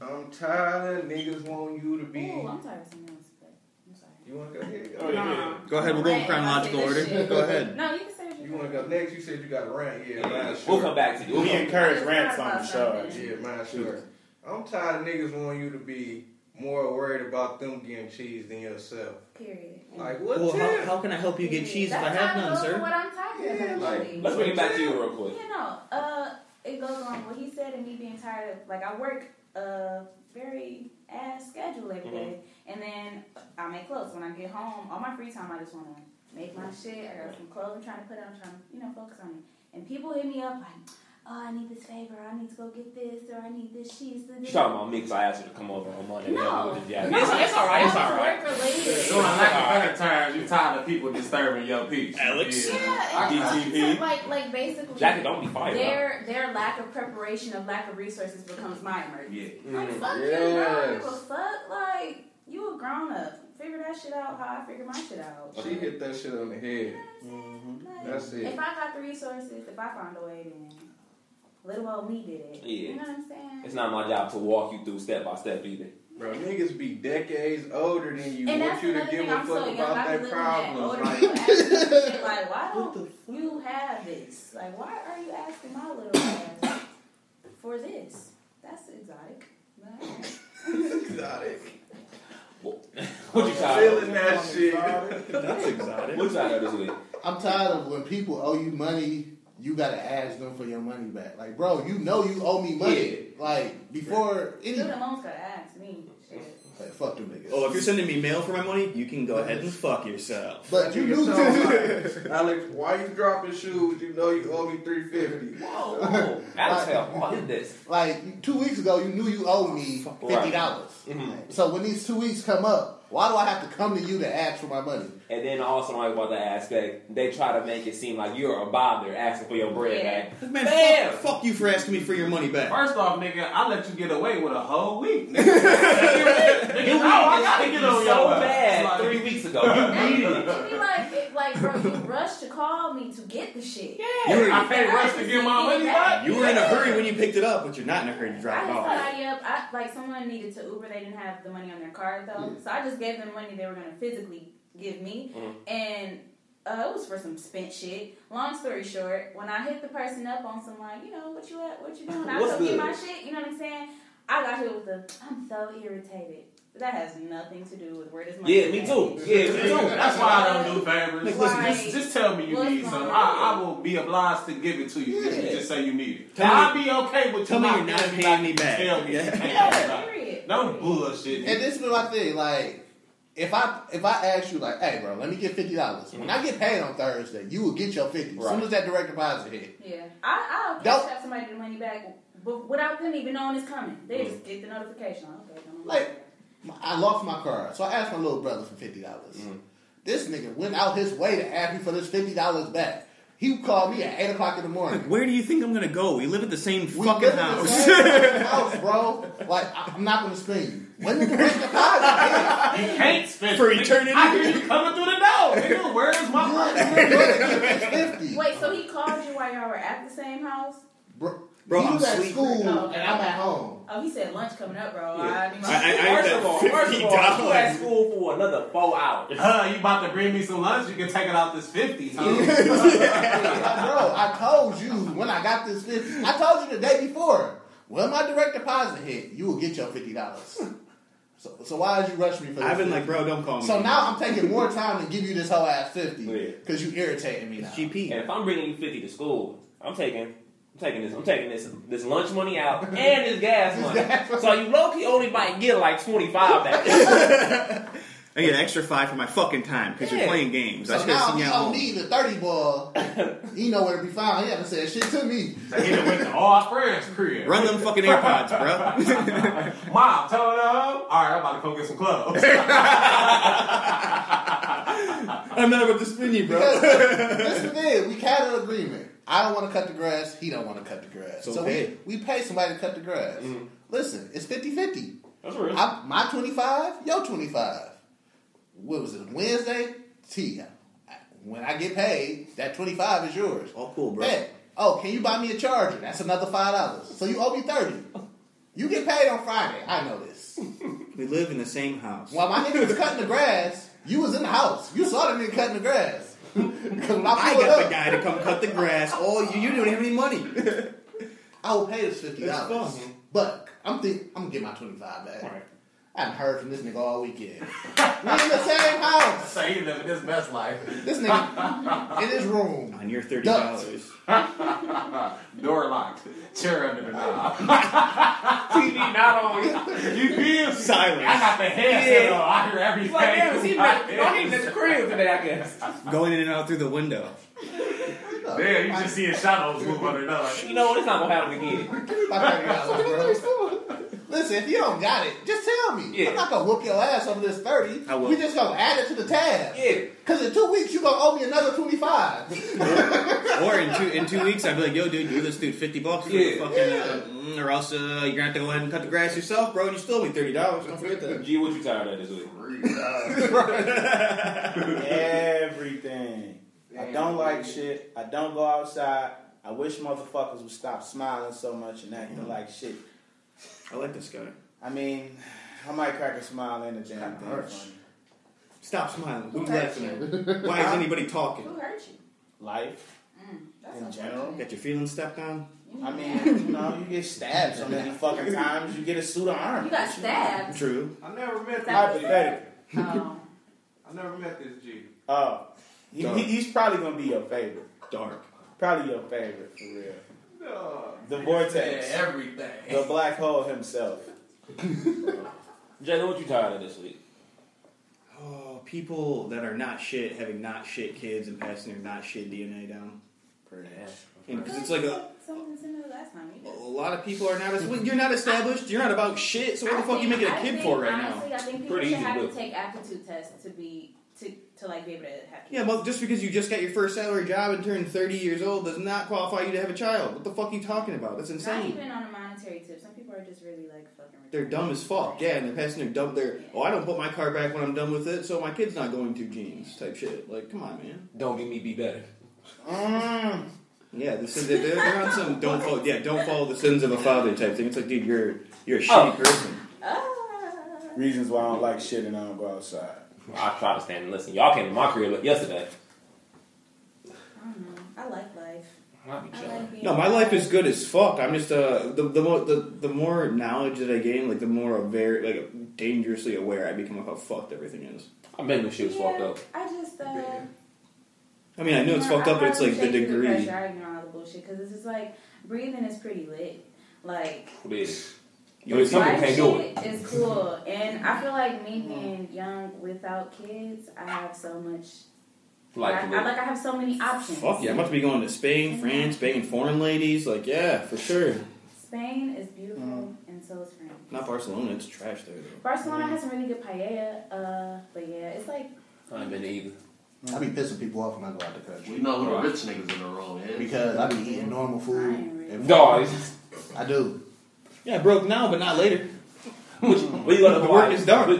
I'm tired of niggas want you to be.
Ooh, I'm tired of something else. But I'm sorry.
You want to go ahead?
Oh, yeah.
Go ahead, we'll go in chronological order. Go ahead.
No, you can say what
You want to go next? You said you got a rant. Yeah, mine's
We'll
short.
come back to you. We'll
We
come-
encourage rants on the show.
Yeah, mine's short. I'm tired of niggas wanting you to be more worried about them getting cheese than yourself.
Period.
Like, what
Well,
tip?
how, how can I help you get cheese if
That's
I have
how it
none,
goes with
sir?
What I'm tired
Yeah,
of.
like,
actually.
Let's bring it back to you real quick.
You know, uh, it goes on what he said and me being tired of like I work a very ass schedule
Mm-hmm.
every day, and then I make clothes. When I get home, all my free time, I just want to make my shit. I got some clothes I'm trying to put on, trying to you know focus on it. And people hit me up like, oh, I need this favor, I need to go get this, or I need this sheets. and
She
this.
talking about me because I asked her to come over on Monday.
No.
yeah,
No,
it's, it's all right. It's all right.
Work-related.
So in lack of better terms, you're tired of people disturbing your peace. Alex,
Yeah, and also, like, like basically,
Jackie, don't be fired up.
Their their lack of preparation, of lack of resources, becomes my emergency.
Yeah.
Like,
Mm,
fuck you, bro. I don't give a fuck. Like, you a grown up. Figure that shit out. How I figure my shit out.
Oh, She hit that shit on the head. That's it.
If I got the resources, if I find a way, then little old me did it.
Yeah.
You know what I'm saying?
It's not my job to walk you through step by step either.
Bro, niggas be decades older than you.
And
want
that's
you to
another
give
thing.
a
I'm
fuck
so young.
about
I
their
be looking at older
problems.
people
Like,
asking me shit like, why don't you have this? Like, why are you asking my little ass for this? That's exotic.
exotic.
What you tired
Feeling
of?
that shit.
That's exotic. What you tired of this week?
I'm tired of when people owe you money, you gotta ask them for your money back. Like, bro, you know you owe me money. Like before any
Dude, the mom's gotta ask me. Shit.
like, fuck them niggas.
Oh, if you're sending me mail for my money, you can go ahead and fuck yourself.
But you
Niggas
knew
sound like, Alex, why you dropping shoes? You know you owe me three fifty.
Whoa, whoa. Alex, what is this?
Like two weeks ago, you knew you owed me fifty
Right.
dollars. So when these two weeks come up, why do I have to come to you to ask for my money?
And then also like about the aspect, they try to make it seem like you're a bother asking for your bread back.
Man,
Bam!
fuck, fuck you for asking me for your money back.
First off, nigga, I let you get away with a whole week. Nigga, nigga no, I gotta get on
so
your ass.
bad
Like-
three weeks ago. You needed it.
She be like, it- like, bro, you rushed to call me to get the shit. Yeah,
You were- I
can't rush to get my money back.
You were in a hurry when you picked it up, but you're not in a hurry to
I
drop it
just thought
off.
I, yep, I, like someone needed to Uber. They didn't have the money on their card though, so I just gave them money they were gonna physically give me,
Mhm.
and uh, it was for some spent shit. Long story short, when I hit the person up on some like, you know, what you at, what you doing? I
What's
go get
good?
my shit. You know what I'm saying? I got hit with the, I'm so irritated. That has nothing to do with where this money.
Yeah, me
is
too.
at.
Yeah, me too.
That's why I don't do favors.
Like,
Listen,
like,
just, just tell me you
what's
need something.
wrong?
I, I will be obliged to give it to you if you just say you need it.
Tell
And
me-
I'll be okay with
tell
you
me you're not
giving
paying me back.
Tell me.
Yeah.
you can't
Yeah.
pay me back. Don't bullshit.
And this is my thing, like if I if I ask you like, hey bro, let me get fifty dollars. When I get paid on Thursday, you will get your fifty as soon as that direct deposit hit.
Yeah, I, I'll
Don't-
cash out somebody the money back, but without them even knowing it's coming, they just get the notification. Okay, come on.
Like I lost my car, so I asked my little brother for fifty dollars.
Mm-hmm.
This nigga went out his way to ask me for this fifty dollars back. He called me at eight o'clock in the morning.
Where do you think I'm gonna go? We live at the same fucking
live in the
house.
same house, bro. Like I- I'm not gonna scream. When did the direct deposit hit?
You can't spend
For
nigga.
eternity.
I hear you coming through the door. Nigga, where is my money?
Wait, so he called you while y'all were at the same house?
Bro,
you
I'm
was at
sleeping.
school
Oh,
and I'm at home.
Oh, he said lunch coming up, bro. I need my-
I- I- I-
First of all, first of all, you at school for another four hours.
Huh, you about to bring me some lunch? You can take it out this 50, huh?
Bro, I told you when I got this fifty. I told you the day before. When my direct deposit hit, you will get your fifty dollars. So, so why did you rush me for this?
I've been
$50?
like, bro, don't call me.
So now I'm taking more time to give you this whole ass fifty because you irritating me now.
GP.
And if I'm bringing you fifty to school, I'm taking, I'm taking this, I'm taking this, this lunch money out and this gas money. so you low key only might get like twenty five that day.
I get an extra five for my fucking time because
Yeah.
you're playing games. I
So
should have
now
seen
if
you
you
at
don't
home.
need the thirty ball. He know where to be found. He haven't said shit to me.
He done went to all our friends' crib.
Run them fucking AirPods, bro.
Mom, tell her up. All right, I'm about to come get some clothes.
I'm not about to spin you, bro.
Because this is it. We had an agreement. I don't want to cut the grass. He don't want to cut the grass.
So
So
pay.
we, we pay somebody to cut the grass. Listen, it's 50-50.
That's real.
I, my 25, your 25. What was it, Wednesday? T. When I get paid, that 25 is yours.
Oh, cool, bro.
Bet. Oh, can you buy me a charger? That's another $5. So you owe me 30. You get paid on Friday. I know this.
We live in the same house.
While my nigga was cutting the grass, you was in the house. You saw the nigga cutting the grass. 'Cause when
I
pulled
got
up-
the guy to come cut the grass. Oh, you, you don't have any money.
I will pay this fifty
That's
dollars,
fun.
but I'm think I'm gonna get my twenty five back.
Right.
I haven't heard from this nigga all weekend. we in the same house.
so he living his best life.
This nigga in his room.
On your thirty dollars.
Door locked. Chair under the knob. TV not on. You feel
Silence.
I got the headset on. I hear everything.
Like, damn, is he back? Don't need this crib today, I guess.
Going in and out through the window.
What the
Damn, you just seeing shadows move under there. Like,
you know what? It's not gonna happen again.
Listen, if you don't got it, just tell me. I'm not gonna whoop your ass over this thirty.
I will.
We just gonna add it to the tab.
Yeah.
Cause in two weeks you gonna owe me another twenty five.
Or in two in two weeks, I'd be like, "Yo, dude, you owe this dude fifty bucks for
Yeah.
the fucking, uh, mm, or else uh, you're gonna have to go ahead and cut the grass yourself, bro. And you still owe me thirty dollars. Don't forget that."
G, what you tired of this week?
Everything. I don't like shit. I don't go outside. I wish motherfuckers would stop smiling so much and acting like shit.
I like this guy.
I mean, I might crack a smile in the damn thing.
harsh.
funny.
Stop smiling.
Who laughing at? Why is anybody talking?
Who hurt you? Mm,
Life in general.
Got your feelings stepped on?
I mean, you know, you get stabbed so many fucking times, you get a suit of armor.
You got stabbed.
True.
I never met this.
Hypothetically.
Oh.
I never met this G.
Oh, he,
Dark.
he- he's probably gonna be your favorite.
Dark.
Probably your favorite for real.
No.
The vortex.
Yeah, everything.
The black hole himself.
Jalen, what you tired of this week?
Oh, people that are not shit having not shit kids and passing their not shit DNA down.
Pretty
Because it's like a,
Something similar last time. You
a
did.
lot of people are not as well, you're not established. You're not about shit. So what the fuck you making a
I
kid
think,
for right
honestly,
now?
I think people
Pretty
should
easy
have
to
to
do.
take aptitude tests to be to to like be able to have kids.
Yeah, well, just because you just got your first salary job and turned 30 years old does not qualify you to have a child. What the fuck are you talking about? That's
Not
insane.
even on a monetary tip. Some people are just really like fucking.
They're dumb as fuck. Yeah, and they're passing their dumb. Their oh, I don't put my car back when I'm done with it, so my kid's not going to jeans type shit. Like, come on, man.
Don't get me be better.
Mm.
Yeah, the sins, they're, they're on some don't follow. Yeah, don't follow the sins of a father type thing. It's like, dude, you're you're a shitty person.
Ah,
Reasons why I don't like shit and I don't go outside.
I try to stand and listen. Y'all came to my crib yesterday.
I don't know. I like life.
I be
like being
No, my life is good as fuck. I'm just uh the the more the, the more knowledge that I gain, like the more aware, like dangerously aware I become of how fucked everything is.
I bet no shit was fucked up.
I just. Uh,
I mean, I know it's
No,
fucked up, but it's
probably
like the
shake through
degree.
pressure. I ignore all the bullshit because it's just like breathing is pretty lit. Like
Bitch.
You
But some people
life
can't do it.
shit is cool, and I feel like me being young without kids, I have so much.
Like
I, I-
lit.
like I have so many options.
Fuck yeah, I'm about to be going to Spain, France, banging foreign ladies. Like yeah, for sure.
Spain is beautiful,
Mm-hmm.
and so is France.
Not Barcelona. It's trash there though.
Barcelona has some really good paella, uh, but yeah, it's like
I ain't been to either.
I be pissing people off when I go out the country.
We know who the rich niggas in the room is.
Because I be eating normal food. and- I do.
Yeah, broke now, but not later.
Where you go to
The work is done.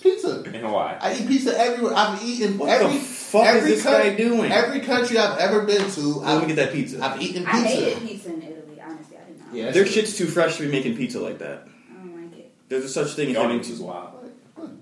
Pizza.
In Hawaii.
I eat pizza everywhere. I've eaten
What
every
the fuck
every
is this
coun-
guy doing?
Every country I've ever been to. Let
me get that pizza.
I've eaten
I
pizza.
hated pizza in Italy. Honestly, I did not.
Yeah,
Their shit's too fresh to be making pizza like that.
I don't like it.
There's a such thing as having pizza's
wild.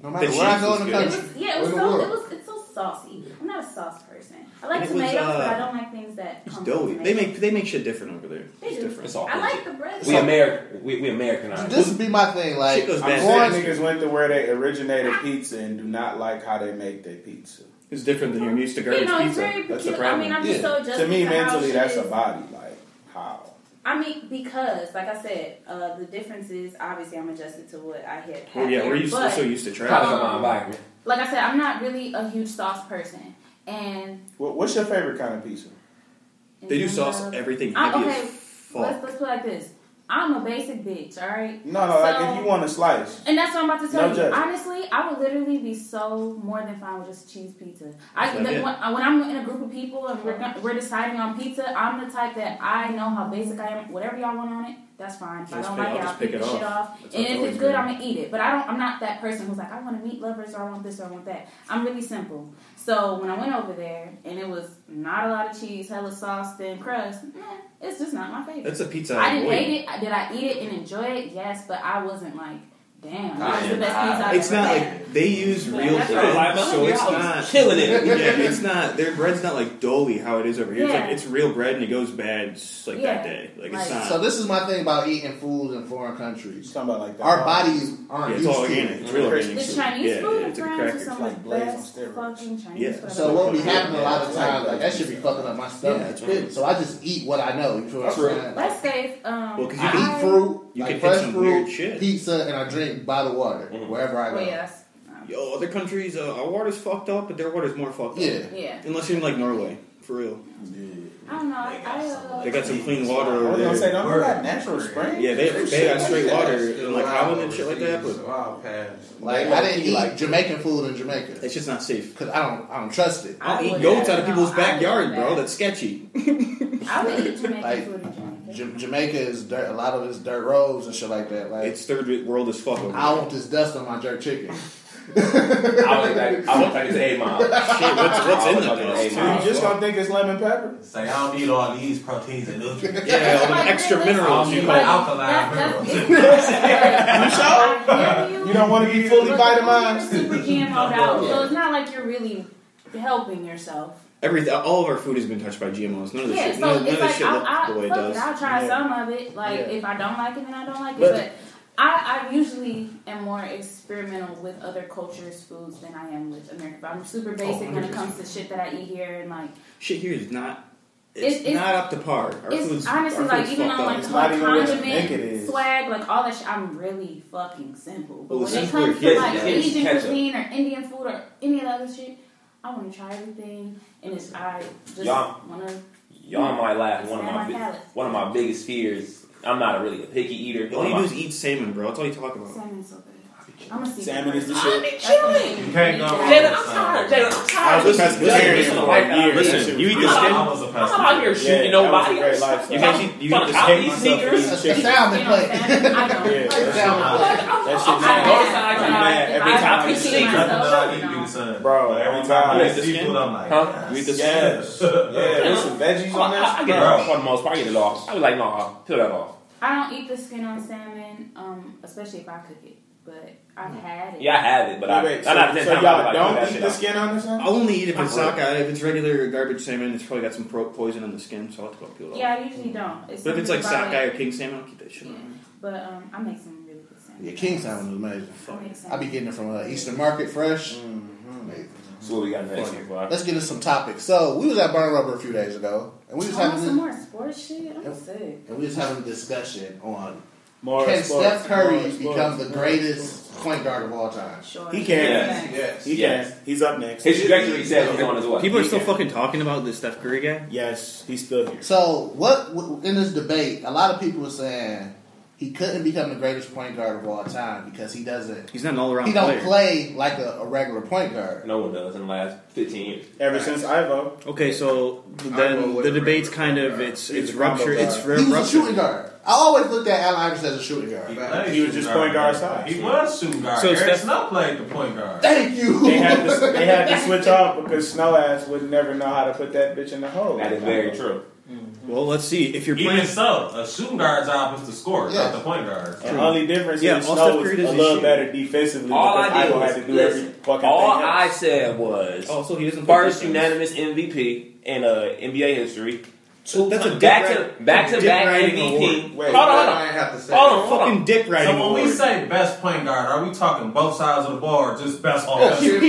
No matter where I go in the
It
country,
was, yeah, it was
in the
so it
world.
was it's so saucy. I'm not a sauce person. I like
It was,
tomatoes, but I
uh,
don't like things that
It's
come
doughy.
From
They make they make shit different over there.
They
It's
do.
different.
It's all I like the bread.
We American. We, we Americanized.
This would be my thing. Like
I'm saying niggas went to where they originated pizza and do not like how they make their pizza.
It's different than you're used to
garbage know, it's pizza. very
That's the
peculiar. I
problem.
mean, I'm just so adjusted
to me
to how
mentally,
shit
that's a
is.
body. Like how?
I mean, because like I said, uh, the difference is obviously I'm adjusted to what I had.
Well,
had
yeah,
here,
we're used to,
but,
so used to trash.
um, Like I said, I'm not really a huge sauce person, and
What, what's your favorite kind of pizza?
They do sauce everything
I'm
heavy
Ah, okay.
as fuck.
Let's let's put it like this. I'm a basic bitch, all right.
No, no. Like
So-
if you want a slice,
And that's what I'm about to tell
No
you.
judgment.
Honestly, I would literally be so more than fine with just cheese pizza. I,
That's what I
the-
did.
when, I- when I'm in a group of people and we're, gon- we're deciding on pizza, I'm the type that I know how basic I am. Whatever y'all want on it, that's fine. If I
Just
don't
pick-
like
I'll
it, I'll
just
pick
pick
the
it
shit
off.
off.
That's
And
how it's
if
always
it's good,
been.
I'm gonna eat it. But I don't. I'm not that person who's like, I want to meat lovers or I want this or I want that. I'm really simple. So when I went over there and it was not a lot of cheese, hella sauce, thin crust, eh, it's just not my favorite.
That's a pizza I
I didn't
avoid.
hate it. Did I eat it and enjoy it? Yes, but I wasn't like, damn,
Nah,
this is the best
nah.
pizza I've
It's
ever
not
had.
like they use
Yeah,
real
that's
bread,
right.
so it's
Yeah, I was
not
killing it.
yeah, it's not their bread's not like doughy how it is over here. It's
Yeah.
like it's real bread and it goes bad s- like
Yeah.
that day. Like it's
Like-
not.
So this is my thing about eating food in foreign countries.
about like
Our bodies aren't
Yeah, it's
used
all
to
organic.
it.
It's real organic.
The Chinese
yeah,
food
yeah,
in
it's like
France is
crackers.
some of the best fucking Chinese
Yeah.
food. I've
So
ever
what be
had.
happening a lot of times, like that should be fucking up my stomach.
Yeah, that's right.
So I just eat what I know. You feel what I'm
True.
saying?
Let's say if um,
Well, 'cause you
I,
can eat fruit,
You
like
can hit
fresh
some
fruit,
weird shit. Mm-hmm.
pizza, and I drink bottled water wherever I go.
Well, yeah, that's
Yo, other countries, uh, our water's fucked up, but their water's more fucked
Yeah.
up.
Yeah.
Unless you're in like Norway. for real.
I don't know. I, I, uh,
They got some clean water over there.
I was gonna say, don't they got natural springs?
Yeah, they they got straight water in like
Wow,
Holland and shit like that. But
wow, Like I didn't eat like Jamaican food in Jamaica.
It's just not safe
because I don't I don't trust it.
I eat goats out of people's backyard, bro. That's sketchy.
I would eat Jamaican
Like,
food.
J- Jamaica is dirt. A lot of it's dirt roads and shit like that. Like
it's third world as fuck. Over
I want this dust on my jerk chicken.
I was like, I was like, it's A mile.
what's- what's in the
A
So
mile.
you just gonna think it's lemon pepper?
Say, I don't need all these proteins and nutrients.
Yeah, all them extra minerals
I
you
don't need my
call-
alkaline minerals.
you sure? You don't want to be fully vitamized.
Super GMO'd out, so it's not like you're really helping yourself.
Everything, all of our food has been touched by GMOs. None of this,
Yeah,
shit,
so
none, none of
it's
this
like
shit
I'll,
look the way
I'll,
it
fuck
does.
it, I'll try
Yeah.
some of it. Like
Yeah.
if I don't like it, then I don't like it.
But-
But, I, I usually am more experimental with other cultures' foods than I am with American. But I'm
Oh,
super basic when it
100%.
comes to shit that I eat here and like
Shit here is not. It's,
It's- it's-
not up to par. Our
it's
food's,
honestly
our
like
food's
even
fucked
on
up.
like
It's
the
not
whole
even what you think it
condiment
is.
swag, like all that shit, I'm really fucking simple. But
Well,
when it
simpler
comes
here
to like
is
Asian
ketchup.
cuisine or Indian food or any of that other shit, I want to try everything, and it's I just
Y'all-
want to.
Y'all might laugh. One of my
Expand
big,
my palate.
one of my biggest fears. I'm not a really a picky eater.
All
One
you do is
of
eat salmon, bro. That's all you talk about.
Salmon's so good. I'm a sea
Salmon is the
person.
shit.
That's what I eat.
You can't go wrong
Jalen,
with
I'm
salmon.
tired. Jalen, I'm
I
tired.
was a pescatarian
Listen,
for
like,
years.
Listen, you eat the
I
skin.
was a
I'm out here
pescatarian.
shooting
Yeah, that
nobody.
was a great lifestyle.
You can't
You
eat
just
out
hate
these
myself for eating
sneakers.
chicken. Salmon plate.
Yeah,
That shit
I'm mad. I'm mad.
Every
I-
time
I
you
can
see
see
it. Bro, every time
I
I
eat the
see
skin.
it, I'm like,
Huh? You eat the Oh,
yes. Yeah, there's some veggies on
I,
there.
I, I get it off for the most part. I get it off. I be like, nah, peel that off.
I don't eat the skin on salmon, um, especially if I cook it. But I've had it.
Yeah, I have it, but I,
Wait, wait,
I
so-
not
so y'all don't eat the
skin
on this?
Oh,
I only eat if it's
Not
sockeye. If it's regular garbage salmon, it's probably got some pro- poison on the skin, so I'll have to go peel it off.
Yeah, I usually don't. It's
But if it's like
something about
sockeye
it.
or king salmon, I'll keep that shit on.
But um, I make some really good salmon.
Yeah, king salmon is amazing.
Fuck.
I be getting it from uh, Eastern Market fresh.
Mm.
Amazing.
So what we got next?
Fuck it.
Why?
Let's get into some topics. So we was at Burn Rubber a few days ago, and we was
I want
having
Oh, some
this,
more sports shit. I'm sick.
and we was having a discussion on
More
can
sports,
Steph Curry
more sports,
become the
more
greatest point guard of all time?
He can.
Yes.
Yes. He
Yes.
can. He's up next.
His
trajectory says he's on his way.
People are
He
still
can.
fucking talking about this Steph Curry guy.
Yes, he's still here.
So what w- in this debate? A lot of people were saying he couldn't become the greatest point guard of all time because he doesn't.
He's not an all-around
He don't
player.
play like a, a regular point guard.
No one does in the last 15 years.
Ever since Ivo.
Okay, so then the debate's kind of it's it's
a combo
rupture. It's
guard. He was a
rupture.
shooting guard. I always looked at Allen Iverson as a shooting guard.
He was just point guard side.
He was shooting guard.
So
Eric
Steph-
Snow played the point guard.
Thank you.
They had to they had to switch off because Snow Ass would never know how to put that bitch in the hole.
That is very true.
Well, let's see if you're
Even
playing.
so, a shooting guard's job is to score, not the point guard.
The only difference
Yeah,
is
all
Snow
Steph
was
Curry
a
does is
little
shoot.
better defensively
All
because
I did
Ivo
was
had to do
listen,
every fucking
all
thing.
I said was
oh, so he doesn't play
first
defense.
unanimous MVP in uh, NBA history. Two
That's a dick
back to
ri-
back
dick
to back
riding
MVP.
award. Wait,
what?
hold on, hold
I
on.
didn't have to say
hold
that.
on, hold on.
Fucking dick riding
So when we
award.
say best point guard, are we talking both sides of the ball or just best
Yeah,
offense?
he- he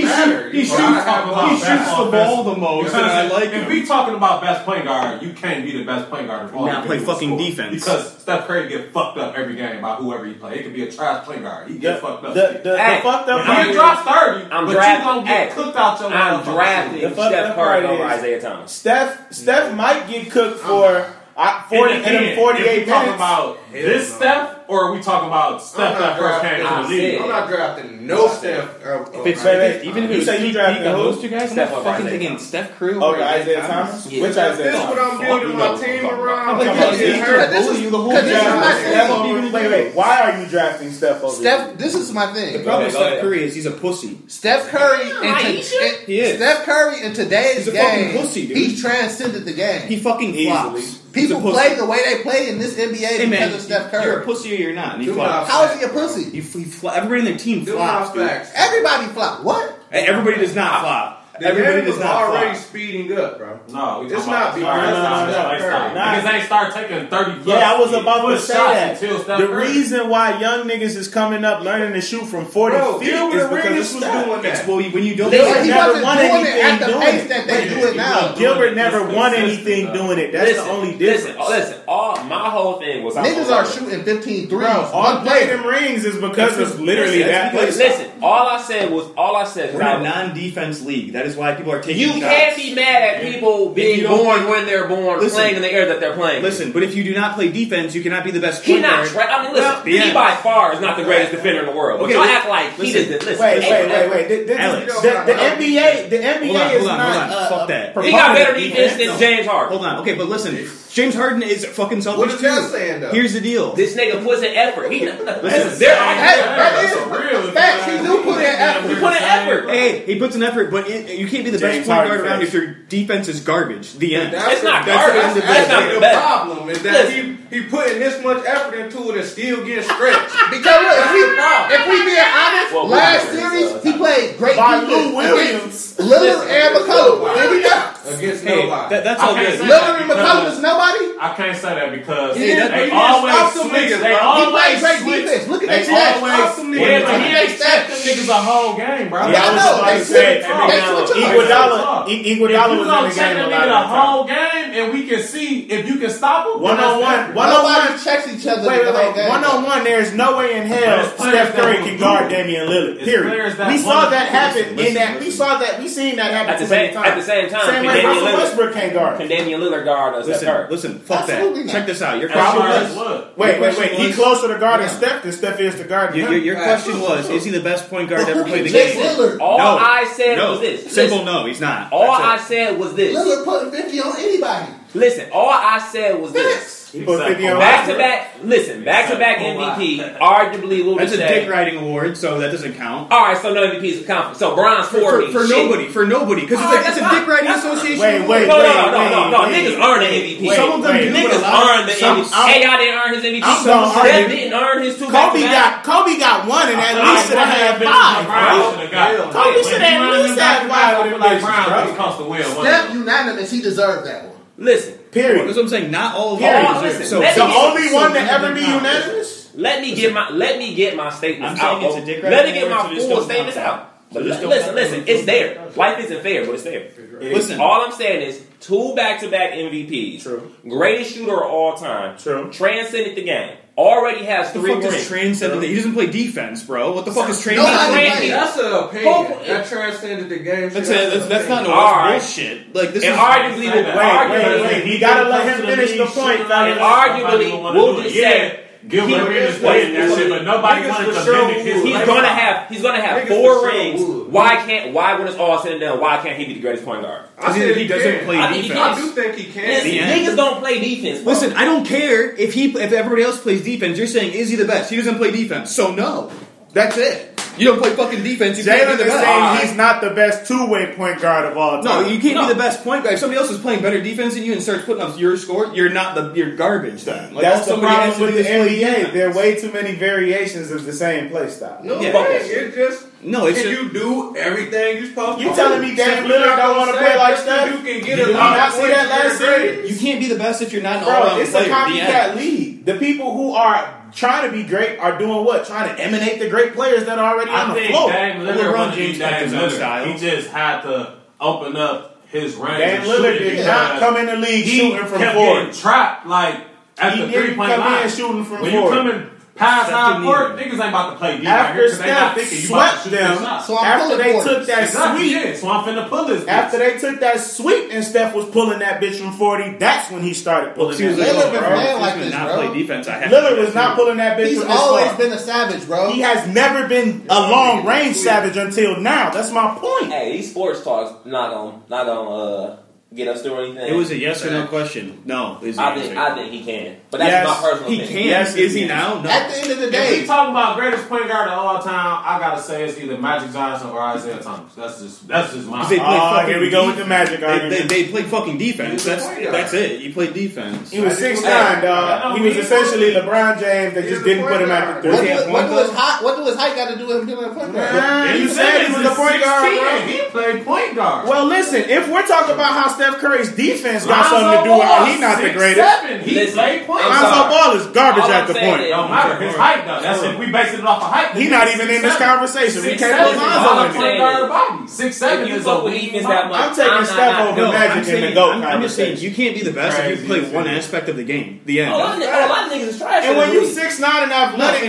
shoot- he
We're
shoots-
not talking about
he
best
shoots the
offense.
ball the most,
Because
and I like
if
him.
we talking about best point guard, you can't be the best point guard of all.
Not
You
play
can do a
fucking
score.
defense.
because Steph Curry get fucked up every game by whoever he play. It could be a trash point guard. He get fucked up.
The, the, the fucked up
He
part
can
is-
drop thirty,
I'm
but
drafting-
you gonna get
hey,
cooked out your.
I'm
motherfucking
drafting
shit.
The fuck
Steph
up
Curry
part
over
is-
Isaiah Thomas.
Steph Steph might get cooked for uh, 40
It
and
depends.
them 48
If we talking
minutes.
about this Steph, or are we talking about Steph that first came to the league?
I'm
not drafting no Steph.
If it's, if
Wait,
it's
wait.
even if
You
it's
say you
peak
drafting
peak on
who?
those two guys, I'm not
Steph over
fucking
Isaiah
thinking
Thomas.
Steph Curry
Oh,
over
the Isaiah Thomas?
Yeah.
Which Isaiah
This
Thomas?
what I'm building my team around. I'm like,
Because
yeah,
he's
he's
hurt.
gonna bully you the whole time.
Because this is my Steph
Steph
over- Wait, wait. Why are you drafting Steph over?
Steph, this is my thing.
The problem with Steph Curry is he's a pussy.
Steph Curry in
Like,
to-
he should-
in-
He is.
Steph Curry in today's
He's a
game.
fucking pussy, dude.
He transcended the game.
He fucking flops. He's
People
a pussy.
play the way they play in this NBA
Hey
because
man,
of Steph Curry.
you're a pussy or you're not. And he
Do
flops.
not How is he a pussy?
He, he fl- everybody in their team
Do
flops.
not
dude.
facts. Everybody flop. What?
Hey, Everybody does not flop. Everybody does not flop.
speeding up, bro.
No, we
It's
talking
not
about-
because
no, no, no,
of
no,
Steph
no,
Curry.
Niggas ain't start taking 30 plus.
Yeah, I was about to
plus
say
shots
that.
until Steph
The
Curry.
reason why young niggas is coming up learning to shoot from 40
Bro,
feet
Gilbert
is
Arenas
because
was
Steph.
doing that.
It's, well, when you don't
They
He wasn't
never won
doing it
anything
at the
doing
pace
it.
that they
Wait,
do it now.
Gilbert never won anything doing it. That's
Listen,
the only difference.
Listen, listen, all my whole thing was
Niggas are shooting 15 threes.
Bro, all
One
play
player.
them rings is because it's literally
Listen, that's
that. play.
because-
Listen, all I said was all I said.
We're a non-defense league. That is why people are taking
You
shots.
can't be mad at people
you
being
don't-
born when they're born,
Listen.
playing in the era that they're playing.
Listen, but if you do not play defense, you cannot be the best.
He
point
not.
guard.
Tra- I mean, listen.
Well,
he
yeah.
by far is not the greatest defender in the world.
Okay,
but y'all
li-
act like he
listen.
did this.
Wait,
Listen,
wait, wait,
listen.
wait. Th- this is- Alex.
The, the NBA, the NBA
Hold on,
is
hold on,
not.
hold on.
uh,
Fuck that.
He got better defense
No.
than James Harden.
Hold on. Okay, but listen, James Harden is fucking selfish
What is that
too.
saying, though?
Here's the deal.
This nigga puts in effort. He,
Listen.
listen, there are
Hey, that is
real.
facts. He do put in
you
effort.
put in effort.
Hey, he puts an effort, but it, you can't be the
James
best point
Harden
guard around
face.
if your defense is garbage. The end.
That's
It's not
the- that's-
garbage.
That's,
That's not
actually the
bad.
problem is that he he putting this much effort into it and still getting stretched.
Because look, if we, if we being honest,
Well,
last
Williams,
series
uh,
he played great
By
defense.
Lou Williams.
Against Lillard and McCollum. Did we not?
against
Hey,
nobody.
that- that's
I
all
can't
good.
say
Lillard and
that
McCollum
because-
is nobody.
I can't say that because
Yeah, that's-
they
you
always
stop them
switch.
niggas,
they
bro. He
always
played great
switch.
defense. Look at
they
their stats.
Always,
Stop them niggas.
Yeah, but
Look
he
at
ain't
their
stat them
stats.
niggas a whole game, bro.
Yeah, I
was
know.
about
They
to say, I
switch up.
mean,
They
now,
switch up.
Iguodala,
If
I-
you
Iguodala was in
gonna
the
take
game
a
a
nigga
lot
the
of time.
whole game and we can see if you can stop him.
One on
that's
one,
different.
one on one.
Nobody checks each other.
Wait,
the
wait,
whole
wait.
game.
One on one, there's no way in hell
There's players
Steph
that
Curry
will
can
do
guard
it.
Damian Lillard.
It's players
Period.
that
We
want
saw
to
that
do
happen
this.
in
Listen,
that. We
listen.
saw that. We seen that happen
At the
too many
same-
times.
at the same time,
Same
can
way
Damian
Russell
Lillard-
Westbrook can't
Can
guard.
Damian Lillard guard us?
Listen,
Listen,
listen, fuck
Absolutely
that.
not.
Check this out. Your
As far
question
as
was,
what?
Wait, wait,
question
wait. He
was-
closer to guarding
Yeah.
Steph than Steph is to guarding
your, your, your
him.
question was, is he the best point guard
But
to ever
who
play the
can Jay
game?
Lillard?
All
No.
I said
no.
was this.
Simple
Listen.
no, he's not.
all I
That's it.
said was this.
Lillard putting 50 on anybody.
Listen, all I said was this.
He put 50 on
Back to
Westbrook.
back, listen, back to back MVP, arguably Lou
That's a dick
All
riding award, so that doesn't count.
right, so no MVPs of conference. So Bron's
For,
for,
for,
me.
for
Shit.
nobody, for nobody, because
All right,
it's, a, it's
that's
a
fine.
dick riding
That's fine.
association.
Wait, wait,
award.
No, no,
wait,
no, no, no, no.
wait,
Niggas
wait.
earn the MVP.
Wait,
Some of them
wait.
do, but a
Niggas
lot-
earned the
some-
MVP.
I'm-
Hey, y'all didn't earn his MVP.
I'm gonna
Steph
argue.
didn't earn his two
Kobe
back-to-back.
got Kobe got one, and at
I
least should
mean,
have
one
had
of them bitches
five.
Brown should have got.
Kobe
When
should
he
have at
running
least
back
had
to
five
back,
of
I feel
them
like
bitches,
Brown
bro.
could've cost the win.
Steph unanimous. He deserved that one.
Listen,
Period.
That's what I'm saying. Not all of
Period.
them deserve it.
Listen,
So,
let
The
so
me-
only one to
so-
ever be unanimous.
let me get my let me get my
I'm
statements
saying
out.
it's
bro.
a dick
Let me
riding
get
award,
my
so this
full
don't
statements
count.
out. But
this
li-
don't
listen,
count.
listen, it's there. Life isn't fair, but it's there.
listen.
All I'm saying is two back-to-back MVPs.
True.
Greatest shooter of all time.
True.
Transcended the game. Already has
What the
three
fuck does
rings.
Train said that? He doesn't play defense, bro. What the fuck is Train?
Nobody
doing?
plays.
That's an opinion. That transcended the game.
That's,
Shit,
a, that's,
an
that's not
opinion.
no
All
that's
right.
bullshit. Like this
And
is
arguably,
Wait,
will
Wait, wait,
arguably,
wait. We gotta let him finish the point.
And
fellas.
arguably, we'll just say
Give
he
him
is
his
what-
win that shit, but nobody
Niggas
wanted
for
to
sure
mimic his.
would.
He's
play.
gonna have he's gonna have
Niggas for
four
sure
rings.
would.
Why can't why when it's all said and done, why can't he be the greatest point guard?
I
He-
said
he doesn't
can.
play
I think he
I
defense.
do think he can.
Listen,
The end.
niggas don't play defense. Bro.
Listen, I don't care if he if everybody else plays defense. You're saying is he the best? He doesn't play defense, so no. That's it. You don't play fucking defense. You can't
Jalen
be the
is
best.
saying he's not the best two-way point guard of all
no,
time.
you can't
No.
be the best point guard. If somebody else is playing better defense than you and starts putting up your score, you're not the you're garbage then. Like
That's the
somebody has
problem
to
with
do
the
is play
NBA.
defense.
There are way too many variations of the same play style.
No
Yeah.
way. It's just
No, it's
can
just-
you do everything you supposed to?
You
do?
telling me Dame
Simply
Lillard don't wanna
say
play like
just
Steph?
'cause You can
Did
get a
you
lot
not
of
see
points,
that last
you're great.
series?
You can't be the best if you're not an
Bro,
all-around
it's a
player. The end.
copycat league. The people who are trying to be great are doing what? Trying to emanate the great players that are already on
I
the
think
floor.
Dame Lillard
LeBron
wanted to be
James liked
Dame
his own
Lillard.
style.
He just had to open up his range.
Dame
and
Lillard
shoot it
did not
because
come in the league
he
shooting from
kept
four.
getting trapped like at
He
the
didn't
three point
come
line.
in shooting from
when
four.
you come in past half court, niggas ain't about to play D right here
After
because they not
Steph
thinking you about to
swept
shoot
them,
this shot.
So I'm
after
pulling
they
for
took
it.
that
Exactly,
sweep,
yeah. So I'm finna pull this. bitch.
after they took that sweep and Steph was pulling that bitch from 40, that's when he started pulling
She was like,
that
Lillard
oh,
bitch.
been
bro,
playing
if
like
you
this,
not
bro.
play defense. I have to
Lillard
play
was not
defense.
pulling that bitch
He's
from this
always
far.
been a savage, bro.
He has never been a long range savage until now. That's my point.
Hey, these sports talks not gonna not gonna uh, get us through anything.
It was a yes or no question. No, is the
I think
answer.
I think he can, but that's
Yes,
my personal
He
opinion.
can.
Yes,
is
he
he
can.
now? No.
At the end of the
If
day,
we talk about greatest point guard of all time, I gotta say it's either Magic Johnson or Isaiah Thomas. That's just that's just my.
They play
Oh,
fucking
here we go with the magic
They, they,
argument.
they played fucking defense.
He was
That's
a point guard.
that's it. You played defense.
He was
Hey,
six nine, dog. He was essentially LeBron James. They
He's
just
a
didn't put him
point
at the
guard.
what
three.
do, what,
point
do his
guard?
height, what do his height got to do with him getting a point guard?
Nah,
And
you said he was a point guard, bro.
He played point guard.
Well, listen, if we're talking about how Steph Curry's defense
Lonzo
got something to do with
Ball
it. He's not the
six,
greatest.
seven. He
Listen,
played points.
Lonzo
I'm sorry.
Ball is garbage
All
at
I'm
the
saying
point.
is- Don't matter. His height, though. That's if we
basing it off of height.
He's not even in this conversation. We
Six,
can't
seven.
put
All I'm
Lonzo in
saying
there.
is- Six seven
If you
is
fuck
a
with
weak
defense
that
that
much.
much, I'm taking Steph
not-
over
no,
Magic
I'm
in
saying-
the GOAT
I'm-
I'm just saying you can't be the best if
Crazy
you play one
shit.
aspect of the game. The end.
Oh,
All I- all I oh, niggas is trash.
And when you six nine and athletic,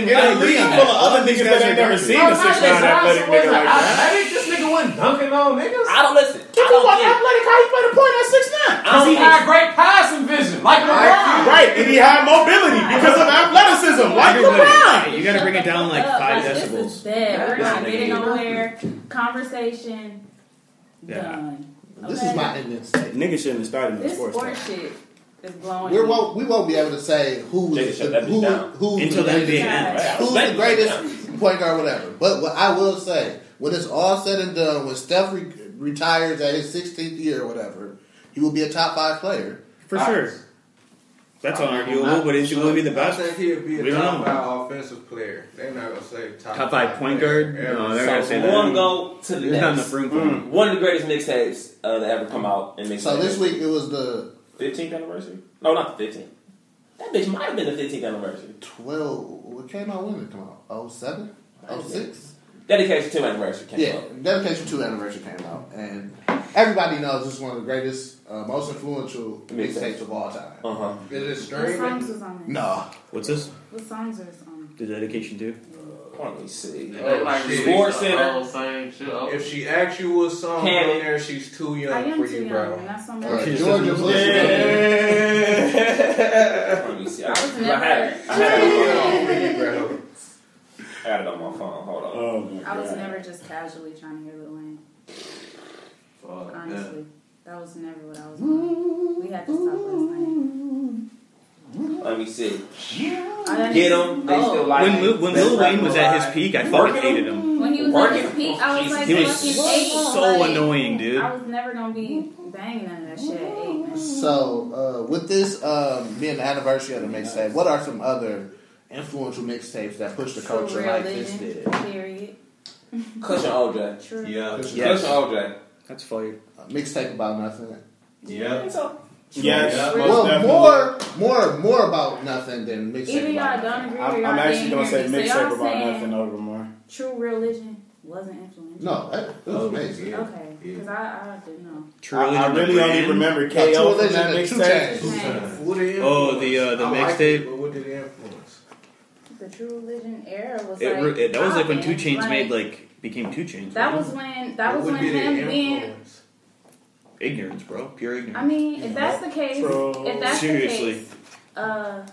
No, and
in
I
a league
agree on
full of
that.
other niggas that ain't never seen a six nine athletic nigga like that.
This nigga wasn't dunking on niggas.
I don't listen.
Nigga wasn't athletic. How you play the point at six nine?
Because he had great passing vision, like LeBron.
Right, and he had mobility because of athleticism, like LeBron.
You gotta bring it down like
Up,
five
this is
decibels.
bad. We're
This
not
is
getting
negative.
nowhere. Conversation done.
This
Okay?
is my ending statement.
Niggas shouldn't have started
This sport shit is blowing.
We won't, we won't be able to say who is the, who, who's
Until
the
the
greatest,
NBA ends.
who's the greatest point guard, whatever. But what I will say, when it's all said and done, when Steph re- retires at his 16th year or whatever, he will be a top five player
For sure. That's unarguable, but is he really the best?
I think he'll be a
We don't
top
know.
five offensive player. They're not gonna say top,
Top five point guard?
player ever.
No, they're
So
gonna say
from
that.
one go to the
There's
next.
not enough room for
Mm. One of the greatest mixtapes uh, that ever come out in mixtape.
So this week it was the
15th anniversary. No, not the 15th. That bitch might have been the 15th anniversary.
12. What came out when it come out? 07? 06?
Dedication to anniversary came
yeah,
out.
Dedication 2 Anniversary came out. And everybody knows this is one of the greatest, uh, most influential mixtapes of all time.
Uh-huh.
It is
What songs was on it?
No.
What's this?
What songs was on
The dedication to?
Let me see.
Oh,
Like
shit.
Sports Center.
If she asks you what song
Can
on
it?
there, she's too
it? I
young
am
for
too
you,
young.
bro.
That's so
Uh,
bad.
Georgia Bush. Yeah.
Let me see. I,
That was
I had it. I had it on my phone. I had it on my phone. Hold on. Oh
I was never just casually trying to hear Lil Wayne. Honestly, that was never what I was. On. We had to stop last night.
Let me see.
I
Get
Oh.
them. They still like
When,
you.
Lil- when
Best
Lil
rapper
Wayne was at his
alive.
peak, I fucking
Working
hated him.
Oh. When he was
Working.
at his peak, I was like
He was
fucking eight.
so
like,
annoying, dude.
I was never gonna be banging none of that shit. at eight, man.
So, uh, with this um, being the anniversary of the mixtape, what are some other influential mixtapes that push the
For
culture
real,
like
they
this did?
didn't. Period.
Cushion OJ.
True.
Yeah.
Cushion
Yes.
OJ.
OJ.
That's fire.
A mixtape about nothing.
Yeah.
So,
Yes, most
well,
definitely.
more, more, more about nothing than mixtape.
Either
about
y'all don't
nothing.
agree or
I'm,
y'all
I'm actually
didn't
gonna say
hear me. So
mixtape
y'all
about
saying
nothing over more.
True religion wasn't influential.
No, that, that was amazing.
Okay, because I, I didn't know.
True
I- I
Religion, the
really only
brand.
remember
Uh, Two
KO from
Religion
that
and Two
mixtape.
Chainz.
What the
Oh, the, uh,
influence?
the
I liked
mixtape?
it, But what did it influence?
The True Religion era was
It,
like
re- it, that was like when Two
popping,
Chains
like,
made like became Two Chains.
That
right?
was when that was
What
when
would be the
him being.
influence?
ignorance, bro. Pure ignorance.
I mean, if that's the case, if that's
Seriously.
the case, uh,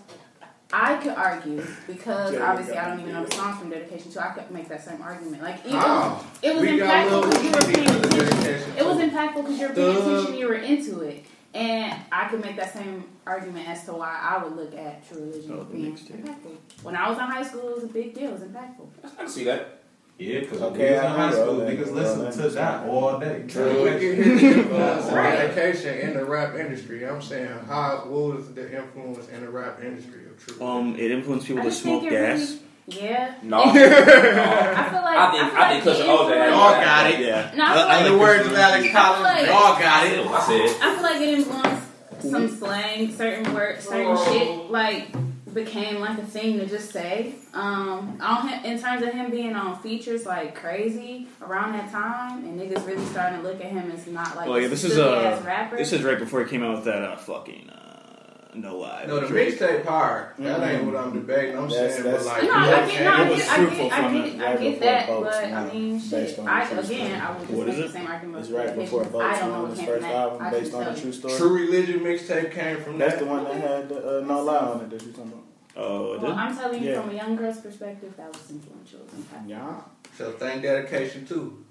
I could argue because
Yeah, we
obviously
got
I don't even know the songs from Dedication Two. I could make that same argument. Like even
Ah,
How?
it was
We got
impactful
Lil
because you were
Uzi
paying
for the
attention.
Dedication
It was
Two.
impactful because you were paying
Duh.
attention. You were into it. And I could make that same argument as to why I would look at True Religion
Oh,
as
the
being
mixtape.
impactful. When I was in high school, it was a big deal. It was impactful.
I can see that.
Yeah, because
Okay,
we was in
I
high
know
school,
that.
niggas listened to that all day.
Look at his influence on education in the rap industry. I'm saying, how what was the influence in the rap industry of truth?
Um, it influenced people
I
to
just think
smoke
it
gas.
really, yeah.
No. I
I
feel
feel like
I think, I think Cushion OJ. had
Y'all
that.
got it.
Yeah.
No, I feel like-
Alex
I feel like- Y'all
got
it. I said.
I feel like it influenced some slang, certain words, certain shit, like became like a thing to just say. Um, on him, in terms of him being on features like crazy around that time, and niggas really starting to look at him as not like
Well, yeah, this is
silly-ass
uh,
rapper.
this is right before he came out with that uh, fucking uh, no lie.
No, the
Drake.
mixtape hard. That ain't what I'm debating. I'm
That's-
saying,
that's-
but like,
no, I get, no, I
It was
get, I
fruitful
get, I
from
get,
the
I get
right before
that,
votes,
but
yeah,
I mean,
based
shit.
on
I
the true
again, I would just
What
make
is
the
it?
same argument.
It's
with
right
Dedication.
before
I
Votes
don't know
on
what
his
came from
first
that.
album
I
based
couldn't
on
tell
the
you.
true story.
True Religion mixtape came from
That's
that.
the one that had the uh, No Lie on it that you talking about.
Oh, it
Well,
did?
I'm telling you
Yeah.
from a young girl's perspective, that was influential. It was impactful.
Yeah.
So thank dedication too.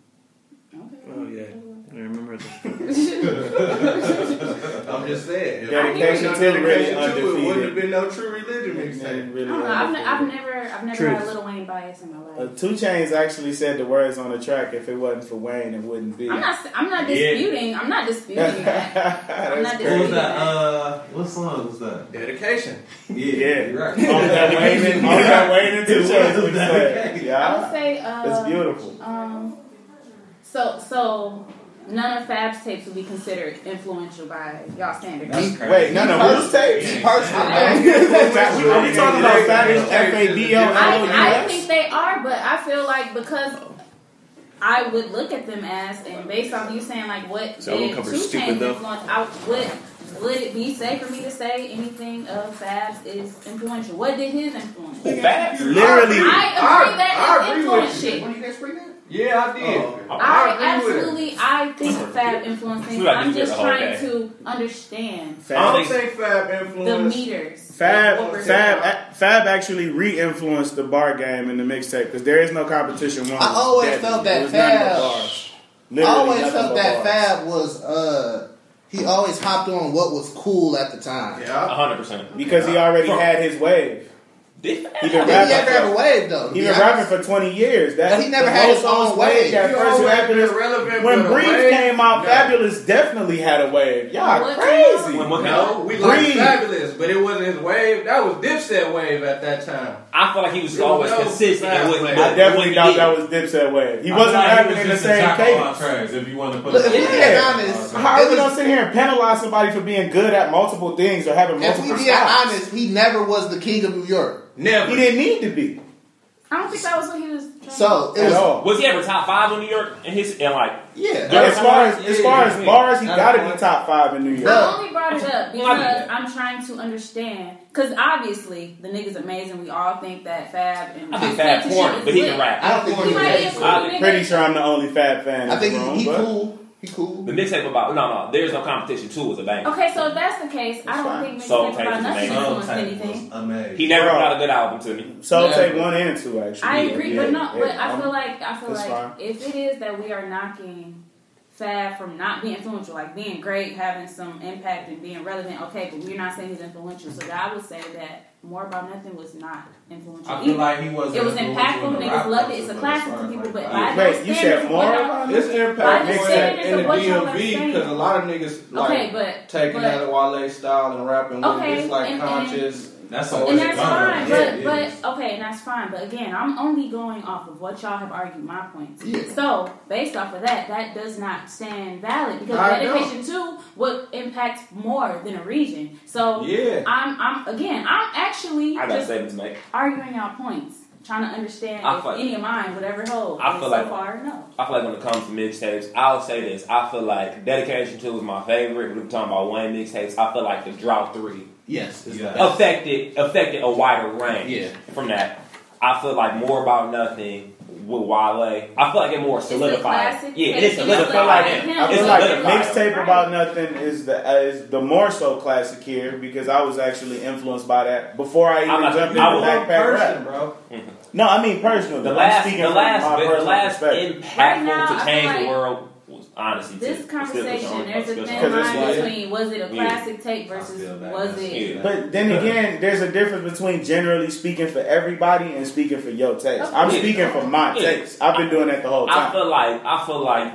Oh yeah, I remember that.
I'm just saying. If
Dedication
it
Two
wasn't no dedication to it,
really
wouldn't
undefeated.
have been no True Religion mixtape.
Really
I don't know. I've, ne-
undefeated.
I've never, I've never had a Lil Wayne bias in my life.
Uh, Two Chains actually said the words on the track. If it wasn't for Wayne, it wouldn't be.
I'm not, I'm not
Yeah.
disputing. I'm not disputing that. I'm not
crazy.
What
disputing
was that?
that.
Uh, what song was that?
Dedication.
Yeah,
Yeah.
you're right.
On that Wayne and, on that Wayne and Two Chains. we said,
I would
Yeah,
say, uh,
it's beautiful.
um, so, so None of Fab's tapes would be considered influential by y'all standards.
That's crazy. Wait, none of Fab's tapes? He personally-
Are we talking about Fab's
I, I
F-A-B-O-L-O-U-S?
think they are, but I feel like because I would look at them as, and based off you saying like what
So I won't
did
cover
Two
stupid,
Chainz
though.
influence, I would would it be safe for me to say anything of Fab's is influential? What did his influence?
Fab's?
I-
Literally.
I agree that
I
it's
agree
influence
with
shit.
you. Yeah, I did.
I,
agree with her.
absolutely, I think Fab influenced things.
We gotta do
I'm
this
just
the whole
trying
day.
to understand
I don't think Fab
the
influenced.
meters. of what
Fab,
we're doing.
Fab, Fab actually re-influenced the bar game in the mixtape because there is no competition. One,
I always felt that
There was nothing but
Fab-
bars.
I
Literally
always
nothing
felt
but
that
bars.
Fab was uh he always hopped on what was cool at the time.
A hundred percent.
because he already had his wave.
He
been
He never had
rapping.
a wave though.
He been rapping for twenty years. That
But he never had his own wave.
That
He
first
always
rapping
been
is
relevant,
When
but a
Breeze
wave?
came out, Fabulous definitely had a wave. Y'all crazy.
No, we like Fabulous, but it wasn't his wave. That was Dipset wave at that time.
I feel like he was
There
always
no
consistent.
Fab
in what-
wave.
I definitely thought that was Dipset wave. He wasn't rapping in the same cadence.
If you want to put it
Look, if we
that
being
way.
honest, how are we gonna sit here and penalize somebody for being good at multiple things or having
If
multiple?
we be
styles?
honest, he never was the king of New York.
Never.
He didn't need to be.
I don't think that was what he was. trying
So
to-
it was
Was he ever top five in New York? And his and like
Yeah.
But as far as as far as bars, he gotta be top five in New York.
I only brought it up
Well, I mean
because I'm trying to understand. Because obviously, the nigga's amazing. We all think that Fab and
I think Fab
and shit
corny,
is
but he can
lit.
rap. I don't think
he
he
might be a
raps.
cool
I'm
nigga.
pretty sure I'm the only Fab fan.
I think
in the room,
he- he
but-
cool. He cool.
the mixtape about no no. There's no competition. Two was a bang.
Okay, so if that's the case, I don't think Mixtape
Soul Tape
about
was
nothing influenced anything.
amazing. He never put out a good album to me.
So I'll take one and two actually.
I
Yeah,
agree,
yeah,
but not.
yeah,
but I
I'm-
feel like I feel
it's
like
fine.
if it is that we are knocking Fab from not being influential, like being great, having some impact, and being relevant, okay, but we're not saying he's influential. So that I would say that More About Nothing was not influential.
I feel
either.
like he wasn't
It was
influential
impactful.
in the
Niggas
rap
loved it. It's a
culture,
classic
but
to
as
people,
far
but
as,
by
like,
their
Wait, you
standards,
said
what
More
I'm-
About Nothing? This impact
by their
makes it
standards
in
of
the
what y'all are
DMV,
saying.
'cause a lot of niggas, like,
okay, but
Taking
but,
that Wale style and rapping with
Okay,
it, it's like
and- and-
conscious. That's
and that's fine, but but okay, and that's fine. But again, I'm only going off of what y'all have argued my points. So based off of that, that does not stand valid because
I know.
dedication two would impact more than a region. So
Yeah.
I'm I'm again I'm actually
I got a
just
statement to make.
arguing y'all points, trying to understand
I
if
feel-
any of mine would ever hold.
I
And
feel
so
like-
far no.
I feel like when it comes to mixtapes, I'll say this. I feel like Dedication 2 is my favorite. We're talking about one mixtapes. I feel like the Drought 3
Yes.
it's the best.
affected affected a wider range
Yeah.
from that. I feel like More About Nothing with Wale. I feel like it more solidified.
classic
Yeah,
tape.
it
It's like-
solidified
I
him.
feel
I
It
feel like the
solidified him.
mixtape about nothing is the uh, is the more so classic here because I was actually influenced by that before I even
I'm not-
jumped into
I was-
backpack rap.
bro.
No, I mean personal.
The
I'm
last,
speaking
the
from
last,
my
the
personal
last
perspective.
impactful
Right now, I
to
feel
change
like
the world was honestly
This
to- to Stephen
conversation,
Jones,
there's a
Stephen
thin
Jones.
line
like-
between was it a
Yeah.
classic tape versus was it
But then again, there's a difference between generally speaking for everybody and speaking for your taste. I'm
Yeah.
speaking for my
Yeah.
taste. I've been doing that the whole
I
time.
feel like I feel like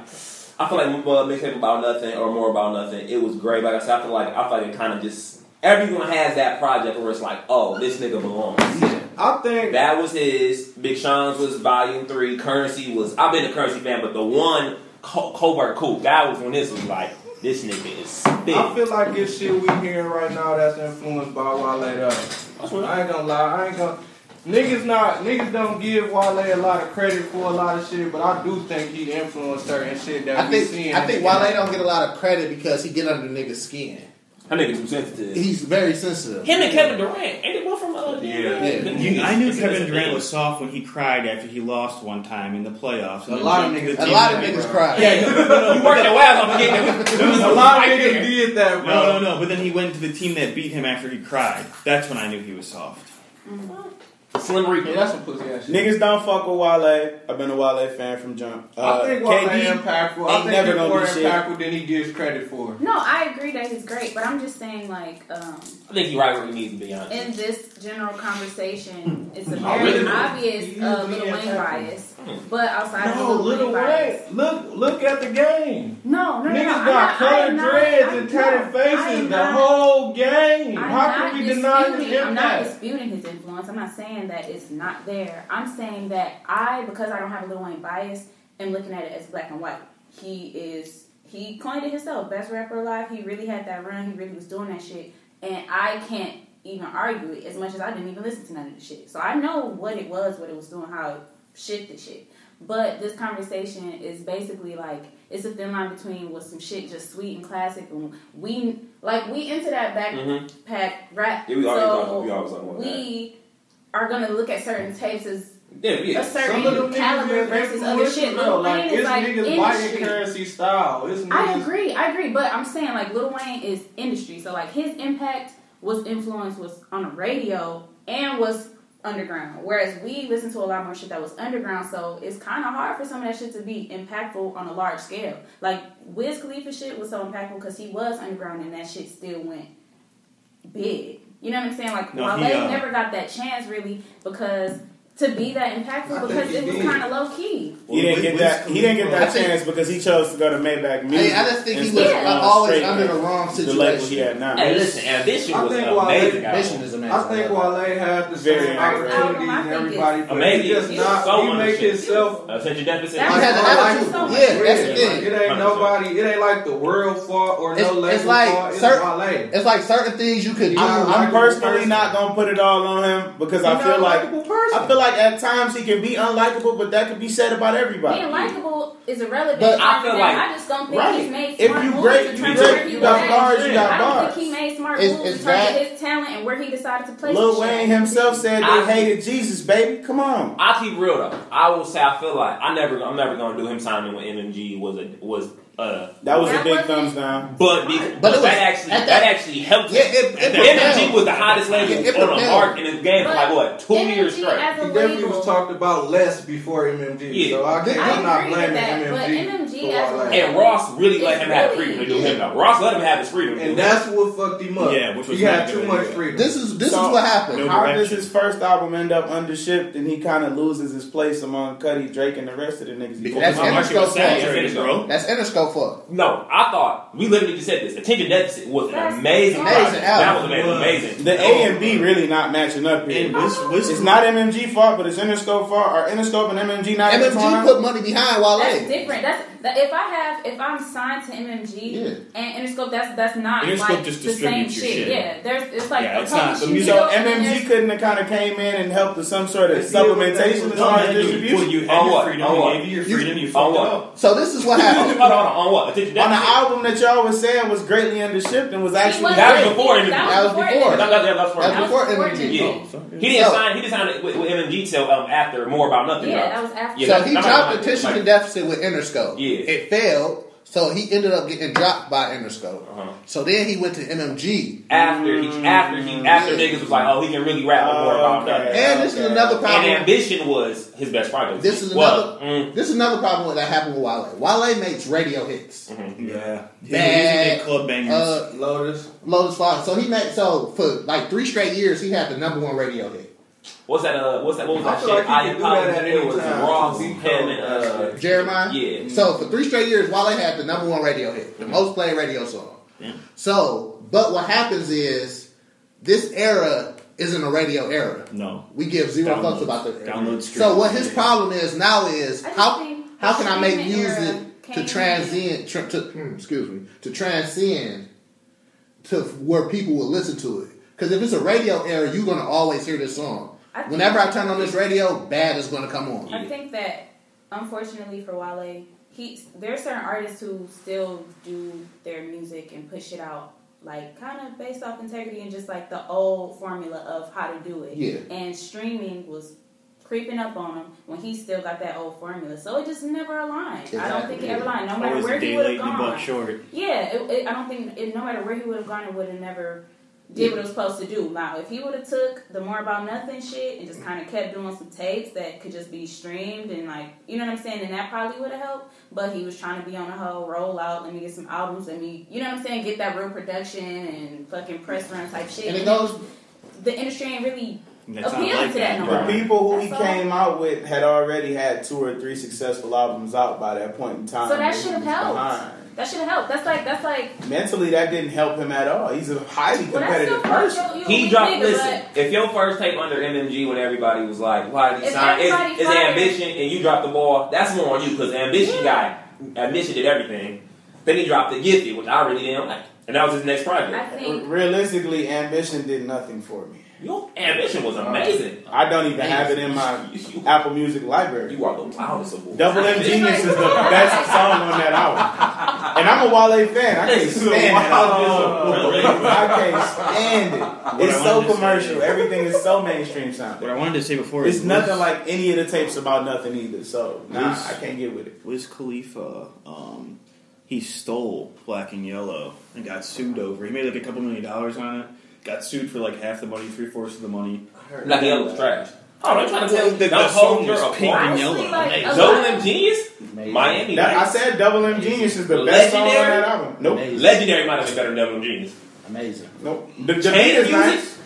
I feel like uh, mixtape about nothing or more about nothing. It was great. Like I said, I feel like I feel like it kind of just everyone has that project where it's like, oh, this nigga belongs.
I think
that was his. Big Sean's was volume three. Currency was. I've been a currency fan, but the one Co- Covert Cool that was when this was like this nigga is big.
I feel like it's shit we hearing right now that's influenced by Wale though. I ain't gonna lie, I ain't gonna niggas not niggas don't give Wale a lot of credit for a lot of shit, but I do think he influenced certain shit that
I
we
think
seeing.
I think Wale don't get a lot of credit because he get under niggas' skin.
That nigga too sensitive.
He's very sensitive.
Him and Kevin Durant. Ain't it one from uh,
Yeah. You, I knew Kevin Durant was soft when he cried after he lost one time in the playoffs.
A lot of niggas- a lot of niggas cried.
Yeah, you, no,
you worked your ass off to get there.
There was
A lot of
fight
niggas
there.
did that, bro.
No, no, no. But then he went to the team that beat him after he cried. That's when I knew he was soft.
Slim Reaper.
that's some pussy ass shit.
Niggas don't fuck with Wale. I've been a Wale fan from jump. Uh,
I think Wale
KD
impactful.
ain't
I think
never
he's
gonna
more
be shit.
impactful than he gives credit for.
No, I agree that he's great, but I'm just saying, like, um,
I think he right where he needs to be honest.
in this general conversation, it's a
Oh,
very
really?
obvious uh, Lil Wayne bias. But outside
Hmm. No,
of the Lil
Lil
Wayne bias,
Wayne. Look, look at the game.
no, no, no,
Niggas
no, I'm
got
not- I
colored
am not-
dreads
I'm
and tatted
not- I
faces
am
the
not-
whole game.
I'm
How
not
can we deny his
disputing- I'm not
impact?
disputing his influence. I'm not saying that it's not there. I'm saying that I, because I don't have a Lil Wayne bias, am looking at it as black and white. He is He coined it himself, best rapper alive. He really had that run. He really was doing that shit, and I can't even argue it as much as I didn't even listen to none of the shit. So I know what it was, what it was doing, how it shifted shit. But this conversation is basically like it's a thin line between was some shit just sweet and classic, and we like we into that backpack
Mhm.
rap.
Yeah, we always
so
on- we always on one
we are gonna look at certain tapes as
Yeah, yeah.
a certain
Some of them niggas
caliber
is
versus other shit.
Bro,
Lil
like,
Wayne
it's
is like
niggas white
industry.
currency style. It's niggas
I agree, I agree, but I'm saying like Lil Wayne is industry, so like his impact was influence was on the radio and was underground. Whereas we listen to a lot more shit that was underground, so it's kind of hard for some of that shit to be impactful on a large scale. Like Wiz Khalifa shit was so impactful because he was underground and that shit still went big. You know what I'm saying? Like
No,
Wale
he, uh,
never got that chance really because to be that impactful
I think
because
he
it was
did.
kind of low key.
He didn't get that. He didn't get that chance because he chose to go to Maybach Music.
I just think he was, like,
instead of going
always
straight
under
to
the wrong
label
situation.
he had now.
Hey, listen, Ambition
I
was
think
an
Wale,
amazing album.
I think Wale had the
Very
same
accurate.
opportunities and everybody, but
Amazing.
he just not.
So Uh,
he make
undershaped.
himself.
Attention deficit.
Yeah, that's the thing. It ain't nobody. It ain't like the world fault or
It's,
no label
it's like
fault. It's Wale.
certain. It's like certain things you could do.
I'm, I'm personally not gonna put it all on him because I
He's not
feel
a
like
likable
I feel like at times he can be unlikable, but that could be said about everybody.
Being likable is irrelevant.
But
I
I feel like-
I just don't think
Right.
he's made
If
smart
you
moves
great,
in
you
terms
great,
of where he
you got
was
bars,
at.
you got
I don't
bars.
think he made smart
Is-
moves
is
in terms
that-
of his talent and where he decided to play.
Lil
some shit.
Wayne himself said they
I-
hated Jesus, baby. Come on.
I'll keep real though. I will say I feel like I never I'm never gonna do him signing with MMG was a was uh
That was a big thumbs down.
But, be, but, that actually that, actually helped. Yeah,
it
the MMG
propelled.
was the hottest label
Yeah, it
on the
propelled.
market in the game for like
But
what two years straight.
He definitely was talked about less before MMG. So I can't,
I
I'm not
agree with
blaming
that,
but
MMG.
MMG as a
Wale.
And Ross really let him have freedom to do him though. Ross let him have his freedom, to do
And
him.
that's what fucked him up.
Yeah, which was
he had
not
too
good.
much freedom.
So, How does his first album end up undershipped and he kind of loses his place among Cuddy, Drake, and the rest of the niggas? he
That's
fucking-
Interscope fault. That's Interscope fault.
No, I thought we literally just said this. Attention deficit was an amazing, project. That was amazing. amazing.
The A and B really not matching up here. it's not MMG fault, but it's Interscope fault. Are Interscope and MMG not
MMG
intertwined?
put money behind Wale.
That's different. That's that, if I have if I'm signed to MMG and Interscope. That's that's not
Interscope
like
just
the same
distributes your shit.
Yeah, there's it's like a publishing
So
deal and
MMG couldn't have kind of came in and helped with some sort of supplementation as far as distribution.
Well, you had your freedom,
On
you
what?
gave you your freedom, you fucked it up.
So this is
what happened. Hold on, hold on, on what? Attention
On the
deficit.
album that y'all was saying was greatly undershipped and was actually
That was before MMG. That, that- that was before
That was
MMG.
before MMG.
Yeah.
Oh, sorry.
he didn't
So-
sign. He didn't sign it with, with MMG till um, after More About Nothing.
Yeah,
dropped.
that was
Yeah,
so
that-
he
that-
dropped
that-
attention to deficit with Interscope. Yeah. It failed, so he ended up getting dropped by Interscope. So then he went to MMG.
after he after he after niggas was like, oh, he can really rap with More About Nothing.
And this is another problem.
And ambition was his best project.
This is
Well, mm,
another this is another problem with- that happened with Wale. Wale makes radio hits.
Mm-hmm.
Yeah. He-
Bad,
he did club bangers.
uh,
Lotus.
Lotus Flower. So he made so for like three straight years he had the number one radio hit.
What's that? Uh, what's that? What was
I
that
feel like
shit?
he
I
could do that
apologize.
at
It
any
was
time.
Ross, him, and uh,
Jeremiah.
Yeah. Mm-hmm.
So for three straight years, Wale had the number one radio hit, the most played radio song. So, but what happens is this era isn't a radio era.
No.
We give zero
Downloads.
fucks about the
Download
So
stream.
what his problem is now is how how can I make
streaming
music
era
to
came
transcend tr to hmm, excuse me to transcend to where people will listen to it? Because if it's a radio era, you're gonna always hear this song.
I think-
Whenever I turn on this radio, bad is gonna come on.
I think that unfortunately for Wale, he there are certain artists who still do their music and push it out like kind of based off integrity and just like the old formula of how to do it.
Yeah.
And streaming was creeping up on him when he still got that old formula. So it just never aligned. I don't think it ever aligned. No matter
Always
where
a day
he would have
late and a
gone.
buck short.
Yeah, it, it, I don't think it, no matter where he would have gone, it would have never did what it was supposed to do. Now, if he would have took the more about nothing shit and just kind of kept doing some tapes that could just be streamed and like you know what I'm saying, then that probably would have helped. But he was trying to be on a whole rollout. Let me get some albums. Let me you know what I'm saying, get that real production and fucking press run type shit.
And it goes-
The industry ain't really
That's
appealing to that. No more.
The people who he
That's all.
came out with had already had two or three successful albums out by that point in time.
So that
He
should have
was
helped.
behind.
That should have helped. That's like that's like
Mentally, that didn't help him at all. He's a highly
Well, that's still-
competitive person.
you a
He
weak
dropped.
nigga,
listen, if your first tape under MMG when everybody was like, "Why did he
If
sign?"
everybody
It's, it's
fired-
ambition, and you dropped the ball. That's more on you because ambition got ambition did everything. Then he dropped the Gifted, which I really didn't like. And that was his next project.
I think-
Realistically, ambition did nothing for me.
Your ambition was amazing.
I don't even have it in my Apple Music library.
You are the wildest of boys.
Double M Genius is the best song on that album. And I'm a Wale fan. I can't stand that album. I can't stand it. It's so commercial. Everything is so mainstream sounding.
What I wanted to say before
It's
is
nothing
Wiz-
like any of the tapes about nothing either. So nah,
Wiz-
I can't get with it.
Wiz Khalifa, um, he stole Black and Yellow and got sued over. He made like a couple million dollars on it. Got sued for like half the money, three fourths of the money.
heard Black and that. Yellow's trash. Oh, they're trying to tell you
the,
that
the
the
song
whole
was
Europe-
pink and
Honestly,
yellow.
like, Amazing. Double M Genius? Miami.
That- I
Vice.
said Double M Genius is the best song on that album. Nope.
Legendary might have been better than Double M Genius.
Amazing. Nope. The, the
Chain
beat is
music?
nice.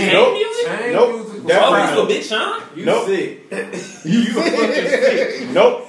Chain
nope.
music? Chain
Nope.
music was
That
always
rhyme.
the bitch, huh? You
nope. You, Nope.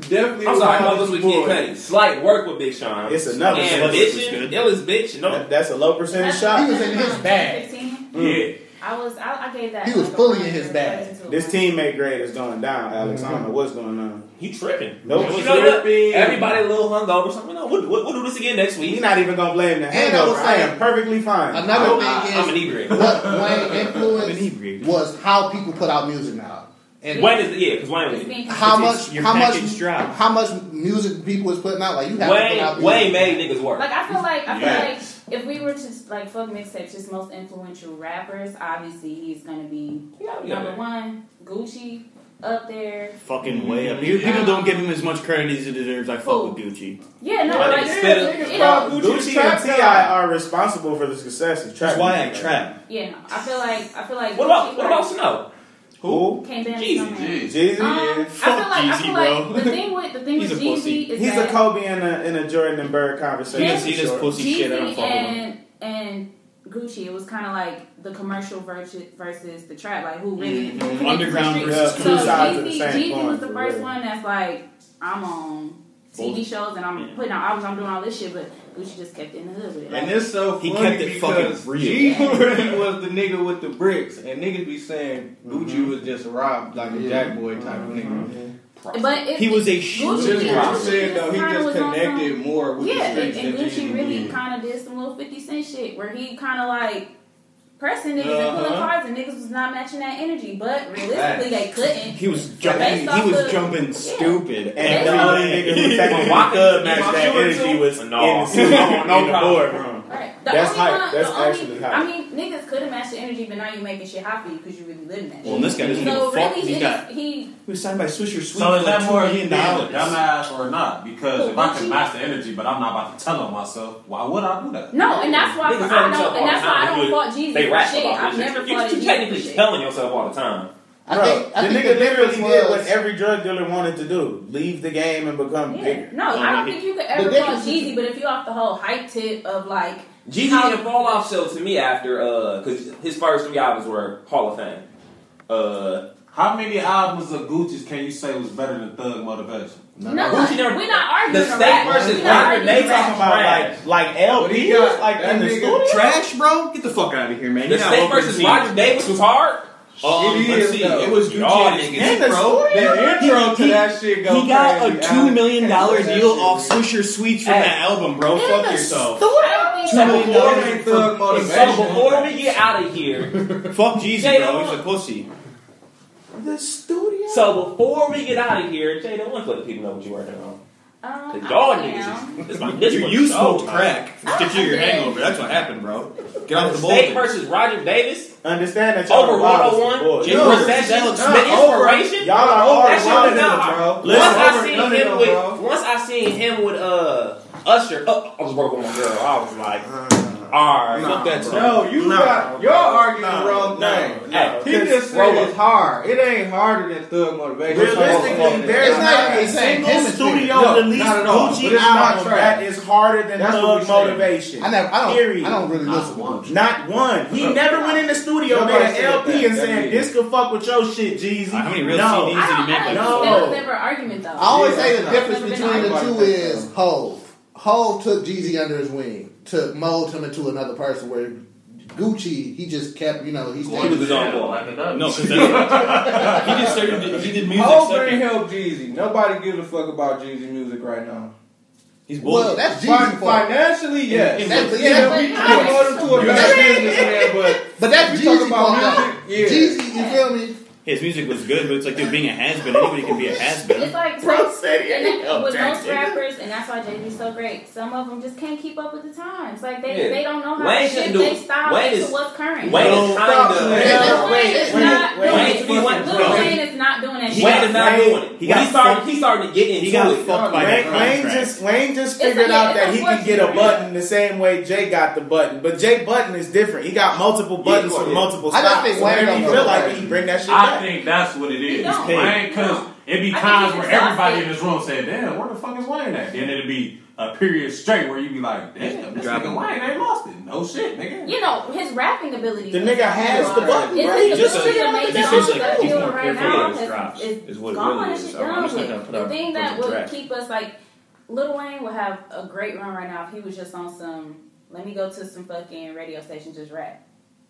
Definitely.
I'm sorry, I was with Kid Cudi. Slight work with Big Sean.
It's another
ambition. Illest bitch. No,
that's a low percentage shot.
He was in
his bag.
Yeah.
Mm.
I was. I, I gave that.
He was
like, a
fully in
one.
his bag. This teammate grade is going down, Alex. I don't know what's going on.
You tripping?
Nope.
You know what? Everybody a little hungover. Something. No, we'll, we'll, we'll do this again next week.
You're not even gonna blame the
And I
hangover.
was
I
saying-
am perfectly fine.
Another
Nope.
thing is
I'm e- inebriated.
what Wayne influenced was how people put out music now. And
Wayne is yeah, because Wayne was
how much
Your
how
package
much
drop.
how much music people is putting out? Like you have to put out
Wayne.
music.
Wayne made niggas work.
Like I feel like I feel
Facts.
like if we were to like fuck mixtapes, just most influential rappers, obviously he's gonna be
yeah.
number one. Gucci up there.
Fucking way up. People people don't give him as much credit as he deserves. I fuck with Gucci.
Yeah, no,
My
like
nigga
you
spit
know,
it.
you know,
Gucci and Ti are responsible for the success of trap.
That's why I
music.
trap.
yeah, no, I feel like I feel like
What about-
Gucci,
what about
like,
Snow?
Who?
Came down
Jeezy,
Jeezy.
Jeezy,
Um,
yeah.
I feel like I feel like the thing with the thing
He's
with
a pussy.
Jeezy is
He's a
that
Kobe and a, and a Jordan and Bird conversation.
You see this pussy shit, I don't
Yeezy
fuck with him.
and and Gucci, it was kind of like the commercial versus versus the trap, like who really
Mhm.
who really
Underground
the street-
versus
so
two sides of the
Jeezy,
same
Jeezy
coin,
was the
for
first
real.
one that's like I'm on TV shows and I'm putting out albums, I'm doing all this shit, but Gucci just kept it in the hood with it.
And
Like,
it's so funny
He kept it fucking
because
real.
G really was the nigga with the bricks, and niggas be saying Gucci
Mm-hmm.
was just robbed like a Jack Boy type of nigga.
But it-
He was a
Gucci-
huge
Just what you
rock.
said though, he
Kinda
just
was on
connected
some-
more with
yeah,
the
and,
streets
and
than
Gucci
Jeezy
really
did.
kind of did some little 50 Cent shit where he kind of like pressing niggas and pulling
Uh-huh.
cards, and niggas was not matching that energy. But realistically, they couldn't.
He was
Based
jumping.
off
He was
of-
jumping stupid.
And the only nigga who
every
technically
day.
could match that energy was
No.
in the suit,
No, no
in the
problem.
boardroom.
Right. The
That's
only
hype.
one-
That's
the only-
actually
I
hype.
mean, niggas could have matched the energy, but now you making shit hot for you because you really living that.
Well, and this guy doesn't
shit. so
give a fuck.
Really,
He
it
got-
is- he
He was signed by Swisher Sweet
So
for
is
like
that
two
more
million
being a
dollars.
dumbass or not? Because if I
Gucci-
can master energy, but I'm not about to tell on myself, why would I do that?
No, and that's
Niggas
why
tell
I don't.
themselves all
And that's
the
why I
time,
don't
they do it.
fault Jesus
oh, They
for
rap
shit.
about
I've
this
never
shit. You,
faulted
you
Jesus for
technically
shit.
telling yourself all the time.
Bro,
I
the
think
nigga
the
literally
difference
did what
was-
every drug dealer wanted to do: leave the game and become bigger.
No, I don't think you could ever
The
fault
difference-
Jeezy, but if you off the whole hype tip of like
Jeezy
how-
didn't fall off show to me after uh because his first three albums were Hall of Fame. Uh,
how many albums of Gucci's can you say was better than Thug Motivation?
No, we're not arguing.
The state versus Robert, they talking about,
like like LP, like in the studio.
trash, bro. Get the fuck out of here, man.
The
You're not
State
open
versus
to me.
Roger Davis was hard.
Um,
It
let's
is,
see.
though.
It was Gucci
Y'all
and
niggas
his
in the
bro.
studio.
The
intro to that shit go
He got
crazy,
a two million dollar deal off Swisher Sweets from
Hey.
that album, bro.
In
Fuck
the
yourself.
studio.
So
Two
Two
million
million
dollars
for-
for-
So before we get out of here,
fuck Jeezy,
Jada
bro.
Wong-
He's a pussy.
The studio.
So before we get out of here, Jay, don't want to let the people know what you're working on.
Um,
Cause y'all
I
niggas
am.
is, this my this
You-
one
you
so
smoked
hard.
crack to cure your hangover. That's what happened, bro. Get off the
State
bowl.
versus Roger Davis.
Understand that y'all
Over
are wild as
101,
boys.
Jim
No,
Recession,
no,
the
over-
inspiration.
Y'all are all
That shit
wild
was
as
not
him, bro.
hard. Once I
Over-
seen
no, no,
him
no, bro.
with, once I seen him with uh Usher, uh, I was working with my girl. I was like, all right,
Nah,
fuck that.
bro.
song.
No, you got you're arguing the wrong thing.
no.
he just said it's hard. It ain't harder than Thug Motivation.
Realistically, there's not a single studio
No,
released
not at all. But
Gucci
it's not
album
trash.
that is harder than
That's what
Thug
we saying.
Motivation.
I never. I don't.
Period.
I don't really listen to Gucci.
Not one. He
Bro.
never went in the studio,
Nobody
made an
said
LP,
that.
and
That
said,
is-
"This could fuck with your shit, Jeezy."
How many real
no.
CDs did he make?
I
Like,
don't-
No.
That was never an argument though.
I always
Yeah.
say the
Yeah.
difference
Never been
between the
argued.
two is Hove. Hove took Jeezy under his wing to mold him into another person. Where Gucci, he just kept, you know, he
He was his own
stayed.
No,
boy.
because he just started. He did music.
Hov
second.
didn't help Jeezy. Nobody gives a fuck about Jeezy music right now.
He's
Well,
bullied.
that's
Fin-
Jeezy fault.
financially, yes.
In- in- That's-
You
yeah,
know,
that's-
we promote him to a
You're
better
right.
businessman, but
But that's
if you talk
Jeezy
about
fault. though.
music, yeah.
Jeezy, you feel me?
His music was good, but it's like dude being a has been. Anybody can be a has been.
It's like
Bro said he
and
ain't
that- with
no
most
jack nigga.
rappers, and that's why Jay Z's so great. Some of them just can't keep up with the times. Like they,
Yeah.
they don't know how to
Wayne shouldn't
shift
do
their
it.
style
Wayne
into
is-
what's current.
Wayne is kind
Wayne
of.
is not
Wayne-
doing-
Wayne- Wayne- Wayne-
Lil Wayne is not doing that.
He
shit.
got is not doing it. He,
got
he started. He started to get into
He got
it.
fucked by Wayne, Wayne just Wayne just
It's
figured
a-
out
it's
that he can get a
unfortunate.
button the same way Jay got the button, but Jay button is different. He got multiple buttons
yeah.
for multiple
I
styles.
don't think
so
Wayne
whenever
got
you
the
feel like it,
button.
he bring that shit
I
back.
think that's what it is.
He's paid.
Wayne, because it'd be
I think
times
he's
where everybody in this room said, "Damn, where the fuck is Wayne at?" Then it'd be a period straight where you'd be like, "Damn, this
Drop
nigga
him.
Wayne ain't lost it. No shit, nigga."
You know his rapping ability.
The nigga has the button,
It's
bro.
like the
Just
ability
a-
to make
this
songs
is like-
that
he's
do
more
right
careful
now
with his drops,
is-
is what it
gone
really
and
is. I'm
shit done
just not gonna
with.
put
The
out
thing that
fucking
would
trash.
keep us like Lil Wayne would have a great run right now if he was just on some. Let me go to some fucking radio station just rap.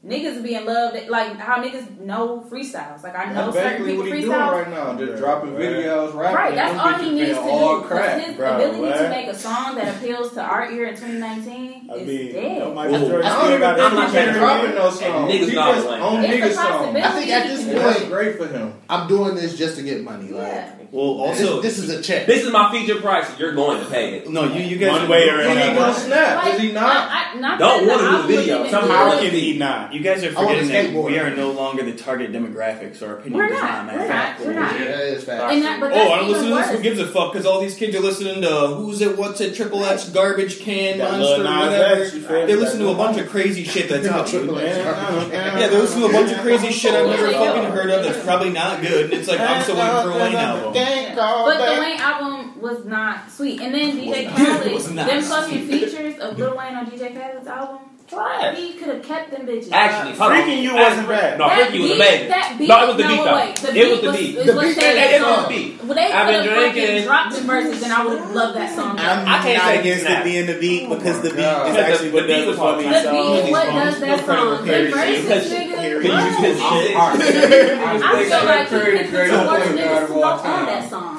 Niggas would be in love that- like how niggas know freestyles. Like I know
That's
certain
basically
people
what he's
freestyle.
doing right now. Just dropping videos, rapping.
Right, that's
Them
all
bitches
he needs to
been
do.
all
'cause
crap,
his
bro,
ability to
what?
make a song that appeals to our ear in 2019 is dead.
no
That's-
Michael Jordan
that's
still
what
got
I'm
him.
saying.
He dropping those songs.
niggas
He
not
just
like
on
that.
niggas
It's a
songs.
possibility. I think at this
And that's
point-
great for him.
I'm doing this just to get money. Like,
well, also
this, this is a check.
This is my feature price. You're going to pay it.
No, you you guys
One way or
You
another.
guys-
Snap, is he not?
I, not
Don't want
that the
to do a
album
video.
wasn't even
How
good.
can he not? You guys are
I want a
forgetting that
skateboard.
we are no longer the target demographic, so our opinion
We're
does
not.
not matter.
We're not. We're not. Yeah, that
is
fact. And that- but
oh, I
that's
don't listen to
even
this. Who
worse.
gives a fuck? Because all these kids are listening to who's it, what's it, Triple X, garbage can,
That
monster,
Lil Nas
whatever.
X, you feel me?
They listen to a bunch of crazy shit that's out. dude. Yeah, they listen to a bunch of crazy shit I've never fucking heard of that's probably not good. And it's like I'm still waiting for a Wayne album.
But the Wayne album was not sweet. And then DJ Khaled,
Was not
them fucking features of Lil Wayne on DJ Khaled's album,
Trash.
he could have kept them bitches.
Actually, hold on.
Freaking You
That's-
wasn't bad.
No,
That
Freaking You was
beat-
amazing.
that beat-
No, it was the
no,
beat
wait, the
though. It was
beat
the
was-
beat.
is
The
what
beat.
saved
It- it
the
was
song.
the beat.
Well, they
I've been
could have fucking
drinking.
dropped the verses, and I would have loved that song.
I'm
I
can't
not
say
against
snap.
it being the beat because the beat is
Because
actually
the-
what
the
does
beat
it for me.
was
so-
The beat, what does that song? The verses, nigga. what? I feel like he could have put worse niggas to work on that song.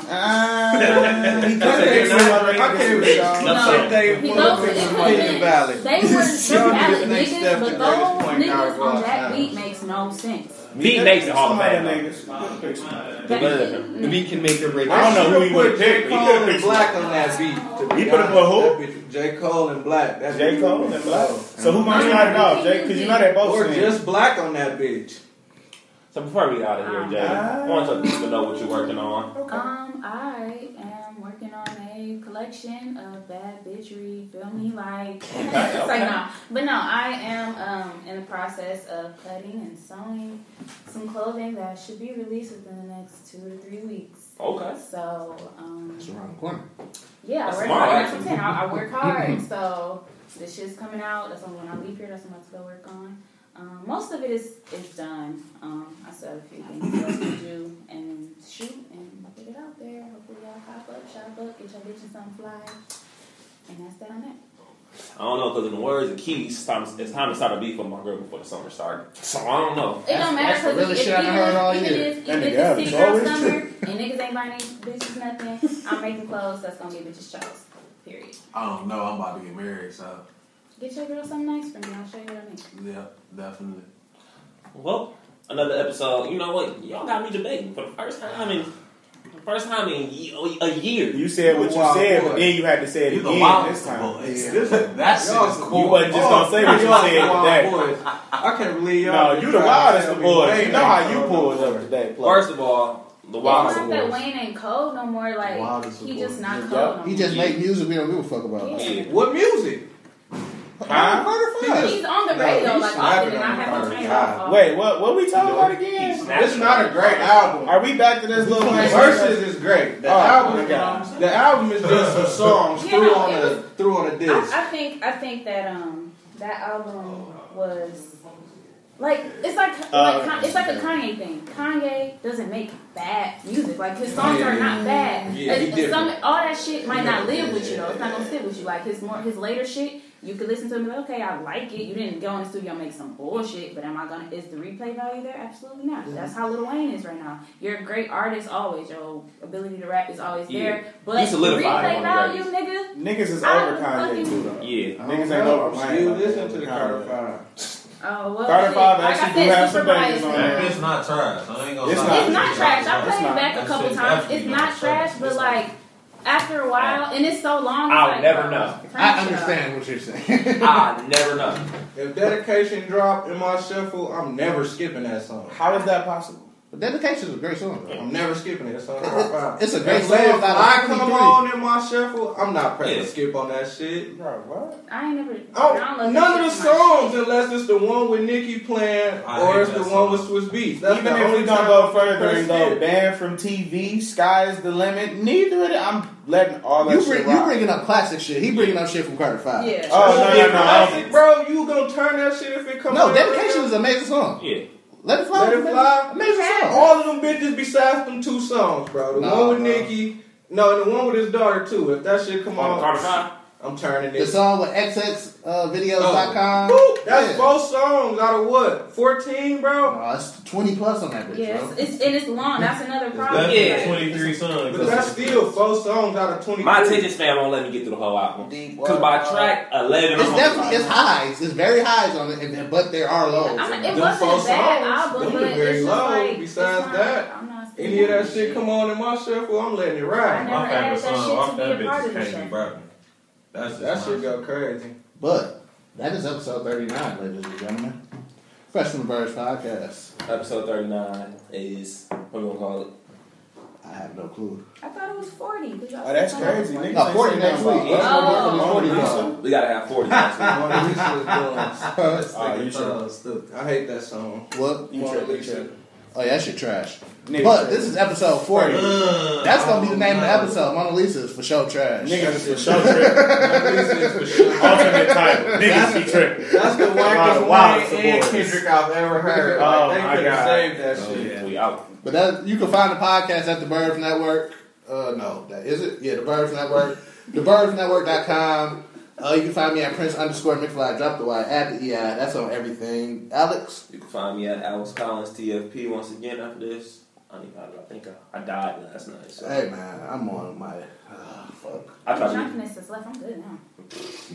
They were they're valid niggas, but those niggas on that beat makes no sense.
Beat makes it all the
Some
bad.
other
The beat can make or break.
I don't know who he would J.
picked, but he
Cole
could've
and
picked
Black on that beat.
He could've put who?
J. Cole and Black. That's
J. Cole and Black. So who might not it off, Jay? Because you know they both
Or
sing.
just Black on that bitch.
So before we get out of here, Jay, I want you to know what you're working on.
Um, I am working on a collection of bad bitchery. Feel me, like it's like no, but no, I am um in the process of cutting and sewing some clothing that should be released within the next two to three weeks.
Okay.
So um,
It's around the corner.
Yeah,
That's
I work
smart,
hard. That's what I'm
actually.
saying. I, I work hard.
Mhm.
so this shit's coming out. That's when I leave here. That's what I'm about to go work on. Um, most of it is is done. Um, I still have a few things left to do and shoot and get it out there. Hopefully y'all pop up, shop up, get your bitches something fly, and that's that on that.
I don't know because in the words of Keys, it's time, it's time to start a beef with my girl before the summer starts. So I don't know.
It don't matter because if, if even, even if
That
even if
nigga
it's city
average.
girl
Always
summer and niggas ain't buying these bitches nothing, I'm making clothes that's gonna get bitches chose. Period.
I don't know. I'm about to get married, so
Get your girl something nice for me. I'll show you what I mean.
yeah, definitely.
Well, another episode. You know what? Y'all got me debating for the first time in the first time in ye- a year.
You said what you
Wild
said,
boy.
but then you had to say it
He's a
again
wild
this time.
That's
Y'all- You wasn't just gonna say what you
Y'all
said
wild
today.
boys. I can't believe
No,
y'all.
you the wildest of boys. You know how you pulled up today.
First of all, the
It's
wildest
not
of
that
boys.
Wayne ain't cold no more. Like
Wild
he just not cold. No
Yup.
more.
He just make music we don't give a fuck about.
Yeah.
What music?
Huh?
He's on the radio
No, he's
like
slapping
often, and I
on
have to
the
turn it
hard
off.
Wait, what? What we talking about again?
It's not a great album.
Are we back to this little
The verses is great. The
Oh,
album,
my God.
the album is just some songs
Yeah,
threw on
it
a threw on a disc.
I, I think I think that um that album was like it's like like Kan- it's like a Kanye thing. Kanye doesn't make bad music. Like his songs are not bad.
Yeah, he
It's- it's some-
different.
all that shit might not live with you though. It's not gonna sit with you. Like his more his later shit You could listen to them and be like, okay, I like it. You didn't go in the studio and make some bullshit, but am I gonna? Is the replay value there? Absolutely not.
Mhm.
That's how Lil Wayne is right now. You're a great artist always. Your ability to rap is always
Yeah.
there, but
You solidified
replay
on
value,
the
nigga.
Niggas is
I
over Kanye
fucking-
too, though.
Yeah,
niggas ain't
know.
over Kanye.
Still
like they
listen
over
to the
Kanye.
Carter Five.
Oh well.
Carter
shit.
Five
Like I
actually do
said,
have some bangers
supervised.
on
That
there.
bitch not trash. I ain't gonna
It's
lie.
not-
It's not trash. I
It's
played
not-
it back a
that
couple
shit
times.
definitely
It's not trash, but like after a while, and it's so long.
I'll
it's like,
never
bro,
know.
turn
I
shit off.
understand what you're saying.
I never know.
If dedication drop in my shuffle, I'm never skipping that song.
How is that possible?
But Dedication is a great song. though.
I'm never skipping it. That's all I
It's a great
If
song.
if I
Out of
come
23.
on in my shuffle, I'm not pressing
Yeah.
skip on that shit.
Bro, what?
I ain't never.
I don't- Oh, none of the songs, unless it's the one with Nicki playing
I hate
or it's
that
the
song.
one with Swiss Beats. That's
Even
the
if
only
we gonna
time
go
I
further
press
and go
skip.
banned from TV, sky's the limit. Neither of them. I'm letting all that
You
shit
bring, you
rock.
bringing up classic shit. He bringing up shit from Carter Five.
Yeah.
oh no
If
no no!
classic,
I'm-
bro, you gonna turn that shit if it comes.
No,
on.
Dedication is an amazing song.
Yeah.
Let it fly.
Let it
was an
fly.
Amazing, amazing song.
All of them bitches besides them two songs, bro. The
Nah,
one with
bro.
Nicki, no, and the one with his daughter too. If that shit come
Uh,
On
on,
Carter Five?
I'm turning
The
it.
song with uh, xxvideos.com.
Boop, Oh. that's
Yeah.
four songs out of what? 14, bro?
Nah, it's 20 plus on that bitch,
Yes,
bro.
it's and it's long. That's another problem.
That's
Yeah.
23 songs.
But that's still four songs out of 20.
My attention span won't let me get through the whole album. Cause by track eleven,
It's
I'm
definitely
like,
it's highs. It's very highs on it, and- but there are lows.
I mean, it
Them
wasn't
four
a bad
songs,
album,
them
but
were
it's
very
just
low.
like it's
Besides
not-
that,
I'm not
Any of that
singing.
shit come on in my shuffle, I'm letting it
I
ride.
know.
My favorite
Never asked that
song
shit
off
to
that
be a part
bitch
of
is
the
Can't
show.
Be Broken. That's just
That
my
shit go crazy.
But that is episode 39, ladies and gentlemen. Fresh from the Birds podcast.
episode thirty nine is what we gonna call it.
I have no clue.
I thought it was forty.
Oh, that's crazy. Niggas
No,
ain't
40
saying
next
nothing
week.
about
Oh.
Mona
Forty
Lisa.
next
We gotta have forty. next week.
Mona Lisa is doing.
Huh?
Oh, you should.
uh, I hate that song.
What?
You
Mona
tripping, you
Lisa.
tripping.
Oh, yeah, that shit trash.
Niggas
But
tripping.
this is episode 40.
Ugh,
That's going to be
oh,
the name of the
no.
episode. Mona Lisa is for sure trash.
Niggas is for show trip.
Mona Lisa is for sure.
Alternate title. Niggas be tripping.
That's the wackest
Wow, wow,
Wayne and
supporters.
Kendrick I've ever heard. Like,
Oh,
they
my
could have
God. Oh,
saved that shit.
Yeah, we out.
But that you can find the podcast at the Burbs Network. Uh, no, that is it. Yeah, the Burbs Network. TheBurbsNetwork.com. Uh, you can find me at Prince underscore McFly. Drop the Y. Add the EI. That's on everything. Alex.
You can find me at Alex Collins TFP once again after this. I don't even know. I think I, I died last night. So
Hey man, I'm on my. ah, fuck.
I
The
tried to
drunkenness is left. I'm good now.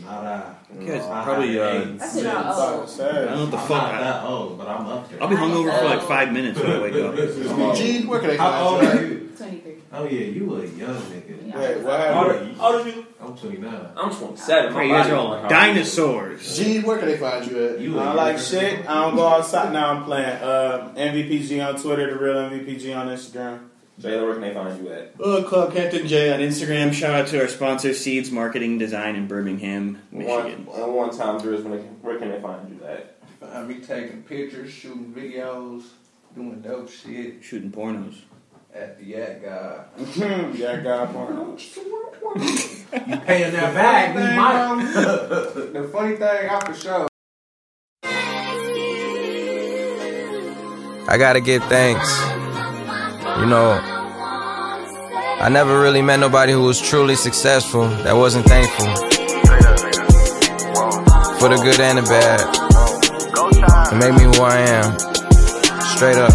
Not I.
Guys, probably. Uh,
That's it all.
So
old.
I
sad.
don't know what the
I'm
fuck.
not
I,
that old, but I'm up there.
I'll be hungover for like five minutes when I wake up.
Gene, where can they
How old
find
are
you?
you?
Twenty-three.
Oh yeah, you a young nigga.
Yeah.
Wait, what
How
happened?
old- how old are you?
I'm 29.
I'm 27. My
Right, you guys
body
are
don't
all
know.
dinosaurs.
Gene, where can they find you at?
You
I
a
don't like
young
shit.
nigga.
I don't go outside. Now I'm playing. Uh, MVPG on Twitter, the real MVPG on Instagram.
Jayla, where can they find you at?
Uh, Club Captain J on Instagram. Shout out to our sponsor, Seeds Marketing Design in Birmingham, Michigan.
One, uh, one time, Drew, where can- where can they find you at?
I be taking pictures, shooting videos, doing dope shit
Shooting pornos.
at the Yak Guy.
yeah, God, porn.
You paying that back? We might.
The funny thing, I for sure
I gotta give thanks. You know, I never really met nobody who was truly successful that wasn't thankful. For the good and the bad. It made me who I am. Straight up.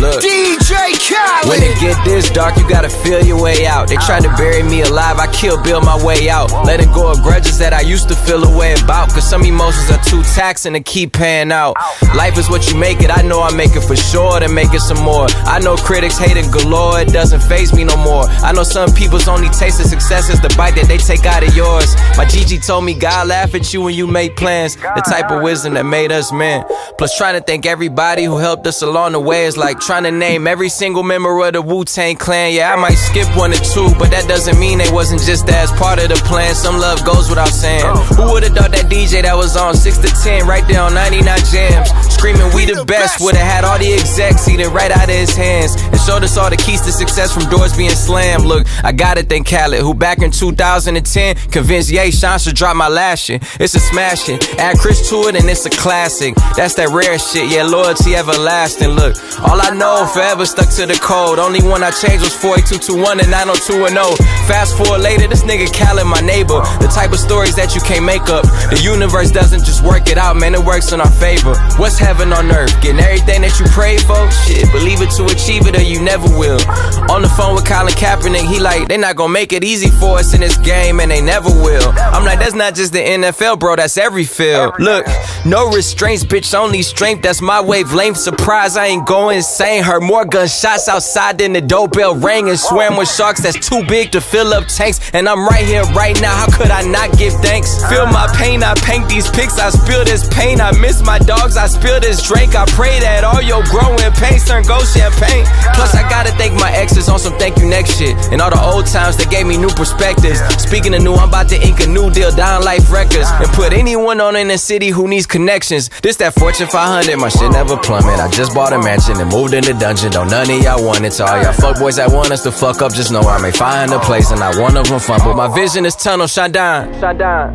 Look.
DJ Khaled.
When it get this dark, you gotta feel your way out. They tried to bury me alive, I kill Bill my way out. Letting go of grudges that I used to feel a way about. Cause some emotions are too taxing to keep paying out. Life is what you make it, I know I make it for sure to make it some more. I know critics hating galore, it doesn't phase me no more. I know some people's only taste of success is the bite that they take out of yours. My Gigi told me God laugh at you when you make plans. The type of wisdom that made us men. Plus, trying to thank everybody who helped us along the way is like trying to name every single member of the Wu Tang clan. Yeah, I might skip one or two, but that doesn't mean they wasn't just as part of the plan. Some love goes without saying. Who would've thought that DJ that was on 6 to 10 right there on 99 Jams? Screaming, We the best. Would've had all the execs eating right out of his hands. And showed us all the keys to success from doors being slammed. Look, I got it, thank Khaled, who back in 2010 convinced Ye Sean to drop my last shit. It's a smash hit. Add Chris to it, and it's a classic. That's that rare shit, yeah, loyalty everlasting. Look, all I know, forever stuck to the code. Only one I changed was 4221 and 90210. Fast forward later, this nigga Khaled, my neighbor. The type of stories that you can't make up. The universe doesn't just work it out, man, it works in our favor. What's heaven on earth? Getting everything that you pray for? Shit, believe it to achieve it or you never will. On the phone with Colin Kaepernick, he like, they not gonna make it easy for us in this game, and they never will. I'm like, that's not just the NFL, bro, that's every field. Look, no restraints, bitch, only strength, that's my wavelength. Surprise, I ain't going insane. Heard more gunshots outside than the doorbell rang, and swam with sharks that's too big to fill up tanks. And I'm right here, right now, how could I not give thanks? Feel my pain, I paint these pics, I spill this pain. I miss my dogs, I spill this drink. I pray that all your growing pains turn gold champagne. Plus, I gotta thank my exes on some thank you next shit. And all the old times that gave me new perspectives. Speaking of new, I'm about to ink a new deal, down life records. And put anyone on in the city who needs connections. This that Fortune 500, my shit never plummet. I just bought a mansion and moved in the dungeon. Don't none of y'all want it. To all y'all fuckboys that want us to fuck up, just know I may find a place and I one of them fun. But my vision is tunnel, shine down. Shine down.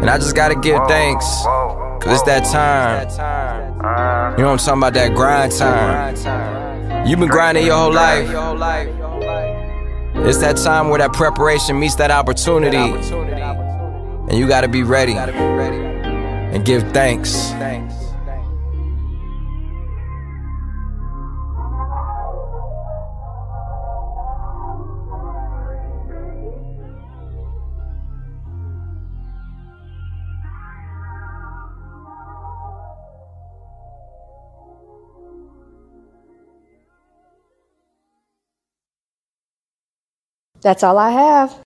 And I just gotta give thanks. Cause it's that time. You know what I'm talking about? That grind time. You've been grinding your whole life. It's that time where that preparation meets that opportunity. And you gotta be ready. And give thanks.
That's all I have.